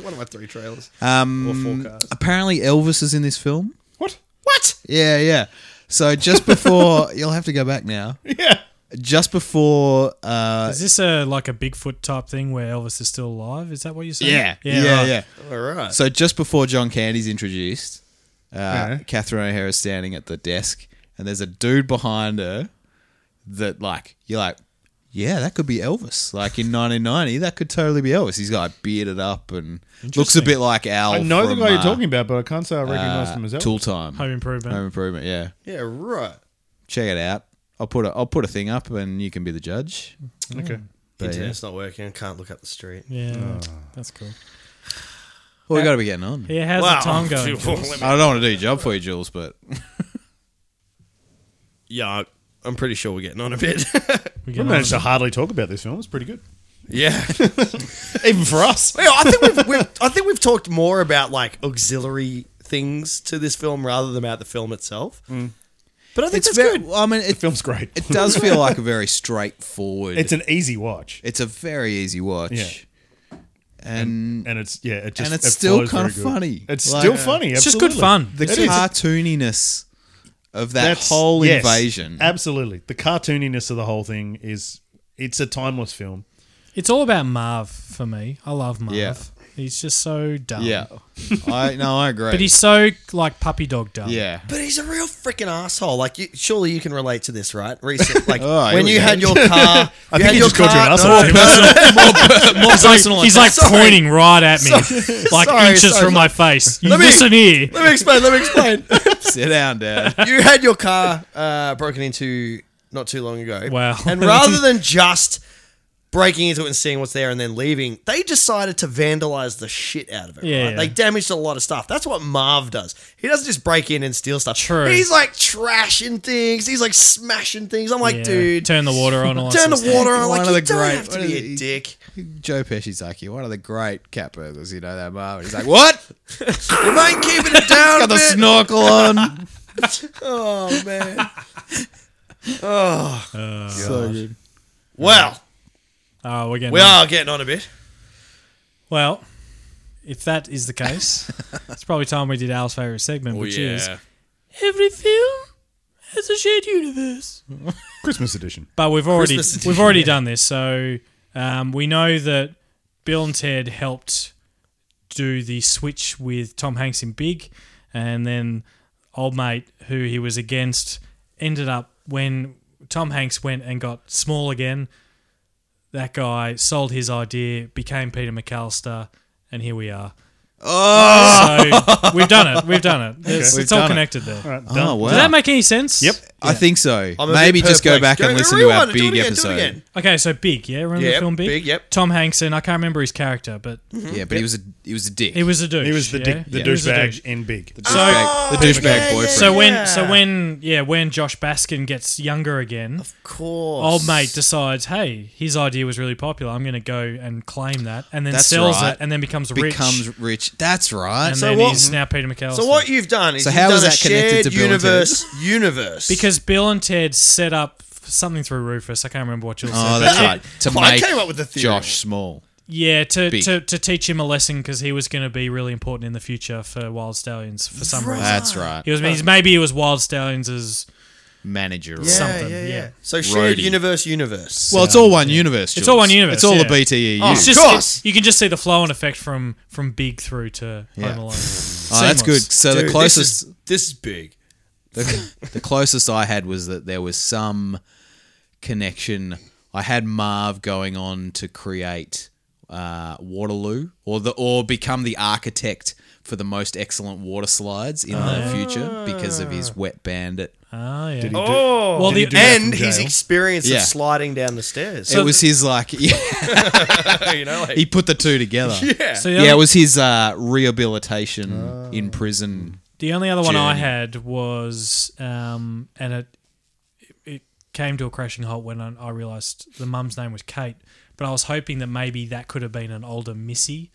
[SPEAKER 4] One of my three trailers.
[SPEAKER 2] Um, apparently, Elvis is in this film.
[SPEAKER 3] What?
[SPEAKER 4] What?
[SPEAKER 2] Yeah, yeah. So just before you'll have to go back now.
[SPEAKER 3] Yeah.
[SPEAKER 2] Just before, uh,
[SPEAKER 1] Is this a like a Bigfoot type thing where Elvis is still alive? Is that what you're saying?
[SPEAKER 2] yeah, yeah, yeah,
[SPEAKER 1] right.
[SPEAKER 4] All right.
[SPEAKER 2] So just before John Candy's introduced, uh, Catherine O'Hara is standing at the desk, and there's a dude behind her that, like, you're like, yeah, that could be Elvis. Like in 1990, that could totally be Elvis. He's got like, bearded up and looks a bit like Al.
[SPEAKER 3] I know the
[SPEAKER 2] from,
[SPEAKER 3] guy you're
[SPEAKER 2] uh,
[SPEAKER 3] talking about, but I can't say I recognise
[SPEAKER 2] uh,
[SPEAKER 3] him as Elvis.
[SPEAKER 2] Tool Time,
[SPEAKER 1] Home Improvement.
[SPEAKER 2] Home Improvement. Yeah,
[SPEAKER 4] yeah, right.
[SPEAKER 2] check it out. I'll put a I'll put a thing up, and you can be the judge.
[SPEAKER 3] Okay.
[SPEAKER 2] But, yeah.
[SPEAKER 4] Internet's not working. I can't look up the street.
[SPEAKER 1] Yeah,
[SPEAKER 2] Oh.
[SPEAKER 1] that's cool.
[SPEAKER 2] Well, we got to be getting on.
[SPEAKER 1] Yeah, how's the time going? Jules?
[SPEAKER 2] I don't want to do your job for you, Jules, but
[SPEAKER 4] yeah, I'm pretty sure we're getting on a bit.
[SPEAKER 1] We
[SPEAKER 3] We
[SPEAKER 1] get on.
[SPEAKER 3] managed to hardly talk about this film. It's pretty good,
[SPEAKER 4] yeah.
[SPEAKER 3] even for us.
[SPEAKER 4] Well, I think we've, we've I think we've talked more about like auxiliary things to this film rather than about the film itself. But I think
[SPEAKER 2] It's
[SPEAKER 4] that's
[SPEAKER 2] very.
[SPEAKER 4] good.
[SPEAKER 2] I mean, it,
[SPEAKER 7] Film's great.
[SPEAKER 2] it does feel like a very straightforward.
[SPEAKER 7] It's an easy watch,
[SPEAKER 2] it's a very easy watch.
[SPEAKER 7] Yeah.
[SPEAKER 2] And,
[SPEAKER 7] and it's yeah, it just
[SPEAKER 2] and it's
[SPEAKER 7] it
[SPEAKER 2] still
[SPEAKER 7] flows very
[SPEAKER 2] kind of
[SPEAKER 7] good.
[SPEAKER 2] funny.
[SPEAKER 7] It's
[SPEAKER 2] Like,
[SPEAKER 7] still funny.
[SPEAKER 1] It's just good
[SPEAKER 7] absolutely.
[SPEAKER 1] fun.
[SPEAKER 2] The
[SPEAKER 1] It is.
[SPEAKER 2] cartooniness of that
[SPEAKER 7] That's-
[SPEAKER 2] whole
[SPEAKER 7] yes,
[SPEAKER 2] invasion.
[SPEAKER 7] Absolutely, the cartooniness of the whole thing is it's a timeless film.
[SPEAKER 1] It's all about Marv for me. I love Marv.
[SPEAKER 2] Yeah.
[SPEAKER 1] He's just so dumb.
[SPEAKER 2] yeah. I no, I agree.
[SPEAKER 1] But he's so like puppy dog dumb.
[SPEAKER 2] yeah.
[SPEAKER 4] But he's a real freaking asshole. Like, you, surely you can relate to this, right? Recent, like
[SPEAKER 2] Oh, here
[SPEAKER 4] when
[SPEAKER 2] we
[SPEAKER 4] you
[SPEAKER 2] go.
[SPEAKER 4] had your car. Oh, I
[SPEAKER 7] think he just called you an asshole, Tim.
[SPEAKER 1] More personal. He's like
[SPEAKER 4] Sorry.
[SPEAKER 1] pointing right at me, like
[SPEAKER 4] Sorry,
[SPEAKER 1] inches
[SPEAKER 4] sorry.
[SPEAKER 1] from my face. You
[SPEAKER 4] Let me-
[SPEAKER 1] listen here.
[SPEAKER 4] Let me explain. Let me explain.
[SPEAKER 2] Sit down, Dad.
[SPEAKER 4] you had your car uh, broken into not too long ago.
[SPEAKER 1] Wow.
[SPEAKER 4] And rather than just breaking into it and seeing what's there and then leaving, they decided to vandalize the shit out of it.
[SPEAKER 1] Yeah,
[SPEAKER 4] right?
[SPEAKER 1] yeah.
[SPEAKER 4] They damaged a lot of stuff. That's what Marv does. He doesn't just break in and steal stuff.
[SPEAKER 1] True.
[SPEAKER 4] He's like trashing things. He's like smashing things. I'm like,
[SPEAKER 1] Yeah.
[SPEAKER 4] dude,
[SPEAKER 1] turn
[SPEAKER 4] turn,
[SPEAKER 1] the water on. all that sort of
[SPEAKER 4] the
[SPEAKER 1] stuff.
[SPEAKER 4] water on.
[SPEAKER 2] One
[SPEAKER 4] Like,
[SPEAKER 2] of
[SPEAKER 4] you
[SPEAKER 2] the
[SPEAKER 4] don't
[SPEAKER 2] great-
[SPEAKER 4] have to
[SPEAKER 2] one of
[SPEAKER 4] be
[SPEAKER 2] the-
[SPEAKER 4] a dick.
[SPEAKER 2] Joe Pescisaki, one of the great cat burglars, you know that Marvin. He's like, what?
[SPEAKER 4] You mind keeping it down.
[SPEAKER 2] Got the
[SPEAKER 4] a bit?
[SPEAKER 2] snorkel on.
[SPEAKER 4] oh man.
[SPEAKER 2] so good.
[SPEAKER 4] Well,
[SPEAKER 1] Oh, we're getting
[SPEAKER 4] we are getting on a bit.
[SPEAKER 1] Well, if that is the case, it's probably time we did Al's favorite
[SPEAKER 4] Oh,
[SPEAKER 1] segment, which is every film has a shared universe.
[SPEAKER 7] Christmas edition.
[SPEAKER 1] But we've already
[SPEAKER 4] Christmas edition,
[SPEAKER 1] we've already done this, so um, we know that Bill and Ted helped do the switch with Tom Hanks in Big, and then old mate who he was against ended up when Tom Hanks went and got small again. That guy sold his idea, became Peter McAllister, and here we are. Oh, so we've done it. We've done it. It's, it's all connected there.
[SPEAKER 2] Oh, wow.
[SPEAKER 1] Does that make any sense? Yep.
[SPEAKER 2] I think so.
[SPEAKER 4] I'm a bit
[SPEAKER 2] Maybe just go
[SPEAKER 4] perplexed.
[SPEAKER 2] back and
[SPEAKER 4] Go-
[SPEAKER 2] listen to our
[SPEAKER 4] rewind it, do it
[SPEAKER 2] big
[SPEAKER 4] again, do it
[SPEAKER 2] episode.
[SPEAKER 4] again.
[SPEAKER 1] Okay, so Big, yeah, remember the
[SPEAKER 4] Yep,
[SPEAKER 1] film Big?
[SPEAKER 4] Big, yep.
[SPEAKER 1] Tom Hanks and I can't remember his character, but
[SPEAKER 2] Yeah, but he was a he was a dick.
[SPEAKER 1] he was a douche.
[SPEAKER 7] He was the
[SPEAKER 1] yeah?
[SPEAKER 7] dick, the
[SPEAKER 1] He was a
[SPEAKER 7] douchebag
[SPEAKER 1] douche.
[SPEAKER 7] and big.
[SPEAKER 2] Douchebag- the douchebag boyfriend.
[SPEAKER 1] So when
[SPEAKER 4] Yeah.
[SPEAKER 1] so when yeah when Josh Baskin gets younger again,
[SPEAKER 4] Of course.
[SPEAKER 1] old Oh, mate decides, hey, his idea was really popular. I'm going to go and claim that, and then
[SPEAKER 2] That's
[SPEAKER 1] sells
[SPEAKER 2] right.
[SPEAKER 1] it, and then becomes rich.
[SPEAKER 2] becomes rich. That's right.
[SPEAKER 1] and
[SPEAKER 2] so
[SPEAKER 1] then
[SPEAKER 4] what-
[SPEAKER 1] he's now Peter McAllister.
[SPEAKER 4] So what you've done is
[SPEAKER 2] So
[SPEAKER 4] you've
[SPEAKER 2] how
[SPEAKER 4] done
[SPEAKER 2] is
[SPEAKER 4] a
[SPEAKER 2] that connected
[SPEAKER 4] shared
[SPEAKER 2] to Bill and
[SPEAKER 4] universe universe
[SPEAKER 1] Because Bill and Ted set up something through Rufus. I can't remember what you said.
[SPEAKER 4] Uh,
[SPEAKER 2] oh, that's right. To
[SPEAKER 4] Well, I
[SPEAKER 2] make
[SPEAKER 4] came up with the theory.
[SPEAKER 2] Josh Small.
[SPEAKER 1] Yeah, to,
[SPEAKER 2] Big.
[SPEAKER 1] to, to teach him a lesson because he was going to be really important in the future for Wild Stallions for some reason.
[SPEAKER 2] That's right.
[SPEAKER 1] He was he's, maybe he was Wild Stallions as
[SPEAKER 2] Manager. or
[SPEAKER 4] yeah,
[SPEAKER 2] something.
[SPEAKER 1] something,
[SPEAKER 4] yeah,
[SPEAKER 1] yeah.
[SPEAKER 4] yeah. So shared
[SPEAKER 2] Roadie.
[SPEAKER 4] universe universe.
[SPEAKER 2] Well, it's all one universe. Jules.
[SPEAKER 1] all one universe,
[SPEAKER 2] It's all
[SPEAKER 1] yeah.
[SPEAKER 2] the BTEU.
[SPEAKER 4] Oh,
[SPEAKER 1] it's just
[SPEAKER 4] course.
[SPEAKER 1] you can just see the flow and effect from from Big through to
[SPEAKER 2] Yeah.
[SPEAKER 1] Home Alone.
[SPEAKER 2] Oh, that's good. So
[SPEAKER 4] Dude,
[SPEAKER 2] the
[SPEAKER 4] this
[SPEAKER 2] closest
[SPEAKER 4] is- this is big.
[SPEAKER 2] the, the closest I had was that there was some connection. I had Marv going on to create uh, Waterloo, or the or become the architect for the most excellent water slides in
[SPEAKER 1] Ah.
[SPEAKER 2] the future because of his wet bandit.
[SPEAKER 1] Oh yeah.
[SPEAKER 4] Oh,
[SPEAKER 1] well, the,
[SPEAKER 7] from
[SPEAKER 4] and his
[SPEAKER 7] jail?
[SPEAKER 4] experience
[SPEAKER 2] Yeah.
[SPEAKER 4] of sliding down the stairs.
[SPEAKER 2] it was his like
[SPEAKER 4] you know, like,
[SPEAKER 2] he put the two together.
[SPEAKER 4] yeah.
[SPEAKER 1] so the,
[SPEAKER 2] Yeah,
[SPEAKER 1] other,
[SPEAKER 2] it was his uh, rehabilitation
[SPEAKER 1] Oh.
[SPEAKER 2] in prison.
[SPEAKER 1] the only other one I
[SPEAKER 2] Journey.
[SPEAKER 1] had was, um, and it it came to a crashing halt when I, I realized the mum's name was Kate, but I was hoping that maybe that could have been an older Missy.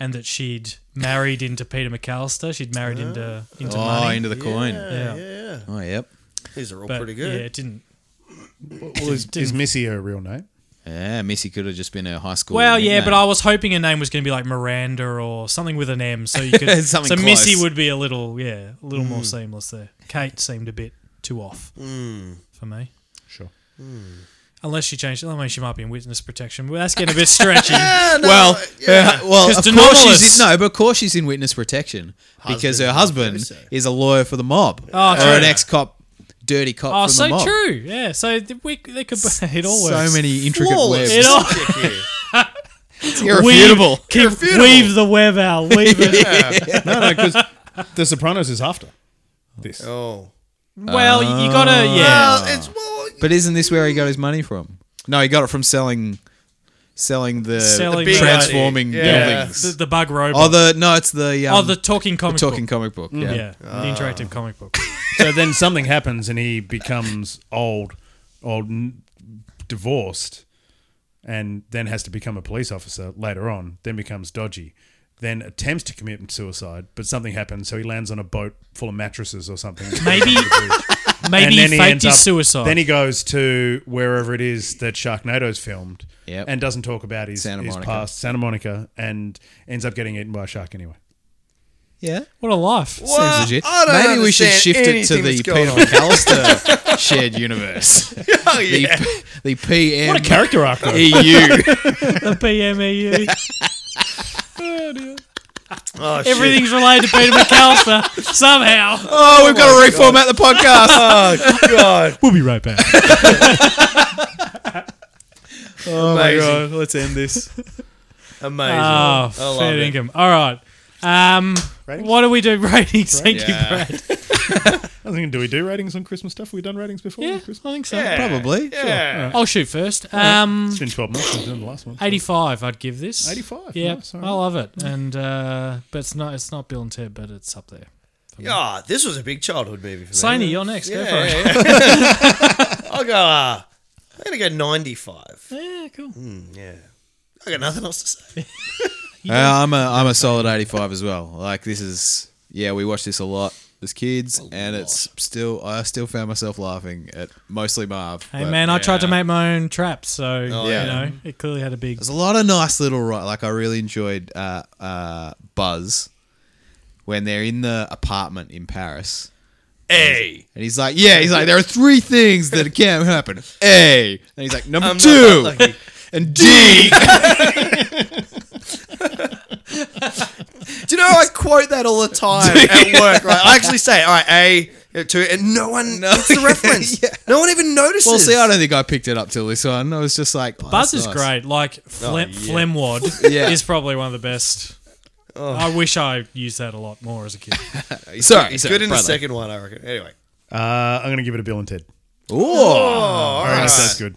[SPEAKER 1] And that she'd married into Peter McAllister. She'd married into into
[SPEAKER 2] Oh,
[SPEAKER 1] money.
[SPEAKER 2] into the coin.
[SPEAKER 1] yeah,
[SPEAKER 2] Oh, yep.
[SPEAKER 4] These are all
[SPEAKER 1] But,
[SPEAKER 4] pretty
[SPEAKER 1] Yeah,
[SPEAKER 4] good.
[SPEAKER 1] it didn't.
[SPEAKER 7] Well, is, is Missy her real name?
[SPEAKER 2] Yeah, Missy could have just been a high school.
[SPEAKER 1] Well, yeah,
[SPEAKER 2] nickname.
[SPEAKER 1] but I was hoping her name was going to be like Miranda or something with an M, so you could. so
[SPEAKER 2] Something close. Hmm.
[SPEAKER 1] Missy would be a little, yeah, a little more seamless there. Kate seemed a bit too off
[SPEAKER 2] Hmm.
[SPEAKER 1] for me,
[SPEAKER 7] Sure.
[SPEAKER 1] unless she changed. I mean, she might be in witness protection, but that's getting a bit stretchy. Oh,
[SPEAKER 4] Ah,
[SPEAKER 2] well, yeah. well,
[SPEAKER 1] 'Cause
[SPEAKER 2] of course
[SPEAKER 1] Denopolis-
[SPEAKER 2] she's in, no, but of course she's in witness protection because her husband is a lawyer for the mob
[SPEAKER 1] Oh,
[SPEAKER 2] or
[SPEAKER 1] true.
[SPEAKER 2] an ex-cop, dirty cop
[SPEAKER 1] oh,
[SPEAKER 2] from the
[SPEAKER 1] so
[SPEAKER 2] mob.
[SPEAKER 1] true. Yeah, so th- we they could. It all
[SPEAKER 2] So
[SPEAKER 1] works.
[SPEAKER 2] many intricate
[SPEAKER 4] Flawless.
[SPEAKER 1] It
[SPEAKER 2] webs.
[SPEAKER 1] all.
[SPEAKER 2] It's irrefutable.
[SPEAKER 1] Weave, keep, weave the web out. Weave it.
[SPEAKER 7] No, no, because The Sopranos is after this.
[SPEAKER 4] oh,
[SPEAKER 1] Well, you gotta.
[SPEAKER 2] Uh,
[SPEAKER 1] Yeah.
[SPEAKER 4] well, it's well,
[SPEAKER 2] But isn't this where he got his money from? No, he got it from selling, selling the
[SPEAKER 1] Selling
[SPEAKER 2] the
[SPEAKER 1] the-
[SPEAKER 2] transforming
[SPEAKER 4] Yeah.
[SPEAKER 2] buildings.
[SPEAKER 1] the, the bug robot.
[SPEAKER 2] Oh, the no, it's the um,
[SPEAKER 1] Oh, the talking comic.
[SPEAKER 2] talking
[SPEAKER 1] Book. Mm.
[SPEAKER 2] comic book. Yeah. Ah.
[SPEAKER 1] yeah, the interactive comic book.
[SPEAKER 7] So then something happens and he becomes old, old, n- divorced, and then has to become a police officer later on, then becomes dodgy. then attempts to commit suicide, but something happens, so he lands on a boat full of mattresses or something.
[SPEAKER 1] Maybe- Maybe he faked his suicide.
[SPEAKER 7] Then he goes to wherever it is that Sharknado's filmed,
[SPEAKER 2] Yep.
[SPEAKER 7] and doesn't talk about his,
[SPEAKER 2] Santa
[SPEAKER 7] his
[SPEAKER 2] Monica.
[SPEAKER 7] past, Santa Monica, and ends up getting eaten by a shark anyway.
[SPEAKER 2] Yeah.
[SPEAKER 1] what a life.
[SPEAKER 2] Seems legit. Maybe we should shift it to the Peter McAllister shared universe.
[SPEAKER 4] Oh, yeah.
[SPEAKER 2] The, the E PM
[SPEAKER 7] What a character arc! though.
[SPEAKER 2] EU.
[SPEAKER 1] The PMEU. Oh, dear.
[SPEAKER 4] Oh, shit.
[SPEAKER 1] Everything's related to Peter McAllister somehow.
[SPEAKER 2] oh, we've got to reformat the podcast.
[SPEAKER 4] Oh, God.
[SPEAKER 1] We'll be right back.
[SPEAKER 2] Oh
[SPEAKER 4] Amazing.
[SPEAKER 2] let's end this.
[SPEAKER 4] Amazing.
[SPEAKER 1] Oh,
[SPEAKER 4] I love
[SPEAKER 1] fair
[SPEAKER 4] it.
[SPEAKER 1] dinkum. All right. Um, what do we do? Ratings. Thank
[SPEAKER 2] Yeah.
[SPEAKER 1] you, Brad.
[SPEAKER 7] I was thinking, do we do ratings on Christmas stuff? Have we done ratings before?
[SPEAKER 1] Yeah,
[SPEAKER 7] on
[SPEAKER 1] I
[SPEAKER 7] Christmas?
[SPEAKER 1] think so.
[SPEAKER 4] Yeah.
[SPEAKER 2] Probably.
[SPEAKER 4] Yeah.
[SPEAKER 1] I'll shoot first. Um,
[SPEAKER 7] It's been twelve months since we done the last one.
[SPEAKER 1] 85, I'd give this.
[SPEAKER 7] 85,
[SPEAKER 1] Yeah,
[SPEAKER 7] nice, all right.
[SPEAKER 1] I love it. And uh, but it's not it's not Bill and Ted, but it's up there.
[SPEAKER 4] Ah, this was a big childhood movie for me.
[SPEAKER 1] Slaney, you're next. Go
[SPEAKER 4] Yeah,
[SPEAKER 1] for it.
[SPEAKER 4] yeah, yeah. I'll go. Uh, I'm gonna go 95.
[SPEAKER 1] Yeah, cool.
[SPEAKER 4] Yeah, I got nothing else to say.
[SPEAKER 2] Uh, I'm a I'm a solid 85 as well. Like this is yeah, we watched this a lot as kids, and it's still I still found myself laughing at mostly Marv.
[SPEAKER 1] Hey
[SPEAKER 2] but-
[SPEAKER 1] man, I tried to
[SPEAKER 2] Yeah.
[SPEAKER 1] make my own traps, so
[SPEAKER 2] yeah.
[SPEAKER 1] you know it clearly had a big.
[SPEAKER 2] There's a lot of nice little ri- like I really enjoyed uh, uh, Buzz when they're in the apartment in Paris.
[SPEAKER 4] Hey,
[SPEAKER 2] And he's like, yeah, he's like, there are three things that can happen. A. And he's like, number
[SPEAKER 4] I'm not
[SPEAKER 2] two.
[SPEAKER 4] that lucky.
[SPEAKER 2] and D.
[SPEAKER 4] do you know I quote that all the time at work? Right, I actually say, all right, A, yeah, two, and no one gets the reference. No one even notices.
[SPEAKER 2] well, see, I don't think I picked it up till this one. I was just like, oh,
[SPEAKER 1] Buzz
[SPEAKER 2] that's
[SPEAKER 1] is
[SPEAKER 2] nice.
[SPEAKER 1] great. Like Flem- Flemwad
[SPEAKER 2] Yeah.
[SPEAKER 1] is probably one of the best. I wish I used that a lot more as a kid.
[SPEAKER 2] Sorry,
[SPEAKER 4] He's
[SPEAKER 2] sorry,
[SPEAKER 4] good in
[SPEAKER 2] brother.
[SPEAKER 4] the second one, I reckon. Anyway,
[SPEAKER 7] Uh, I'm going to give it a Bill and Ted.
[SPEAKER 2] Ooh.
[SPEAKER 7] All right, that's good.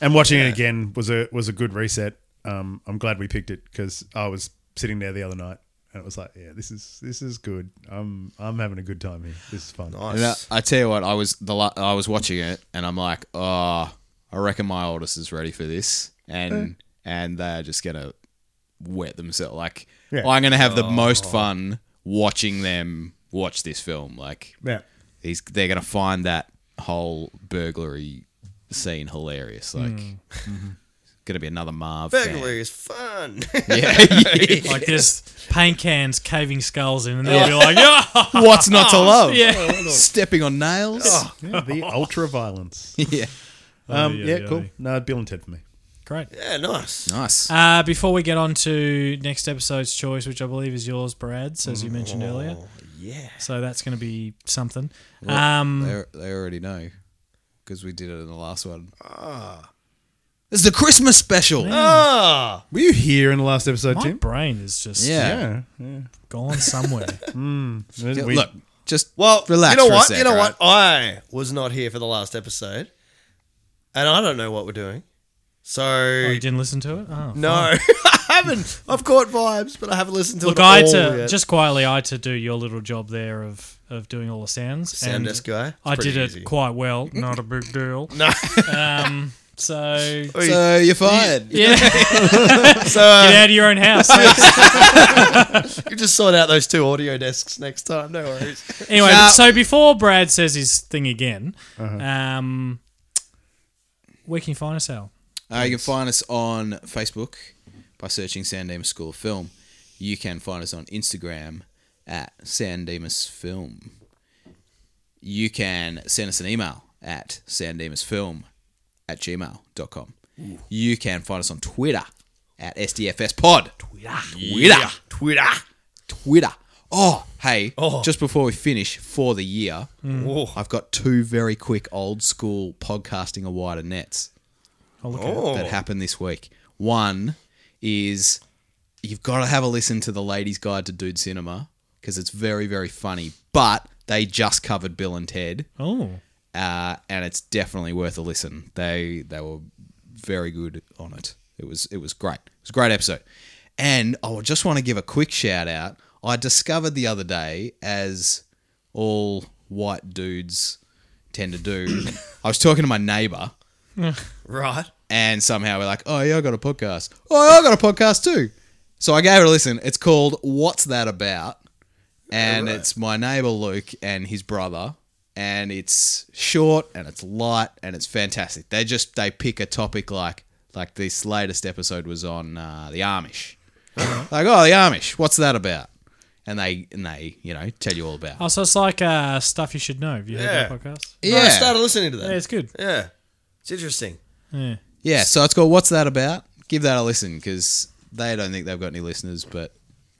[SPEAKER 7] And watching it again was a was a good reset. Um, I'm glad we picked it because I was sitting there the other night and it was like, yeah, this is this is good. I'm I'm having a good time here. This is fun.
[SPEAKER 4] nice.
[SPEAKER 2] And I, I tell you what, I was the la- I was watching it, and I'm like, oh, I reckon my oldest is ready for this, and and they're just gonna wet themselves. Like,
[SPEAKER 7] Yeah.
[SPEAKER 2] I'm gonna have the most fun watching them watch this film. Like,
[SPEAKER 7] Yeah.
[SPEAKER 2] he's they're gonna find that whole burglary scene hilarious. Like, gonna be another Marv. fan.
[SPEAKER 4] burglary is fun.
[SPEAKER 2] Yeah.
[SPEAKER 1] Like there's paint cans caving skulls in, and they'll be like, "Yeah,
[SPEAKER 2] What's not to love?
[SPEAKER 1] yeah."
[SPEAKER 2] Stepping on nails.
[SPEAKER 7] Yeah, the ultra violence.
[SPEAKER 2] Yeah.
[SPEAKER 7] Um,
[SPEAKER 1] yeah,
[SPEAKER 7] yeah,
[SPEAKER 1] yeah.
[SPEAKER 7] cool. No, Bill and Ted for me.
[SPEAKER 1] Great.
[SPEAKER 4] yeah, nice.
[SPEAKER 2] Nice.
[SPEAKER 1] Uh, before we get on to next episode's choice, which I believe is yours, Brad, so as you mentioned earlier.
[SPEAKER 4] Mm. Oh, Yeah. uh,
[SPEAKER 1] So that's going to be something.
[SPEAKER 4] Hmm.
[SPEAKER 1] Um,
[SPEAKER 2] They they already know because we did it in the last one. Ah. It's the Christmas special.
[SPEAKER 4] Ah,
[SPEAKER 7] Were you here in the last episode,
[SPEAKER 1] my
[SPEAKER 7] Tim?
[SPEAKER 1] brain is just
[SPEAKER 2] Yeah.
[SPEAKER 7] Yeah. yeah.
[SPEAKER 1] gone somewhere.
[SPEAKER 2] Yeah,
[SPEAKER 7] We-
[SPEAKER 2] Look, just
[SPEAKER 4] well,
[SPEAKER 2] relax.
[SPEAKER 4] You know
[SPEAKER 2] for a
[SPEAKER 4] what?
[SPEAKER 2] sec,
[SPEAKER 4] you know
[SPEAKER 2] right?
[SPEAKER 4] what? I was not here for the last episode, and I don't know what we're doing. So
[SPEAKER 1] oh, you didn't listen to it? Oh.
[SPEAKER 4] No, I haven't. I've caught vibes, but I haven't listened to
[SPEAKER 1] Look,
[SPEAKER 4] it
[SPEAKER 1] I had
[SPEAKER 4] all
[SPEAKER 1] to
[SPEAKER 4] yet.
[SPEAKER 1] just quietly, I had to do your little job there of of doing all the sounds.
[SPEAKER 4] Sound
[SPEAKER 1] and
[SPEAKER 4] desk guy. It's
[SPEAKER 1] I
[SPEAKER 4] pretty
[SPEAKER 1] did it
[SPEAKER 4] easy.
[SPEAKER 1] quite well. Not a big deal.
[SPEAKER 4] No.
[SPEAKER 1] Um, so
[SPEAKER 2] So you're fired.
[SPEAKER 1] yeah, get
[SPEAKER 4] so
[SPEAKER 1] out of your own house.
[SPEAKER 4] you just sort out those two audio desks next time. No worries.
[SPEAKER 1] anyway,
[SPEAKER 2] Nah.
[SPEAKER 1] so before Brad says his thing again, um, where can you find us, Al?
[SPEAKER 2] Uh, you can find us on Facebook by searching San Dimas School of Film. You can find us on Instagram at San Dimas Film. You can send us an email at sandemusfilm at gmail.com. You can find us on Twitter at SDFS Pod. Twitter. Twitter.
[SPEAKER 4] Twitter.
[SPEAKER 2] Twitter. Oh, hey, just before we finish for the year,
[SPEAKER 4] Oh.
[SPEAKER 2] I've got two very quick old school podcasting a wider nets
[SPEAKER 1] I'll look at it.
[SPEAKER 4] Oh.
[SPEAKER 2] that happened this week. One is you've got to have a listen to the Ladies Guide to Dude Cinema because it's very very funny. But they just covered Bill and Ted,
[SPEAKER 1] Oh,
[SPEAKER 2] uh, and it's definitely worth a listen. They they were very good on it. It was it was great. It was a great episode. And I would just want to give a quick shout out. I discovered the other day, as all white dudes tend to do, I was talking to my neighbour
[SPEAKER 4] Right.
[SPEAKER 2] and somehow we're like, oh yeah, I got a podcast. Oh, yeah, I got a podcast too. So I gave it a listen. It's called What's That About? And it's my neighbor Luke and his brother. And it's short and it's light and it's fantastic. They just they pick a topic like like this latest episode was on uh, the Amish. like, oh the Amish, what's that about? And they and they, you know, tell you all about. it.
[SPEAKER 1] Oh, so it's like uh, stuff you should know. Have you heard
[SPEAKER 4] Yeah.
[SPEAKER 1] that podcast?
[SPEAKER 2] yeah.
[SPEAKER 4] I started listening to that.
[SPEAKER 1] Yeah, it's good.
[SPEAKER 4] Yeah. It's interesting.
[SPEAKER 2] Yeah, so it's called What's That About? Give that a listen because they don't think they've got any listeners, but,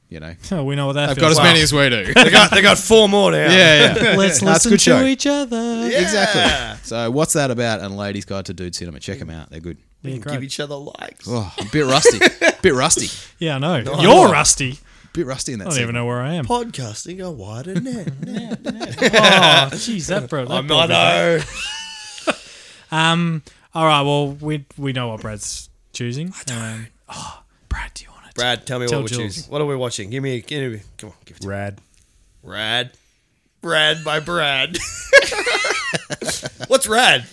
[SPEAKER 2] you know,
[SPEAKER 1] Oh, we know what that
[SPEAKER 2] they've got
[SPEAKER 1] feels
[SPEAKER 2] as many as we do.
[SPEAKER 4] They got, they got four more now.
[SPEAKER 2] yeah, yeah.
[SPEAKER 1] like. Let's
[SPEAKER 2] That's a
[SPEAKER 1] listen
[SPEAKER 2] good
[SPEAKER 1] to
[SPEAKER 2] show.
[SPEAKER 1] each other.
[SPEAKER 4] Yeah.
[SPEAKER 2] Exactly. So, What's That About and Ladies Guide to Dude Cinema. Check them out. They're good.
[SPEAKER 1] Yeah,
[SPEAKER 4] Give
[SPEAKER 1] great.
[SPEAKER 4] each other likes.
[SPEAKER 2] Oh, I'm a bit rusty. bit rusty.
[SPEAKER 1] yeah, I know.
[SPEAKER 4] No,
[SPEAKER 1] You're
[SPEAKER 4] I-
[SPEAKER 1] rusty.
[SPEAKER 2] bit rusty in that
[SPEAKER 1] I don't even know where I
[SPEAKER 4] Oh,
[SPEAKER 1] am.
[SPEAKER 4] Podcasting a wider net.
[SPEAKER 1] Oh, jeez, that broke. That
[SPEAKER 4] I'm
[SPEAKER 1] brought
[SPEAKER 4] not
[SPEAKER 1] me back.
[SPEAKER 4] know.
[SPEAKER 1] Um. All right. Well, we we know what Brad's choosing. I don't. oh, Brad, do you want to?
[SPEAKER 4] Brad, tell me
[SPEAKER 1] Tell
[SPEAKER 4] what we're
[SPEAKER 1] Jules.
[SPEAKER 4] choosing. What are we watching? Give me, give me, come on, give it to me.
[SPEAKER 7] Rad.
[SPEAKER 4] Rad. Rad by Brad. What's Rad?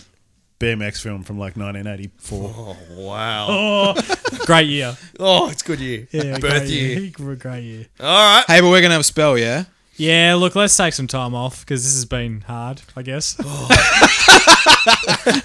[SPEAKER 7] BMX film from like 1984.
[SPEAKER 4] Oh, wow.
[SPEAKER 1] Great year.
[SPEAKER 4] Oh, it's good year.
[SPEAKER 1] Yeah,
[SPEAKER 4] Birth
[SPEAKER 1] great
[SPEAKER 4] year.
[SPEAKER 1] Great year.
[SPEAKER 4] All right.
[SPEAKER 2] Hey, but we're going to have a spell, yeah?
[SPEAKER 1] Yeah. Look, let's take some time off because this has been hard. I guess.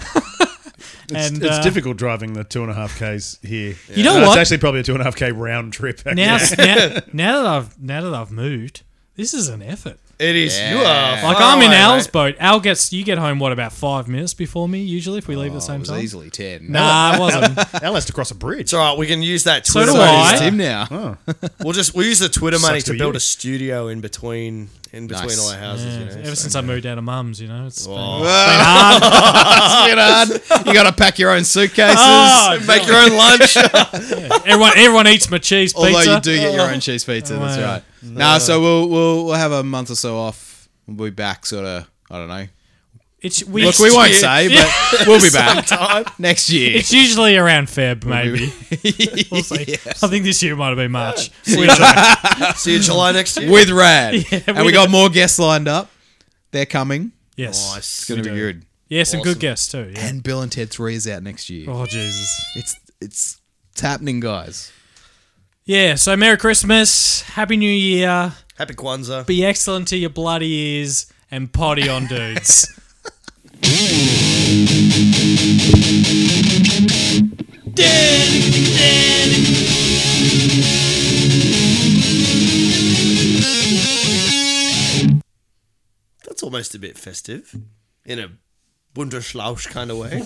[SPEAKER 1] and
[SPEAKER 7] it's
[SPEAKER 1] uh,
[SPEAKER 7] difficult driving the two and a half k's here.
[SPEAKER 1] You know
[SPEAKER 7] No,
[SPEAKER 1] what?
[SPEAKER 7] It's actually probably a two and a half k round trip. actually.
[SPEAKER 1] Now, now, now that I've now that I've moved, this is an effort.
[SPEAKER 4] It is. You are.
[SPEAKER 1] Like
[SPEAKER 4] far
[SPEAKER 1] I'm in
[SPEAKER 4] away,
[SPEAKER 1] Al's
[SPEAKER 4] mate.
[SPEAKER 1] boat. Al gets you get home what about five minutes before me usually if we leave at the
[SPEAKER 2] Oh, it
[SPEAKER 1] same
[SPEAKER 2] was
[SPEAKER 1] time.
[SPEAKER 2] easily 10.
[SPEAKER 1] Nah, it wasn't.
[SPEAKER 7] Al has to cross a bridge.
[SPEAKER 4] It's all right. We can use that
[SPEAKER 1] So
[SPEAKER 4] Twitter.
[SPEAKER 1] do
[SPEAKER 4] money.
[SPEAKER 1] I.
[SPEAKER 2] It's Tim now.
[SPEAKER 4] We'll just we'll use the Twitter
[SPEAKER 7] Sucks
[SPEAKER 4] money to
[SPEAKER 7] for
[SPEAKER 4] build
[SPEAKER 7] you.
[SPEAKER 4] a studio in between in between
[SPEAKER 2] Nice.
[SPEAKER 4] all our houses.
[SPEAKER 1] Yeah,
[SPEAKER 4] you know,
[SPEAKER 1] ever
[SPEAKER 4] so-
[SPEAKER 1] since I moved out of mum's, you know, it's been,
[SPEAKER 2] Oh.
[SPEAKER 1] been
[SPEAKER 4] Wow.
[SPEAKER 1] hard.
[SPEAKER 2] It's been hard. You got to pack your own suitcases.
[SPEAKER 1] Oh,
[SPEAKER 4] Make your own lunch.
[SPEAKER 1] everyone, everyone eats my cheese pizza.
[SPEAKER 2] Although you do get your own cheese pizza, that's
[SPEAKER 1] wow.
[SPEAKER 2] right. Nah, so we'll, we'll we'll have a month or so off. We'll be back, sort of. I don't know.
[SPEAKER 1] It's we,
[SPEAKER 2] Look, we won't say, but we'll be back next year.
[SPEAKER 1] It's usually around Feb, maybe. we'll see. I think this year might have been March. We don't know.
[SPEAKER 4] See you July next year.
[SPEAKER 2] with Rad. and we,
[SPEAKER 1] we
[SPEAKER 2] got more guests lined up. They're coming.
[SPEAKER 1] yes,
[SPEAKER 2] It's going to be good.
[SPEAKER 1] yes, and good guess too. Yeah.
[SPEAKER 2] And Bill and Ted 3 is out next year.
[SPEAKER 1] Oh Jesus.
[SPEAKER 2] It's it's it's happening, guys.
[SPEAKER 1] Yeah. So Merry Christmas, Happy New Year.
[SPEAKER 4] Happy Kwanzaa.
[SPEAKER 1] Be excellent to your bloody ears and potty on dudes.
[SPEAKER 4] That's almost a bit festive, in a Wunderschlausch kind of way.